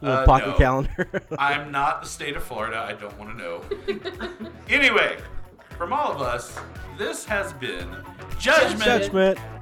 little pocket Uh, no. calendar. I'm not the state of Florida. I don't want to know. anyway, from all of us, this has been Judgment. Judgment.